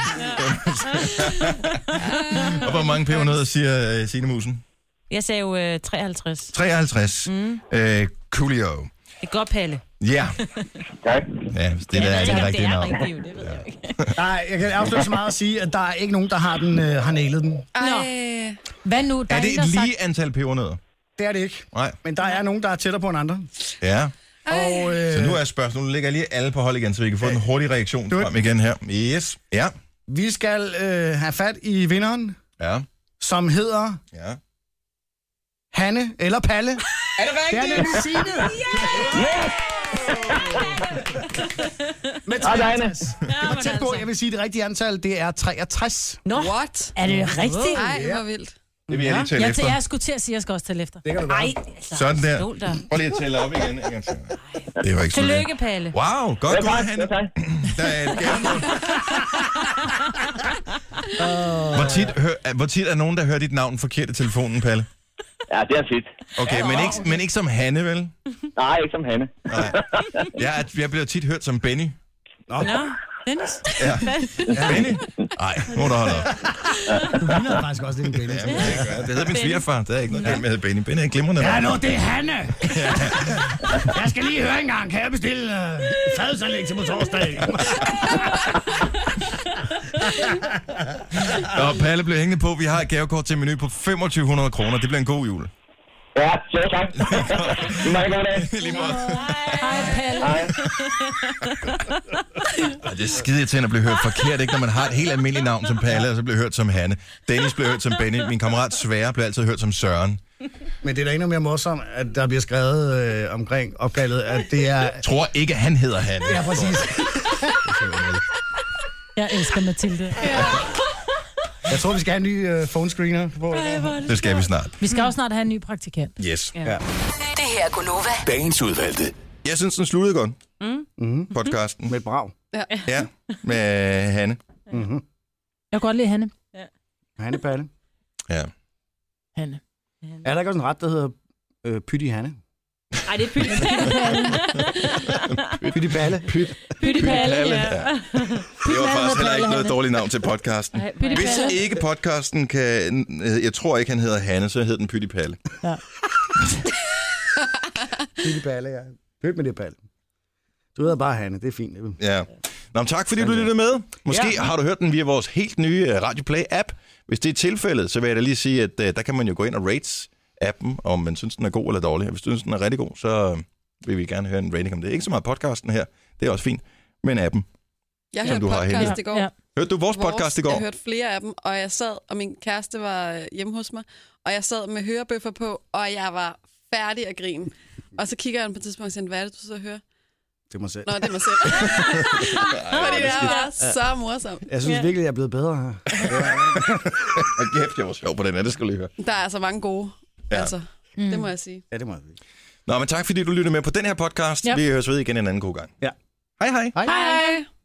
Speaker 1: Og hvor mange pebernødder siger øh, Signe Musen?
Speaker 7: Jeg sagde jo øh, 53.
Speaker 1: 53.
Speaker 7: Mm.
Speaker 1: Øh, coolio.
Speaker 7: Det er godt, Palle.
Speaker 1: Ja.
Speaker 10: Tak.
Speaker 1: Ja, hvis det der er ikke det rigtige navn.
Speaker 7: det ved
Speaker 1: jeg
Speaker 7: ikke.
Speaker 2: Nej, jeg kan afsløre så meget at sige, at der er ikke nogen, der har, den, øh, har nailet den.
Speaker 5: Ej.
Speaker 3: Hvad nu? Der
Speaker 1: Er det
Speaker 3: en, der
Speaker 1: et
Speaker 3: har
Speaker 1: lige antal pebernødder?
Speaker 2: Det er det ikke.
Speaker 1: Nej.
Speaker 2: Men der er nogen, der er tættere på end andre.
Speaker 1: Ja.
Speaker 2: Og, øh,
Speaker 1: Så nu er spørgsmålet, nu lægger jeg lige alle på hold igen, så vi kan få en hurtig reaktion frem igen her. Yes. Ja.
Speaker 2: vi skal øh, have fat i vinderen,
Speaker 1: Ja.
Speaker 2: som hedder
Speaker 1: Ja.
Speaker 2: Hanne eller Palle.
Speaker 9: Er det rigtigt?
Speaker 2: Det er nemlig Signe.
Speaker 9: Yeah!
Speaker 2: Men
Speaker 9: Hej, Diana.
Speaker 2: Det var
Speaker 3: altså-
Speaker 2: tæt på, jeg vil sige, det rigtige antal, det er 63.
Speaker 3: Nå,
Speaker 5: What?
Speaker 3: er det rigtigt?
Speaker 5: Nej, hvor vildt.
Speaker 1: Det vil jeg lige tælle
Speaker 3: jeg,
Speaker 1: efter.
Speaker 3: jeg skulle til at sige, at jeg skal også tælle efter. Det
Speaker 2: kan du
Speaker 3: Ej, altså,
Speaker 1: Sådan der.
Speaker 3: stol dig.
Speaker 1: Prøv lige at tælle op igen. en gang til. Det var ikke så
Speaker 7: Tillykke, Palle.
Speaker 1: Wow, godt
Speaker 7: Ja, tak.
Speaker 1: gået, Hanne. Der er et gavemål. Hvor tit, hør, hvor tit er nogen, der hører dit navn forkert i telefonen, Palle?
Speaker 10: Ja, det er fedt.
Speaker 1: Okay, men ikke, men ikke som Hanne, vel?
Speaker 10: Nej, ikke som Hanne.
Speaker 1: Nej. Jeg, er- jeg bliver tit hørt som Benny. Nå.
Speaker 3: Nå, Dennis.
Speaker 1: Ja. Benny? Nej, nu er der holdt op.
Speaker 2: Du ligner faktisk også lidt en Benny.
Speaker 1: Jamen, det, gør jeg. det hedder min svigerfar. Det er ikke noget galt med, at hedde Benny. Benny er en glimrende
Speaker 9: Ja,
Speaker 1: navn.
Speaker 9: nu, det er Hanne. Jeg skal lige høre en gang. Kan jeg bestille øh, fadsanlæg til på torsdag?
Speaker 1: Og Palle blev hængende på. Vi har et gavekort til menu på 2500 kroner. Det bliver en god jul.
Speaker 10: Ja, selv tak. I må have en god dag.
Speaker 1: Lige måde.
Speaker 3: Hej, Palle.
Speaker 1: Ej, det er skide til at blive hørt forkert, ikke? Når man har et helt almindeligt navn som Palle, og så bliver hørt som Hanne. Dennis bliver hørt som Benny. Min kammerat Svære bliver altid hørt som Søren.
Speaker 2: Men det er da endnu mere morsomt, at der bliver skrevet øh, omkring opkaldet, at det er...
Speaker 1: Tror ikke, han hedder Hanne.
Speaker 2: Ja, præcis.
Speaker 3: Jeg elsker Mathilde.
Speaker 2: Jeg tror, vi skal have en ny øh, phone screener på.
Speaker 1: Det skal vi snart.
Speaker 3: Vi
Speaker 7: Mm.
Speaker 3: skal også snart have en ny praktikant.
Speaker 1: Yes.
Speaker 2: Ja.
Speaker 6: Det her er Gunova.
Speaker 1: Dagens udvalgte. Jeg synes, den sluttede godt. Mm. Podcasten.
Speaker 2: Med et brag.
Speaker 1: Ja. ja. Med Hanne.
Speaker 2: Mm-hmm.
Speaker 3: Jeg kan godt lide Hanne.
Speaker 2: Hanne Palle.
Speaker 1: Ja.
Speaker 3: Hanne.
Speaker 2: Er der ikke også en ret, der hedder øh, Pytti Hanne?
Speaker 7: Ej, det er pytte
Speaker 2: Pytti Palle. Pyt.
Speaker 7: Pytte Palle,
Speaker 1: Palle,
Speaker 7: ja.
Speaker 1: ja. Det var faktisk heller ikke noget dårligt navn til podcasten.
Speaker 7: Ej, Pytte
Speaker 1: Hvis
Speaker 7: Palle.
Speaker 1: ikke podcasten kan... øh, Jeg tror ikke, han hedder Hanne, så hed den Pytti Palle.
Speaker 2: Pytti Palle, ja. Pyt med det Palle. Du hedder bare Hanne, det er fint.
Speaker 1: Ja. Nå, men tak fordi du lyttede med. Måske
Speaker 2: Ja.
Speaker 1: har du hørt den via vores helt nye øh, Radio Play-app. Hvis det er tilfældet, så vil jeg da lige sige, at øh, der kan man jo gå ind og rate appen, om man synes, den er god eller dårlig. Og Hvis du synes, den er rigtig god, så øh, vil vi gerne høre en rating om det. Ikke så meget podcasten her, det er også fint, men appen.
Speaker 5: Jeg
Speaker 1: Som
Speaker 5: hørte
Speaker 1: du har
Speaker 5: podcast
Speaker 1: henne.
Speaker 5: i går.
Speaker 3: Ja.
Speaker 1: Hørte du vores, podcast i går?
Speaker 5: Jeg hørte flere af dem, og jeg sad, og min kæreste var øh, hjemme hos mig, og jeg sad med hørebøffer på, og jeg var færdig at grine. Og så kigger han på et tidspunkt og siger, hvad er det, du så hører?
Speaker 2: Det mig selv.
Speaker 5: Nå, det er mig selv. Fordi det var så morsomt.
Speaker 2: Jeg synes virkelig, jeg er blevet bedre her.
Speaker 1: Og kæft, jeg var sjov på den her, det skal du lige høre.
Speaker 5: Der er altså mange gode,
Speaker 1: Ja.
Speaker 5: ja. altså. Mm. Det må jeg sige.
Speaker 2: Ja, det må jeg
Speaker 1: Nå, men tak fordi du lyttede med på den her podcast.
Speaker 5: Ja.
Speaker 1: Vi høres ved igen en anden god gang.
Speaker 2: Ja.
Speaker 1: Hej hej.
Speaker 5: Hej.